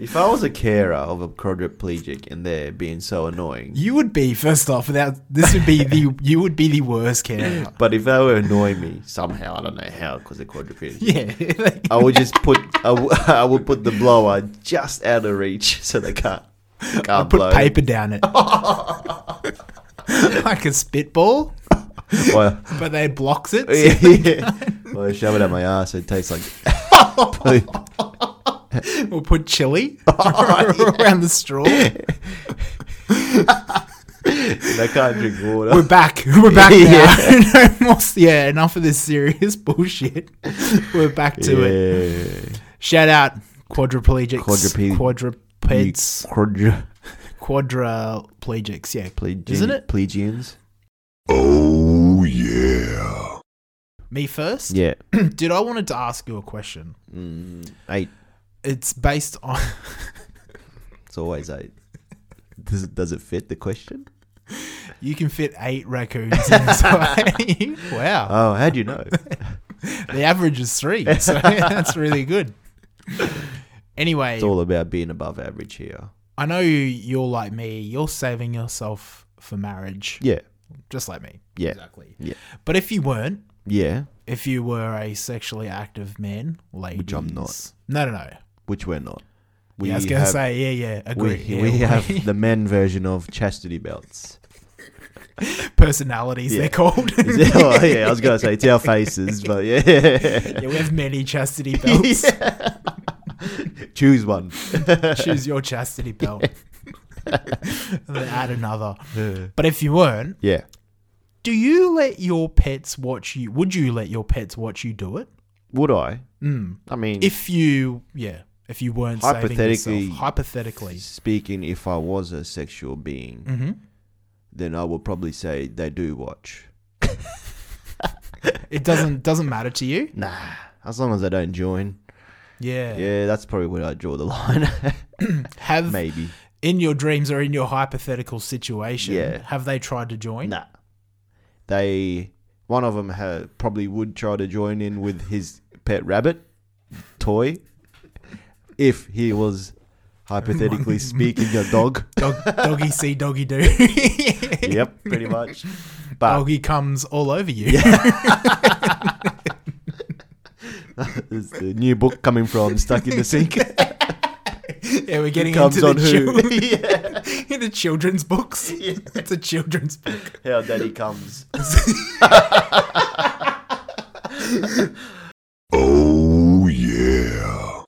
[SPEAKER 3] if I was a carer of a quadriplegic and they're being so annoying,
[SPEAKER 4] You would be first off without this would be the you would be the worst carer.
[SPEAKER 3] but if they were annoying me somehow, I don't know how, because they're quadriplegic.
[SPEAKER 4] Yeah. like-
[SPEAKER 3] I would just put I, w- I would put the blower just out of reach so they can't can't
[SPEAKER 4] I
[SPEAKER 3] blow.
[SPEAKER 4] put paper down it. like a spitball,
[SPEAKER 3] Well,
[SPEAKER 4] but they blocks it.
[SPEAKER 3] yeah, yeah. Well, I shove it up my ass. It tastes like poop.
[SPEAKER 4] We'll put chili around the straw.
[SPEAKER 3] They can't drink water.
[SPEAKER 4] We're back. We're back now.
[SPEAKER 3] Yeah.
[SPEAKER 4] no more, yeah, enough of this serious bullshit. We're back to it.
[SPEAKER 3] yeah.
[SPEAKER 4] Shout out quadriplegics.
[SPEAKER 3] Quadrupe-
[SPEAKER 4] quadrupeds.
[SPEAKER 3] Quadra-
[SPEAKER 4] Quadriplegics, yeah.
[SPEAKER 3] Plegi-
[SPEAKER 4] Isn't it?
[SPEAKER 3] Plegians.
[SPEAKER 6] Oh yeah.
[SPEAKER 4] Me first?
[SPEAKER 3] Yeah.
[SPEAKER 4] Dude, I wanted to ask you a question.
[SPEAKER 3] Mm, eight.
[SPEAKER 4] It's based on.
[SPEAKER 3] It's always eight. Does it, does it fit the question?
[SPEAKER 4] you can fit eight raccoons in this way. wow.
[SPEAKER 3] Oh, how do you know?
[SPEAKER 4] The average is three, so that's really good. Anyway,
[SPEAKER 3] It's all about being above average here.
[SPEAKER 4] I know you're like me. You're saving yourself for marriage,
[SPEAKER 3] Yeah.
[SPEAKER 4] just like me.
[SPEAKER 3] Yeah.
[SPEAKER 4] Exactly.
[SPEAKER 3] Yeah.
[SPEAKER 4] But if you weren't,
[SPEAKER 3] Yeah.
[SPEAKER 4] if you were a sexually active man, ladies,
[SPEAKER 3] Which I'm not.
[SPEAKER 4] No, no, no.
[SPEAKER 3] Which we're not. We
[SPEAKER 4] yeah, I was gonna
[SPEAKER 3] have-
[SPEAKER 4] say, yeah, yeah, agree.
[SPEAKER 3] We,
[SPEAKER 4] yeah,
[SPEAKER 3] we have the men version of chastity belts.
[SPEAKER 4] personalities. They're called.
[SPEAKER 3] Is it- oh, yeah, I was gonna say it's our faces, but yeah,
[SPEAKER 4] yeah, we have many chastity belts.
[SPEAKER 3] choose one.
[SPEAKER 4] Choose your chastity belt. and then add another. But if you weren't,
[SPEAKER 3] Yeah,
[SPEAKER 4] do you let your pets watch you? Would you let your pets watch you do it? Hmm.
[SPEAKER 3] would I? I mean,
[SPEAKER 4] If you, yeah, if you weren't saving
[SPEAKER 3] Hypothetically-
[SPEAKER 4] yourself, hypothetically,
[SPEAKER 3] speaking, if I was a sexual being, then I would probably say they do watch.
[SPEAKER 4] it doesn't doesn't matter to you.
[SPEAKER 3] Nah, as long as they don't join.
[SPEAKER 4] Yeah.
[SPEAKER 3] Yeah, that's probably where I draw the line.
[SPEAKER 4] Have
[SPEAKER 3] Maybe.
[SPEAKER 4] in your dreams or in your hypothetical situation,
[SPEAKER 3] Yeah.
[SPEAKER 4] have they tried to join?
[SPEAKER 3] Nah. They one of them ha probably would try to join in with his pet rabbit toy if he was hypothetically speaking a dog.
[SPEAKER 4] Dog, doggy see, doggy do.
[SPEAKER 3] yep, pretty much. But
[SPEAKER 4] Doggy comes all over you.
[SPEAKER 3] it's the new book coming from Stuck in the Sink.
[SPEAKER 4] Yeah, we're getting
[SPEAKER 3] comes
[SPEAKER 4] into the,
[SPEAKER 3] on who?
[SPEAKER 4] chil- into children's books. It's a children's book.
[SPEAKER 3] How daddy comes.
[SPEAKER 6] Oh yeah.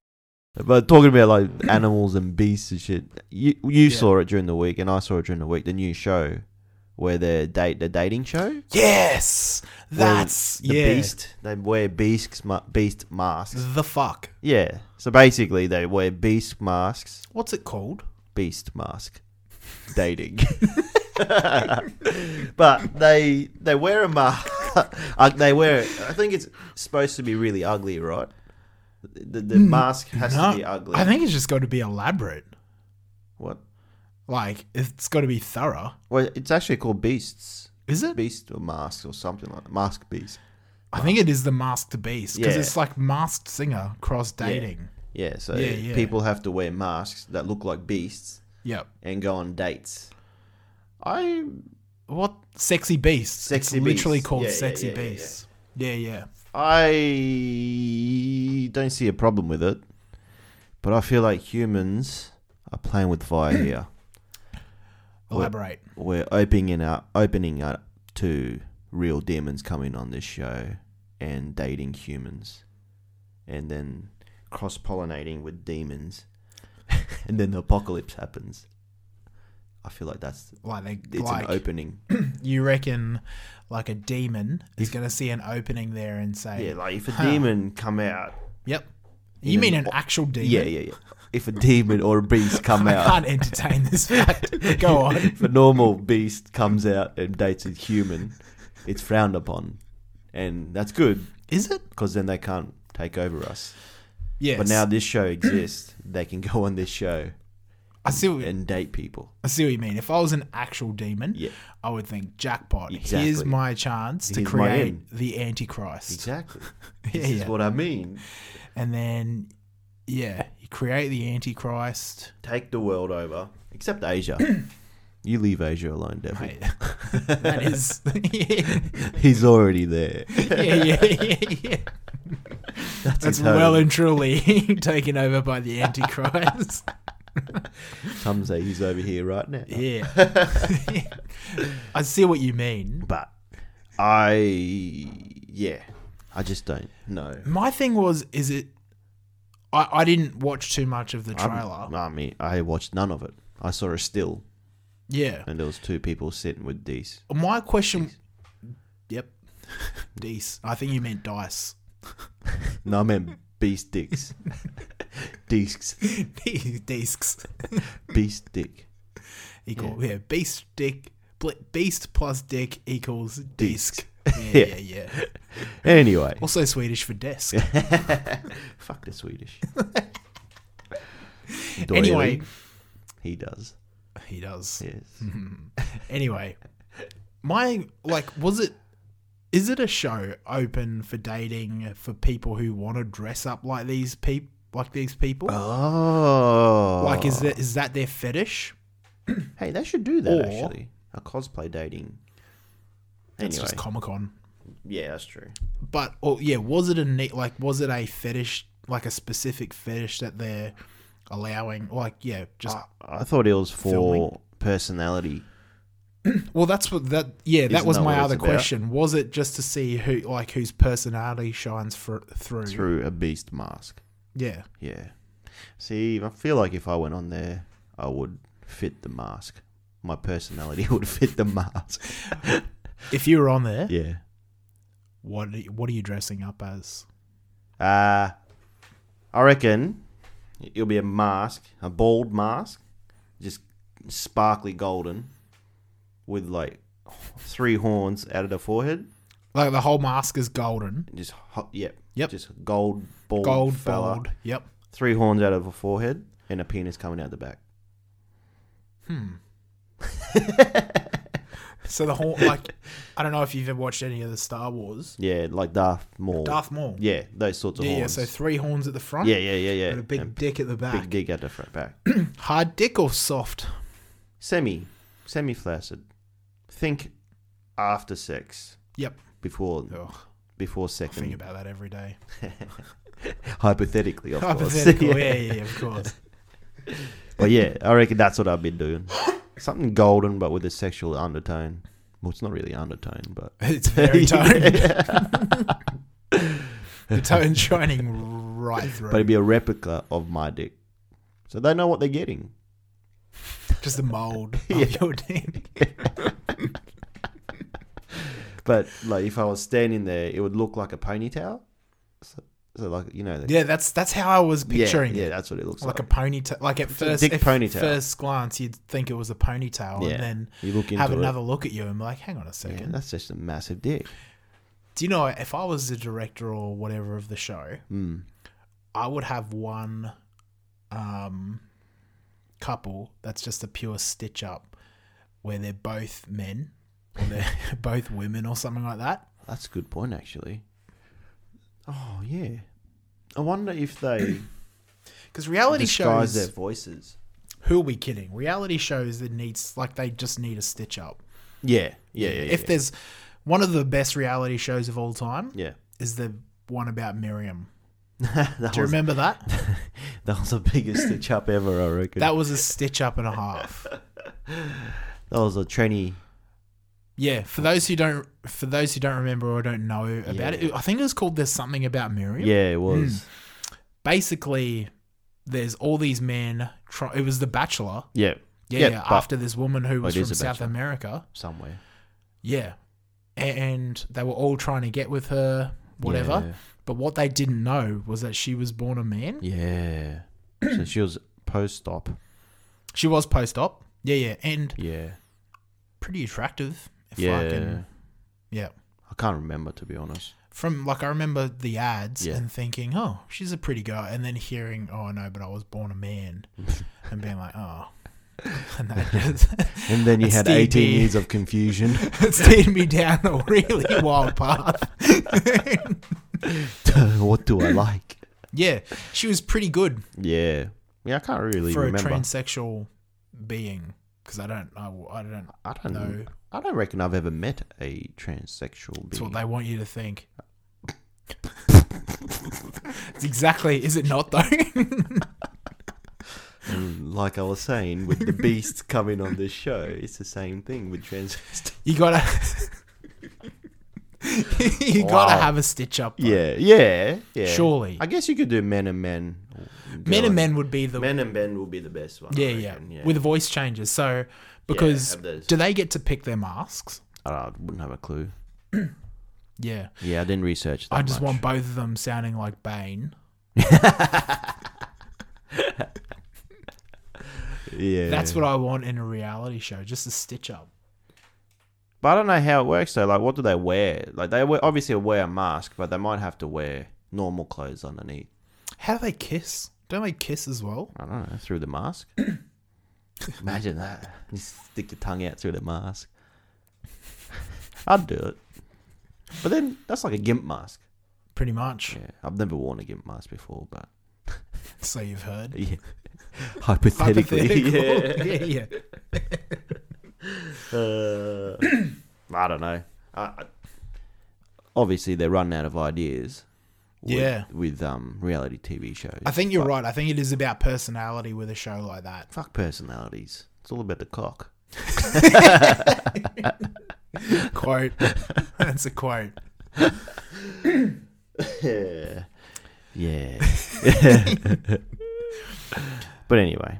[SPEAKER 3] But talking about like animals and beasts and shit, you you saw it during the week, and I saw it during the week. The new show where they date the dating show.
[SPEAKER 4] Yes,
[SPEAKER 3] where
[SPEAKER 4] that's
[SPEAKER 3] the
[SPEAKER 4] yeah.
[SPEAKER 3] beast. They wear beast ma- beast masks.
[SPEAKER 4] The fuck?
[SPEAKER 3] Yeah. So basically, they wear beast masks.
[SPEAKER 4] What's it called?
[SPEAKER 3] Beast mask. Dating. but they they wear a mask. Uh, they wear. I think it's supposed to be really ugly, right? The, the mask has to be ugly.
[SPEAKER 4] Hmm. I think it's just got to be elaborate.
[SPEAKER 3] what?
[SPEAKER 4] Like it's got to be thorough.
[SPEAKER 3] Well, it's actually called beasts.
[SPEAKER 4] Is it?
[SPEAKER 3] Beast or mask or something like that. Mask beast.
[SPEAKER 4] I think it is the masked beast because
[SPEAKER 3] Yeah.
[SPEAKER 4] it's like masked singer cross dating.
[SPEAKER 3] Yeah, so
[SPEAKER 4] Yeah, yeah.
[SPEAKER 3] people have to wear masks that look like beasts
[SPEAKER 4] Yep.
[SPEAKER 3] and go on dates.
[SPEAKER 4] I what sexy beasts?
[SPEAKER 3] Sexy
[SPEAKER 4] it's literally
[SPEAKER 3] Beasts.
[SPEAKER 4] called
[SPEAKER 3] Yeah, yeah,
[SPEAKER 4] sexy
[SPEAKER 3] yeah, yeah, yeah.
[SPEAKER 4] beasts. Yeah, yeah.
[SPEAKER 3] I don't see a problem with it, but I feel like humans are playing with fire here.
[SPEAKER 4] Elaborate.
[SPEAKER 3] We're opening up, opening up to real demons coming on this show and dating humans, and then cross pollinating with demons, and then the apocalypse happens. I feel like that's
[SPEAKER 4] Like they
[SPEAKER 3] it's
[SPEAKER 4] like
[SPEAKER 3] an opening.
[SPEAKER 4] you reckon like a demon is going to see an opening there and say,
[SPEAKER 3] Yeah, like if a
[SPEAKER 4] Huh.
[SPEAKER 3] demon come out.
[SPEAKER 4] "Yep." You
[SPEAKER 3] in
[SPEAKER 4] mean an actual demon?
[SPEAKER 3] Yeah, yeah, yeah. If a demon or a beast come
[SPEAKER 4] I
[SPEAKER 3] out,
[SPEAKER 4] can't entertain this fact. Go on.
[SPEAKER 3] if a normal beast comes out and dates a human, it's frowned upon, and that's good
[SPEAKER 4] Is it?
[SPEAKER 3] because then they can't take over us.
[SPEAKER 4] Yes.
[SPEAKER 3] But now this show exists; they can go on this show
[SPEAKER 4] I see what
[SPEAKER 3] and date people.
[SPEAKER 4] I see what you mean. If I was an actual demon,
[SPEAKER 3] Yeah.
[SPEAKER 4] I would think jackpot. Here's
[SPEAKER 3] Exactly.
[SPEAKER 4] my chance to
[SPEAKER 3] Here's my
[SPEAKER 4] create
[SPEAKER 3] end.
[SPEAKER 4] the Antichrist.
[SPEAKER 3] Exactly.
[SPEAKER 4] Yeah,
[SPEAKER 3] this
[SPEAKER 4] yeah.
[SPEAKER 3] is what I mean.
[SPEAKER 4] And then, yeah, you create the Antichrist.
[SPEAKER 3] Take the world over, except Asia. you leave Asia alone, devil.
[SPEAKER 4] Right. that is, yeah,
[SPEAKER 3] He's already there.
[SPEAKER 4] yeah, yeah, yeah. yeah.
[SPEAKER 3] That's,
[SPEAKER 4] That's
[SPEAKER 3] his home.
[SPEAKER 4] well and truly taken over by the Antichrist.
[SPEAKER 3] Some say he's over here right now.
[SPEAKER 4] yeah, I see what you mean.
[SPEAKER 3] But I, yeah, I just don't know.
[SPEAKER 4] My thing was, is it? I, I didn't watch too much of the
[SPEAKER 3] I'm-
[SPEAKER 4] trailer.
[SPEAKER 3] I mean, I watched none of it. I saw a still,
[SPEAKER 4] yeah,
[SPEAKER 3] and there was two people sitting with these.
[SPEAKER 4] My question. Yep. Dice. I think you meant dice.
[SPEAKER 3] No, I meant beast dicks, discs,
[SPEAKER 4] Discs.
[SPEAKER 3] beast dick,
[SPEAKER 4] Equal. Yeah. Beast dick. bl- Beast plus dick equals disc. Yeah,
[SPEAKER 3] Yeah.
[SPEAKER 4] yeah, yeah.
[SPEAKER 3] Anyway,
[SPEAKER 4] Also Swedish for desk.
[SPEAKER 3] fuck the Swedish.
[SPEAKER 4] Anyway.
[SPEAKER 3] Doily. he does.
[SPEAKER 4] He does.
[SPEAKER 3] Yes,
[SPEAKER 4] Anyway, my like, was it? Is it a show open for dating for people who want to dress up like these peop like these people?
[SPEAKER 3] Oh,
[SPEAKER 4] Like, is that is that their fetish?
[SPEAKER 3] hey, they should do that
[SPEAKER 4] Or-
[SPEAKER 3] actually. A cosplay dating.
[SPEAKER 4] It's
[SPEAKER 3] Anyway,
[SPEAKER 4] just Comic Con.
[SPEAKER 3] yeah, that's true.
[SPEAKER 4] but or yeah, was it a neat like was it a fetish like a specific fetish that they're allowing? Like yeah, just
[SPEAKER 3] I thought it was for
[SPEAKER 4] Filming.
[SPEAKER 3] personality.
[SPEAKER 4] well that's what that yeah that
[SPEAKER 3] Isn't
[SPEAKER 4] was
[SPEAKER 3] that
[SPEAKER 4] my
[SPEAKER 3] what it's
[SPEAKER 4] other
[SPEAKER 3] about?
[SPEAKER 4] question. Was it just to see who like whose personality shines fr- through?
[SPEAKER 3] through a beast mask.
[SPEAKER 4] Yeah,
[SPEAKER 3] Yeah. See, I feel like if I went on there, I would fit the mask. My personality would fit the mask.
[SPEAKER 4] if you were on there,
[SPEAKER 3] yeah.
[SPEAKER 4] what are you- what are you dressing up as?
[SPEAKER 3] Uh, I reckon it'll be a mask, a bald mask, just sparkly golden, with like three horns out of the forehead.
[SPEAKER 4] Like the whole mask is golden,
[SPEAKER 3] And just hot, yep,
[SPEAKER 4] Yep.
[SPEAKER 3] just gold bald
[SPEAKER 4] gold,
[SPEAKER 3] fella,
[SPEAKER 4] bald. Yep.
[SPEAKER 3] three horns out of a forehead, and a penis coming out the back.
[SPEAKER 4] Hmm. So the whole like I don't know if you've ever watched any of the Star Wars.
[SPEAKER 3] Yeah, like Darth Maul.
[SPEAKER 4] Darth Maul.
[SPEAKER 3] Yeah, those sorts of
[SPEAKER 4] Yeah, yeah.
[SPEAKER 3] horns.
[SPEAKER 4] So three horns at the front.
[SPEAKER 3] yeah, yeah, yeah, yeah.
[SPEAKER 4] And a big
[SPEAKER 3] And
[SPEAKER 4] dick at the back.
[SPEAKER 3] big dig at the front back.
[SPEAKER 4] Hard dick or soft?
[SPEAKER 3] Semi, semi flaccid. Think after sex,
[SPEAKER 4] Yep.
[SPEAKER 3] before
[SPEAKER 4] Ugh,
[SPEAKER 3] before
[SPEAKER 4] I think
[SPEAKER 3] second.
[SPEAKER 4] about that every day.
[SPEAKER 3] Hypothetically, of
[SPEAKER 4] Hypothetical,
[SPEAKER 3] course.
[SPEAKER 4] yeah, yeah, yeah, of course.
[SPEAKER 3] But yeah, I reckon that's what I've been doing. Something golden, but with a sexual undertone. Well, it's not really undertone, but
[SPEAKER 4] It's very toned. the tone shining right through.
[SPEAKER 3] but it'd be a replica of my dick. So they know what they're getting.
[SPEAKER 4] Just the mold
[SPEAKER 3] Yeah.
[SPEAKER 4] of your dick.
[SPEAKER 3] But like, if I was standing there, it would look like a ponytail. So, so like you know, the-
[SPEAKER 4] Yeah, that's that's how I was picturing
[SPEAKER 3] yeah,
[SPEAKER 4] it.
[SPEAKER 3] that's what it looks like.
[SPEAKER 4] like a ponytail. Like at
[SPEAKER 3] a
[SPEAKER 4] first,
[SPEAKER 3] dick
[SPEAKER 4] at
[SPEAKER 3] ponytail.
[SPEAKER 4] first glance, you'd think it was a ponytail,
[SPEAKER 3] Yeah.
[SPEAKER 4] and then
[SPEAKER 3] You look into
[SPEAKER 4] have
[SPEAKER 3] it.
[SPEAKER 4] another look at you and be like, "Hang on a
[SPEAKER 3] Yeah,
[SPEAKER 4] second.
[SPEAKER 3] that's just a massive dick.
[SPEAKER 4] Do you know if I was the director or whatever of the show,
[SPEAKER 3] Mm.
[SPEAKER 4] I would have one um, couple that's just a pure stitch up where they're both men or they're both women or something like that.
[SPEAKER 3] That's a good point, actually. Oh yeah. I wonder if they
[SPEAKER 4] Because reality
[SPEAKER 3] disguise
[SPEAKER 4] shows
[SPEAKER 3] their voices.
[SPEAKER 4] who are we kidding? Reality shows that needs like they just need a stitch up.
[SPEAKER 3] Yeah, yeah, yeah.
[SPEAKER 4] if there's one of the best reality shows of all time,
[SPEAKER 3] yeah,
[SPEAKER 4] is the one about Miriam.
[SPEAKER 3] that
[SPEAKER 4] Do you
[SPEAKER 3] was
[SPEAKER 4] remember that?
[SPEAKER 3] that was the biggest stitch up ever. I reckon that,
[SPEAKER 4] That was a stitch up and a half.
[SPEAKER 3] was a tranny.
[SPEAKER 4] Yeah, for those who don't, for those who don't remember or don't know about it, I think it was called "There's Something About Miriam."
[SPEAKER 3] Yeah, it was.
[SPEAKER 4] Hmm. Basically, there's all these men. Try- it was The Bachelor.
[SPEAKER 3] Yeah,
[SPEAKER 4] Yeah,
[SPEAKER 3] Yeah,
[SPEAKER 4] yeah,
[SPEAKER 3] but- Oh,
[SPEAKER 4] after this woman who was
[SPEAKER 3] it
[SPEAKER 4] from
[SPEAKER 3] is a
[SPEAKER 4] South
[SPEAKER 3] Bachelor.
[SPEAKER 4] America.
[SPEAKER 3] somewhere.
[SPEAKER 4] Yeah. A- And they were all trying to get with her, whatever. But what they didn't know was that she was born a man.
[SPEAKER 3] Yeah. so she was post op.
[SPEAKER 4] She was post op. Yeah, yeah. And
[SPEAKER 3] Yeah.
[SPEAKER 4] pretty attractive. If I
[SPEAKER 3] Yeah.
[SPEAKER 4] can, yeah.
[SPEAKER 3] I can't remember to be honest.
[SPEAKER 4] From like I remember the ads
[SPEAKER 3] Yeah.
[SPEAKER 4] and thinking, Oh, she's a pretty girl and then hearing, Oh no, but I was born a man and being like, Oh and that just
[SPEAKER 3] And then you
[SPEAKER 4] That's
[SPEAKER 3] had
[SPEAKER 4] the
[SPEAKER 3] 18
[SPEAKER 4] idea.
[SPEAKER 3] years of confusion.
[SPEAKER 4] it steered me down a really wild path.
[SPEAKER 3] what do I like?
[SPEAKER 4] yeah. She was pretty good.
[SPEAKER 3] Yeah. Yeah, I can't really
[SPEAKER 4] for
[SPEAKER 3] remember.
[SPEAKER 4] a transsexual being because I don't I, I don't
[SPEAKER 3] I don't
[SPEAKER 4] know.
[SPEAKER 3] know. I don't reckon I've ever met a transsexual
[SPEAKER 4] it's
[SPEAKER 3] being.
[SPEAKER 4] what they want you to think. it's exactly is it not though?
[SPEAKER 3] And like I was saying, with the beast coming on this show, it's the same thing with trans.
[SPEAKER 4] you gotta you gotta
[SPEAKER 3] Wow.
[SPEAKER 4] have a stitch up. though.
[SPEAKER 3] Yeah, yeah, yeah.
[SPEAKER 4] Surely.
[SPEAKER 3] I guess you could do men and men. or
[SPEAKER 4] men
[SPEAKER 3] girl
[SPEAKER 4] and men would be the
[SPEAKER 3] Men and men will be the best one. I
[SPEAKER 4] yeah, yeah
[SPEAKER 3] reckon,
[SPEAKER 4] with voice changes. So because
[SPEAKER 3] have those.
[SPEAKER 4] do they get to pick their masks?
[SPEAKER 3] I don't- wouldn't have a clue.
[SPEAKER 4] Yeah,
[SPEAKER 3] Yeah, I didn't research that.
[SPEAKER 4] I just
[SPEAKER 3] much.
[SPEAKER 4] want both of them sounding like Bane.
[SPEAKER 3] Yeah,
[SPEAKER 4] That's what I want in a reality show, just a stitch up.
[SPEAKER 3] But I don't know how it works though. Like, what do they wear? Like, they wear, obviously wear a mask, but they might have to wear normal clothes underneath.
[SPEAKER 4] How do they kiss? Don't they kiss as well?
[SPEAKER 3] I don't know through the mask. Imagine that. You stick your tongue out through the mask. I'd do it. But then that's like a gimp mask.
[SPEAKER 4] Pretty much.
[SPEAKER 3] Yeah, I've never worn a gimp mask before, but
[SPEAKER 4] So you've heard.
[SPEAKER 3] yeah, hypothetically,
[SPEAKER 4] Hypothetical. yeah, yeah.
[SPEAKER 3] yeah. Uh, I don't know. I, I- obviously, they're running out of ideas. With,
[SPEAKER 4] Yeah.
[SPEAKER 3] with um reality TV shows.
[SPEAKER 4] I think you're right. I think it is about personality with a show like that.
[SPEAKER 3] Fuck personalities. It's all about the cock.
[SPEAKER 4] Quote. That's a quote.
[SPEAKER 3] Yeah. Yeah. but anyway.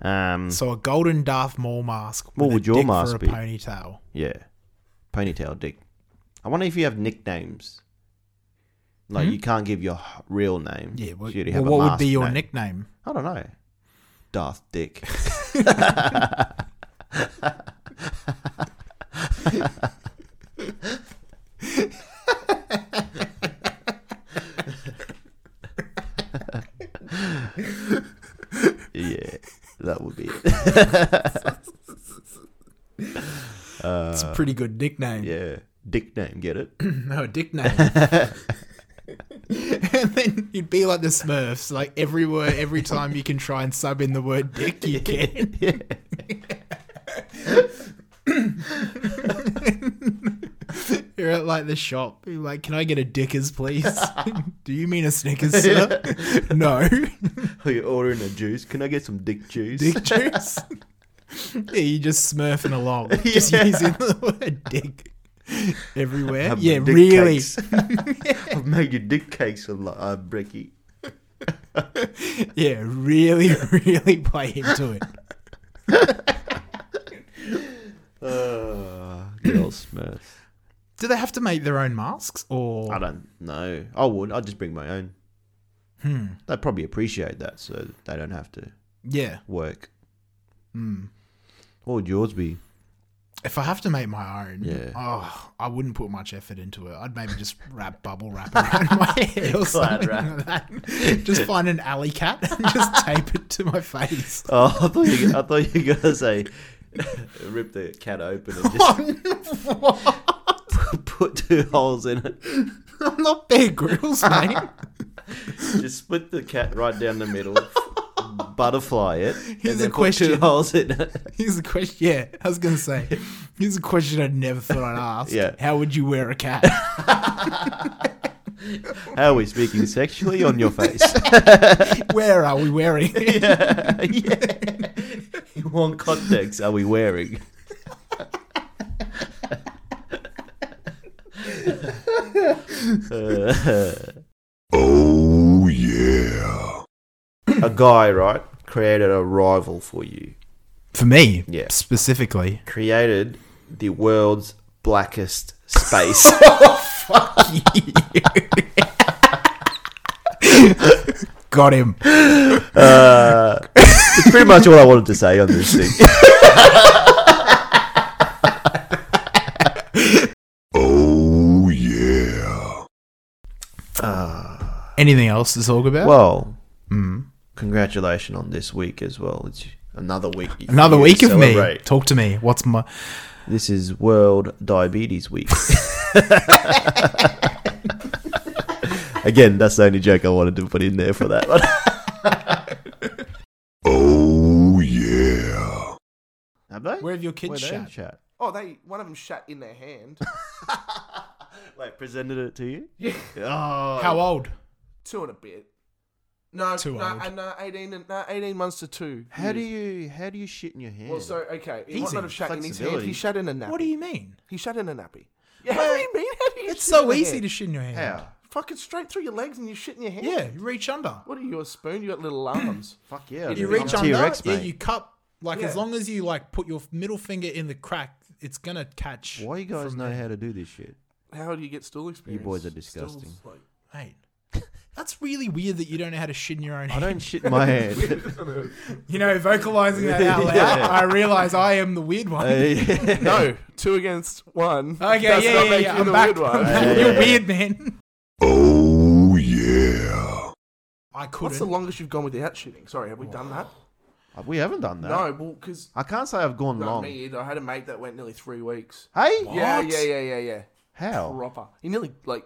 [SPEAKER 3] Um
[SPEAKER 4] So a golden Darth Maul mask. With
[SPEAKER 3] What
[SPEAKER 4] a
[SPEAKER 3] would your
[SPEAKER 4] dick for
[SPEAKER 3] mask
[SPEAKER 4] a
[SPEAKER 3] be?
[SPEAKER 4] ponytail.
[SPEAKER 3] yeah. Ponytail dick. I wonder if you have nicknames. Like you can't give your h- real name.
[SPEAKER 4] Hmm? Yeah. Well,
[SPEAKER 3] So you'd
[SPEAKER 4] well,
[SPEAKER 3] have a
[SPEAKER 4] what would
[SPEAKER 3] mask
[SPEAKER 4] be your
[SPEAKER 3] name.
[SPEAKER 4] nickname?
[SPEAKER 3] I don't know. Darth Dick. yeah, that would be it.
[SPEAKER 4] It's a pretty good nickname.
[SPEAKER 3] Uh, Yeah, Dick name, get it?
[SPEAKER 4] No, a dick name. and then you'd be like the Smurfs. Like every word, every time you can try and sub in the word dick, you can. You're at like the shop. You're like, can I get a Dickers, please? Do you mean a Snickers, sir? no.
[SPEAKER 3] Are you Oh, ordering a juice? Can I get some dick juice?
[SPEAKER 4] Dick juice. yeah, you just smurfing along. Just using the word dick everywhere.
[SPEAKER 3] Have my
[SPEAKER 4] yeah,
[SPEAKER 3] dick
[SPEAKER 4] really.
[SPEAKER 3] cakes. I've made you dick cakes a lot, uh, Brecky.
[SPEAKER 4] Yeah, really, really play into it.
[SPEAKER 3] Uh, good old Smurf.
[SPEAKER 4] Do they have to make their own masks
[SPEAKER 3] I
[SPEAKER 4] or
[SPEAKER 3] don't know. I would. I'd just bring my own. Hmm. They'd probably appreciate that, so they don't have to
[SPEAKER 4] yeah?
[SPEAKER 3] work. Hmm. What would yours be?
[SPEAKER 4] If I have to make my own,
[SPEAKER 3] Yeah.
[SPEAKER 4] oh, I wouldn't put much effort into it. I'd maybe just wrap bubble wrap around my head or something like that. Just find an alley cat and just tape it to my face.
[SPEAKER 3] Oh, I thought you. I thought you were gonna say rip the cat open and just
[SPEAKER 4] What?
[SPEAKER 3] put two holes in it.
[SPEAKER 4] I'm not Bear Grylls, mate.
[SPEAKER 3] Just split the cat right down the middle, butterfly it, and
[SPEAKER 4] Here's a
[SPEAKER 3] then put two
[SPEAKER 4] question.
[SPEAKER 3] holes in it.
[SPEAKER 4] Here's a question. Yeah, I was gonna say. Here's a question I'd never thought I'd ask.
[SPEAKER 3] Yeah.
[SPEAKER 4] How would you wear a cat?
[SPEAKER 3] How are we speaking sexually on your face?
[SPEAKER 4] Where are we wearing? it?
[SPEAKER 3] yeah, yeah. What context are we wearing? Uh,
[SPEAKER 6] Oh yeah.
[SPEAKER 3] a guy, right, created a rival for you.
[SPEAKER 4] For me,
[SPEAKER 3] Yeah.
[SPEAKER 4] specifically.
[SPEAKER 3] Created the world's blackest space.
[SPEAKER 4] Oh, Got him.
[SPEAKER 3] Uh, it's pretty much all I wanted to say on this thing.
[SPEAKER 6] Oh yeah.
[SPEAKER 4] Uh, Anything else to talk about?
[SPEAKER 3] Well,
[SPEAKER 4] Mm.
[SPEAKER 3] Mm-hmm. congratulations on this week as well. It's another week. for
[SPEAKER 4] Another
[SPEAKER 3] you to
[SPEAKER 4] week of me.
[SPEAKER 3] celebrate.
[SPEAKER 4] Talk to me. What's my?
[SPEAKER 3] This is World Diabetes Week. Again, that's the only joke I wanted to put in there for that one.
[SPEAKER 6] Oh yeah.
[SPEAKER 3] Have they?
[SPEAKER 4] Where have your
[SPEAKER 3] Where'd
[SPEAKER 4] kids
[SPEAKER 3] they
[SPEAKER 4] shat?
[SPEAKER 3] chat?
[SPEAKER 8] Oh, they one of them shat in their hand.
[SPEAKER 3] Like presented it to you?
[SPEAKER 8] Yeah.
[SPEAKER 3] Oh,
[SPEAKER 4] How old?
[SPEAKER 8] two and a bit. No,
[SPEAKER 4] Too
[SPEAKER 8] no,
[SPEAKER 4] old.
[SPEAKER 8] and no, eighteen and no, eighteen months to two.
[SPEAKER 3] how do you how do you shit in your hand?
[SPEAKER 8] Well, so okay, he might
[SPEAKER 4] Easy.
[SPEAKER 8] not have shat in his hand.
[SPEAKER 3] Flexibility.
[SPEAKER 8] He shat in a nappy.
[SPEAKER 4] What do you mean?
[SPEAKER 8] He shat in a nappy. Yeah, what do you mean? How do you
[SPEAKER 4] It's
[SPEAKER 8] shit
[SPEAKER 4] so
[SPEAKER 8] in a
[SPEAKER 4] easy
[SPEAKER 8] hand?
[SPEAKER 4] to shit in your hand.
[SPEAKER 3] how?
[SPEAKER 8] fucking straight through your legs and you shit in your hand.
[SPEAKER 4] Yeah, you reach under.
[SPEAKER 8] What are you a spoon? You got little arms.
[SPEAKER 3] Fuck yeah!
[SPEAKER 4] You
[SPEAKER 3] dude.
[SPEAKER 4] reach
[SPEAKER 3] I'm
[SPEAKER 4] under.
[SPEAKER 3] a T-Rex,
[SPEAKER 4] yeah,
[SPEAKER 3] mate.
[SPEAKER 4] you cup. Like as
[SPEAKER 8] Yeah.
[SPEAKER 4] long as you like put your middle finger in the crack, it's gonna catch.
[SPEAKER 3] Why you guys know how to do this shit?
[SPEAKER 8] How do you get stool experience?
[SPEAKER 3] boys are
[SPEAKER 8] Stool's
[SPEAKER 3] disgusting.
[SPEAKER 8] like-
[SPEAKER 4] Mate, that's really weird that you don't know how to shit in your own.
[SPEAKER 3] I
[SPEAKER 4] hand.
[SPEAKER 3] don't shit in my hand.
[SPEAKER 4] You know, vocalizing that out loud,
[SPEAKER 3] Yeah.
[SPEAKER 4] I realize I am the weird
[SPEAKER 3] Oh,
[SPEAKER 4] one.
[SPEAKER 3] Hey.
[SPEAKER 8] no, two against one.
[SPEAKER 4] okay, yeah,
[SPEAKER 8] Does not
[SPEAKER 4] yeah,
[SPEAKER 8] make
[SPEAKER 4] yeah.
[SPEAKER 8] you the
[SPEAKER 4] I'm back.
[SPEAKER 8] weird one.
[SPEAKER 4] I'm back.
[SPEAKER 3] Yeah,
[SPEAKER 4] You're
[SPEAKER 3] yeah,
[SPEAKER 4] weird, man.
[SPEAKER 6] Oh yeah.
[SPEAKER 4] I
[SPEAKER 8] What's the
[SPEAKER 4] couldn't.
[SPEAKER 8] longest you've gone without shitting? Sorry, have we done that?
[SPEAKER 3] Uh, We haven't done that.
[SPEAKER 8] No, well, because
[SPEAKER 3] I can't say I've gone
[SPEAKER 8] no,
[SPEAKER 3] long.
[SPEAKER 8] me either. I had a mate that went nearly three weeks.
[SPEAKER 3] Hey,
[SPEAKER 8] Yeah, yeah, yeah, yeah, yeah.
[SPEAKER 3] How?
[SPEAKER 8] Proper. He nearly like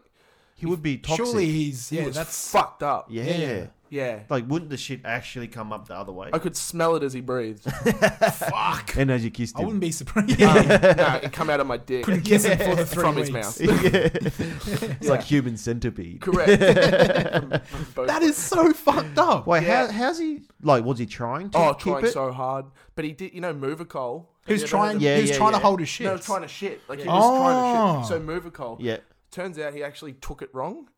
[SPEAKER 3] He would be toxic.
[SPEAKER 4] Surely he's
[SPEAKER 8] he
[SPEAKER 4] yeah.
[SPEAKER 8] was
[SPEAKER 4] That's
[SPEAKER 8] fucked up.
[SPEAKER 3] yeah.
[SPEAKER 4] Yeah.
[SPEAKER 8] yeah.
[SPEAKER 3] Like, wouldn't the shit actually come up the other way?
[SPEAKER 8] I could smell it as he breathed.
[SPEAKER 4] fuck.
[SPEAKER 3] And as you kissed
[SPEAKER 4] I
[SPEAKER 3] him.
[SPEAKER 4] wouldn't be surprised.
[SPEAKER 8] Um, no, it come out of my dick
[SPEAKER 4] Couldn't kiss him for the three
[SPEAKER 8] from
[SPEAKER 4] weeks.
[SPEAKER 8] his mouth.
[SPEAKER 3] Yeah. It's like human centipede.
[SPEAKER 8] Correct. From- from both
[SPEAKER 4] That is so fucked up.
[SPEAKER 3] Wait,
[SPEAKER 8] Yeah.
[SPEAKER 3] how, how's he? Like, was he trying to
[SPEAKER 8] Oh,
[SPEAKER 3] keep
[SPEAKER 8] trying
[SPEAKER 3] it?
[SPEAKER 8] so hard, but he did. You know, Movacol.
[SPEAKER 4] Who's trying?
[SPEAKER 3] Yeah,
[SPEAKER 4] who's
[SPEAKER 3] yeah,
[SPEAKER 4] trying
[SPEAKER 3] yeah.
[SPEAKER 4] to hold his shit? Oh.
[SPEAKER 8] No, trying to shit. Like he was trying to shit. So Movacol.
[SPEAKER 3] yeah.
[SPEAKER 8] Turns out he actually took it wrong.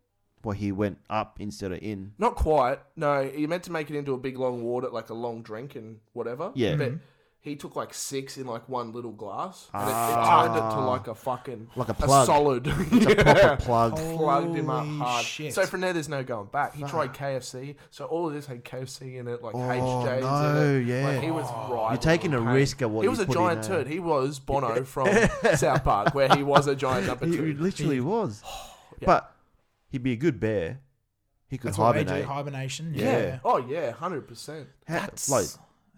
[SPEAKER 3] Well, he went up instead of in.
[SPEAKER 8] Not quite. No, you meant to make it into a big long water, like a long drink and whatever.
[SPEAKER 3] Yeah.
[SPEAKER 8] But
[SPEAKER 4] Mm-hmm.
[SPEAKER 8] he took like six in like one little glass, and it, it turned it to like a fucking
[SPEAKER 3] Ah. Like a plug.
[SPEAKER 8] solid.
[SPEAKER 3] It's a
[SPEAKER 8] Yeah.
[SPEAKER 3] proper plug.
[SPEAKER 8] Plugged him up
[SPEAKER 4] Holy
[SPEAKER 8] hard.
[SPEAKER 4] shit.
[SPEAKER 8] So from there, there's no going back. He tried KFC, so all of this had KFC in it, like HJ's
[SPEAKER 3] Oh, no,
[SPEAKER 8] in it.
[SPEAKER 3] yeah.
[SPEAKER 8] Like he
[SPEAKER 4] Oh.
[SPEAKER 8] was right.
[SPEAKER 3] You're taking a risk of what
[SPEAKER 8] He
[SPEAKER 3] you
[SPEAKER 8] was a
[SPEAKER 3] put in
[SPEAKER 8] giant
[SPEAKER 3] there.
[SPEAKER 8] turd. He was Bono from South Park, where he was a giant number
[SPEAKER 3] He, he
[SPEAKER 8] two.
[SPEAKER 3] literally was. But he'd be a good bear. He could
[SPEAKER 4] That's what they do,
[SPEAKER 3] hibernate.
[SPEAKER 4] hibernation.
[SPEAKER 3] Yeah.
[SPEAKER 4] Yeah.
[SPEAKER 8] Oh yeah, hundred percent.
[SPEAKER 3] Ha-
[SPEAKER 4] That's
[SPEAKER 3] like,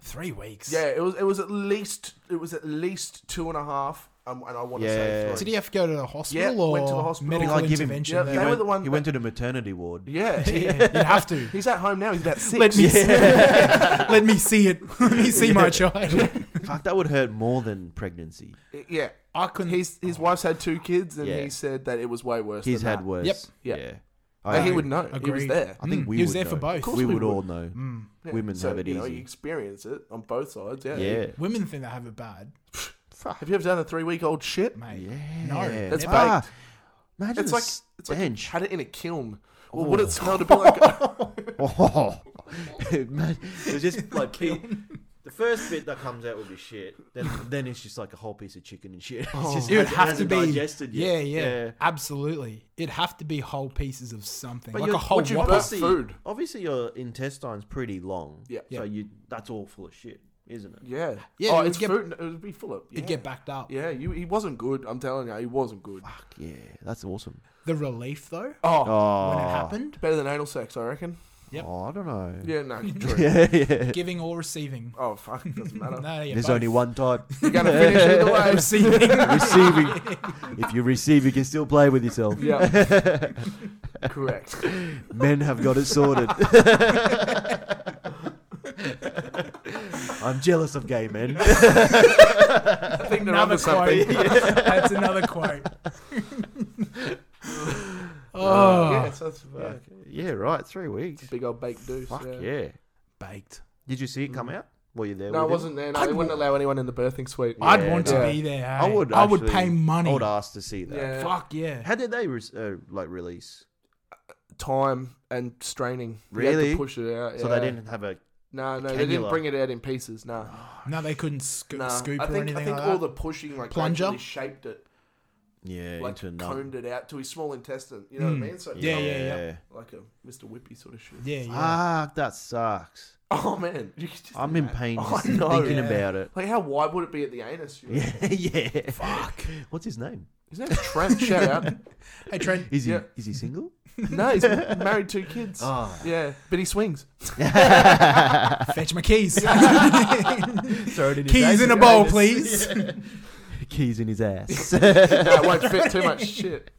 [SPEAKER 4] three weeks.
[SPEAKER 8] Yeah, it was. It was at least. It was at least two and a half. Um, and I want to
[SPEAKER 3] Yeah.
[SPEAKER 8] say
[SPEAKER 3] Did
[SPEAKER 4] Did
[SPEAKER 8] three.
[SPEAKER 4] he have to go to the hospital
[SPEAKER 8] Yeah,
[SPEAKER 4] or
[SPEAKER 8] went to the hospital.
[SPEAKER 4] medical
[SPEAKER 3] Like, give him-
[SPEAKER 4] intervention?
[SPEAKER 8] Yeah,
[SPEAKER 4] there?
[SPEAKER 8] they were the one
[SPEAKER 3] he
[SPEAKER 8] that-
[SPEAKER 3] went to the maternity ward.
[SPEAKER 8] Yeah,
[SPEAKER 4] You'd have to.
[SPEAKER 8] he's at home now. He's about six.
[SPEAKER 4] Let me, see, let me see it. Let me see my child.
[SPEAKER 3] Fuck, that would hurt more than pregnancy.
[SPEAKER 8] yeah,
[SPEAKER 4] I couldn't. Oh.
[SPEAKER 8] his his wife's had two kids, and
[SPEAKER 3] Yeah.
[SPEAKER 8] he said that it was way worse.
[SPEAKER 3] He's
[SPEAKER 8] than
[SPEAKER 3] had
[SPEAKER 8] that.
[SPEAKER 3] worse.
[SPEAKER 4] Yep.
[SPEAKER 3] Yeah.
[SPEAKER 8] Yeah.
[SPEAKER 3] I
[SPEAKER 8] And he
[SPEAKER 3] agree.
[SPEAKER 8] would know. He was
[SPEAKER 4] Agreed.
[SPEAKER 8] there.
[SPEAKER 3] I think
[SPEAKER 4] Mm,
[SPEAKER 3] we
[SPEAKER 4] he was
[SPEAKER 3] would
[SPEAKER 4] there
[SPEAKER 3] know.
[SPEAKER 4] for both. Mm. Of
[SPEAKER 8] course
[SPEAKER 3] We,
[SPEAKER 8] we
[SPEAKER 3] would
[SPEAKER 8] would.
[SPEAKER 3] all know.
[SPEAKER 8] Yeah.
[SPEAKER 3] Women
[SPEAKER 8] So,
[SPEAKER 3] have it
[SPEAKER 8] you
[SPEAKER 3] easy.
[SPEAKER 8] Know, you experience it on both sides. Yeah.
[SPEAKER 3] yeah.
[SPEAKER 4] Women think they have it bad,
[SPEAKER 8] Have you ever done a three week old shit?
[SPEAKER 4] mate.
[SPEAKER 3] Yeah.
[SPEAKER 4] No,
[SPEAKER 8] That's
[SPEAKER 4] never.
[SPEAKER 3] Ah, imagine
[SPEAKER 8] It's
[SPEAKER 3] a
[SPEAKER 8] like it's like
[SPEAKER 3] stench.
[SPEAKER 8] had it in a kiln. Well, would it smell to be like?
[SPEAKER 3] Oh, imagine- it's just like pe- the first bit that comes out would be shit. Then, then it's just like a whole piece of chicken and shit. It's
[SPEAKER 8] Oh.
[SPEAKER 3] just,
[SPEAKER 4] It would
[SPEAKER 3] hasn't-
[SPEAKER 4] have to
[SPEAKER 3] hasn't
[SPEAKER 4] be
[SPEAKER 3] digested
[SPEAKER 4] Yeah,
[SPEAKER 3] yet.
[SPEAKER 4] yeah, absolutely. It'd have to be whole pieces of something,
[SPEAKER 3] But
[SPEAKER 4] like
[SPEAKER 3] you're-
[SPEAKER 4] a whole
[SPEAKER 3] would you
[SPEAKER 4] whopper.
[SPEAKER 8] burst it? Food.
[SPEAKER 3] Obviously, your intestine's pretty long.
[SPEAKER 8] Yeah.
[SPEAKER 3] So you that's all full of shit, isn't it?
[SPEAKER 8] yeah.
[SPEAKER 4] Yeah,
[SPEAKER 8] Oh,
[SPEAKER 4] it would
[SPEAKER 8] it's
[SPEAKER 4] get-
[SPEAKER 8] food. It would be full of. Yeah.
[SPEAKER 4] It'd get backed up.
[SPEAKER 8] Yeah, you, he wasn't good. I'm telling you, he wasn't good.
[SPEAKER 3] Fuck yeah, that's awesome.
[SPEAKER 4] The relief though,
[SPEAKER 8] Oh,
[SPEAKER 3] Oh,
[SPEAKER 4] when it happened.
[SPEAKER 8] better than anal sex, I reckon.
[SPEAKER 4] Yep.
[SPEAKER 3] Oh, I don't know.
[SPEAKER 8] Yeah, no, true.
[SPEAKER 3] yeah, yeah.
[SPEAKER 4] Giving or receiving.
[SPEAKER 8] Oh, fuck, it doesn't matter.
[SPEAKER 4] No, yeah,
[SPEAKER 3] There's
[SPEAKER 4] both.
[SPEAKER 3] only one type.
[SPEAKER 8] You're going to finish either way.
[SPEAKER 4] Receiving.
[SPEAKER 3] receiving. If you receive, you can still play with yourself.
[SPEAKER 8] Yeah. Correct.
[SPEAKER 3] Men have got it sorted. I'm jealous of gay men.
[SPEAKER 8] I think they're
[SPEAKER 4] another
[SPEAKER 8] onto something.
[SPEAKER 4] quote. That's another quote. oh,
[SPEAKER 8] Yeah, so that's yeah, uh,
[SPEAKER 3] Fuck. yeah, right. Three weeks.
[SPEAKER 8] big old baked deuce.
[SPEAKER 3] Fuck yeah.
[SPEAKER 4] baked.
[SPEAKER 3] Did you see it come out? Were you there?
[SPEAKER 8] No, I
[SPEAKER 3] with it?
[SPEAKER 8] wasn't there. No, they wouldn't allow anyone in the birthing suite.
[SPEAKER 3] Yeah,
[SPEAKER 4] I'd want
[SPEAKER 8] no.
[SPEAKER 4] to be there. Hey.
[SPEAKER 3] I would.
[SPEAKER 4] I would
[SPEAKER 3] actually-
[SPEAKER 4] pay money.
[SPEAKER 3] I would ask to see that.
[SPEAKER 8] Yeah.
[SPEAKER 4] Fuck yeah.
[SPEAKER 3] How did they re- uh, like release?
[SPEAKER 8] Time and straining. You had to
[SPEAKER 3] Really?
[SPEAKER 8] push it out.
[SPEAKER 3] So they
[SPEAKER 8] yeah.
[SPEAKER 3] didn't have a.
[SPEAKER 8] No, no, they didn't
[SPEAKER 3] cannula.
[SPEAKER 8] bring it out in pieces. No,
[SPEAKER 4] No, they couldn't scoop,
[SPEAKER 8] no.
[SPEAKER 4] scoop
[SPEAKER 8] I
[SPEAKER 4] or
[SPEAKER 8] think
[SPEAKER 4] anything
[SPEAKER 8] I think
[SPEAKER 4] like
[SPEAKER 8] all
[SPEAKER 4] that.
[SPEAKER 8] the pushing like
[SPEAKER 4] Plunger?
[SPEAKER 8] actually shaped it,
[SPEAKER 3] Yeah,
[SPEAKER 8] like
[SPEAKER 3] into a nut.
[SPEAKER 8] coned it out to his small intestine. You know
[SPEAKER 4] Mm.
[SPEAKER 8] what I mean? So it's
[SPEAKER 4] Yeah,
[SPEAKER 8] not
[SPEAKER 4] yeah, yeah.
[SPEAKER 8] Like a Mr. Whippy sort of shit.
[SPEAKER 4] Yeah,
[SPEAKER 8] Ah.
[SPEAKER 4] yeah.
[SPEAKER 3] Fuck, that sucks.
[SPEAKER 8] Oh man, you could just
[SPEAKER 3] I'm in pain
[SPEAKER 8] Oh,
[SPEAKER 3] just
[SPEAKER 8] I know.
[SPEAKER 3] thinking
[SPEAKER 4] Yeah.
[SPEAKER 3] about it.
[SPEAKER 8] like how wide would it be at the anus? You know?
[SPEAKER 3] Yeah, yeah. Fuck. What's his name?
[SPEAKER 8] His name's Trent. Shout out.
[SPEAKER 4] Hey Trent,
[SPEAKER 3] Is he
[SPEAKER 8] Yeah.
[SPEAKER 3] is he single?
[SPEAKER 8] No, he's married two kids.
[SPEAKER 3] Ah.
[SPEAKER 8] Yeah, but he swings.
[SPEAKER 4] fetch my keys.
[SPEAKER 3] Throw it in his
[SPEAKER 4] keys in a bowl, please.
[SPEAKER 3] Keys in his ass.
[SPEAKER 8] no, it won't fit too much shit.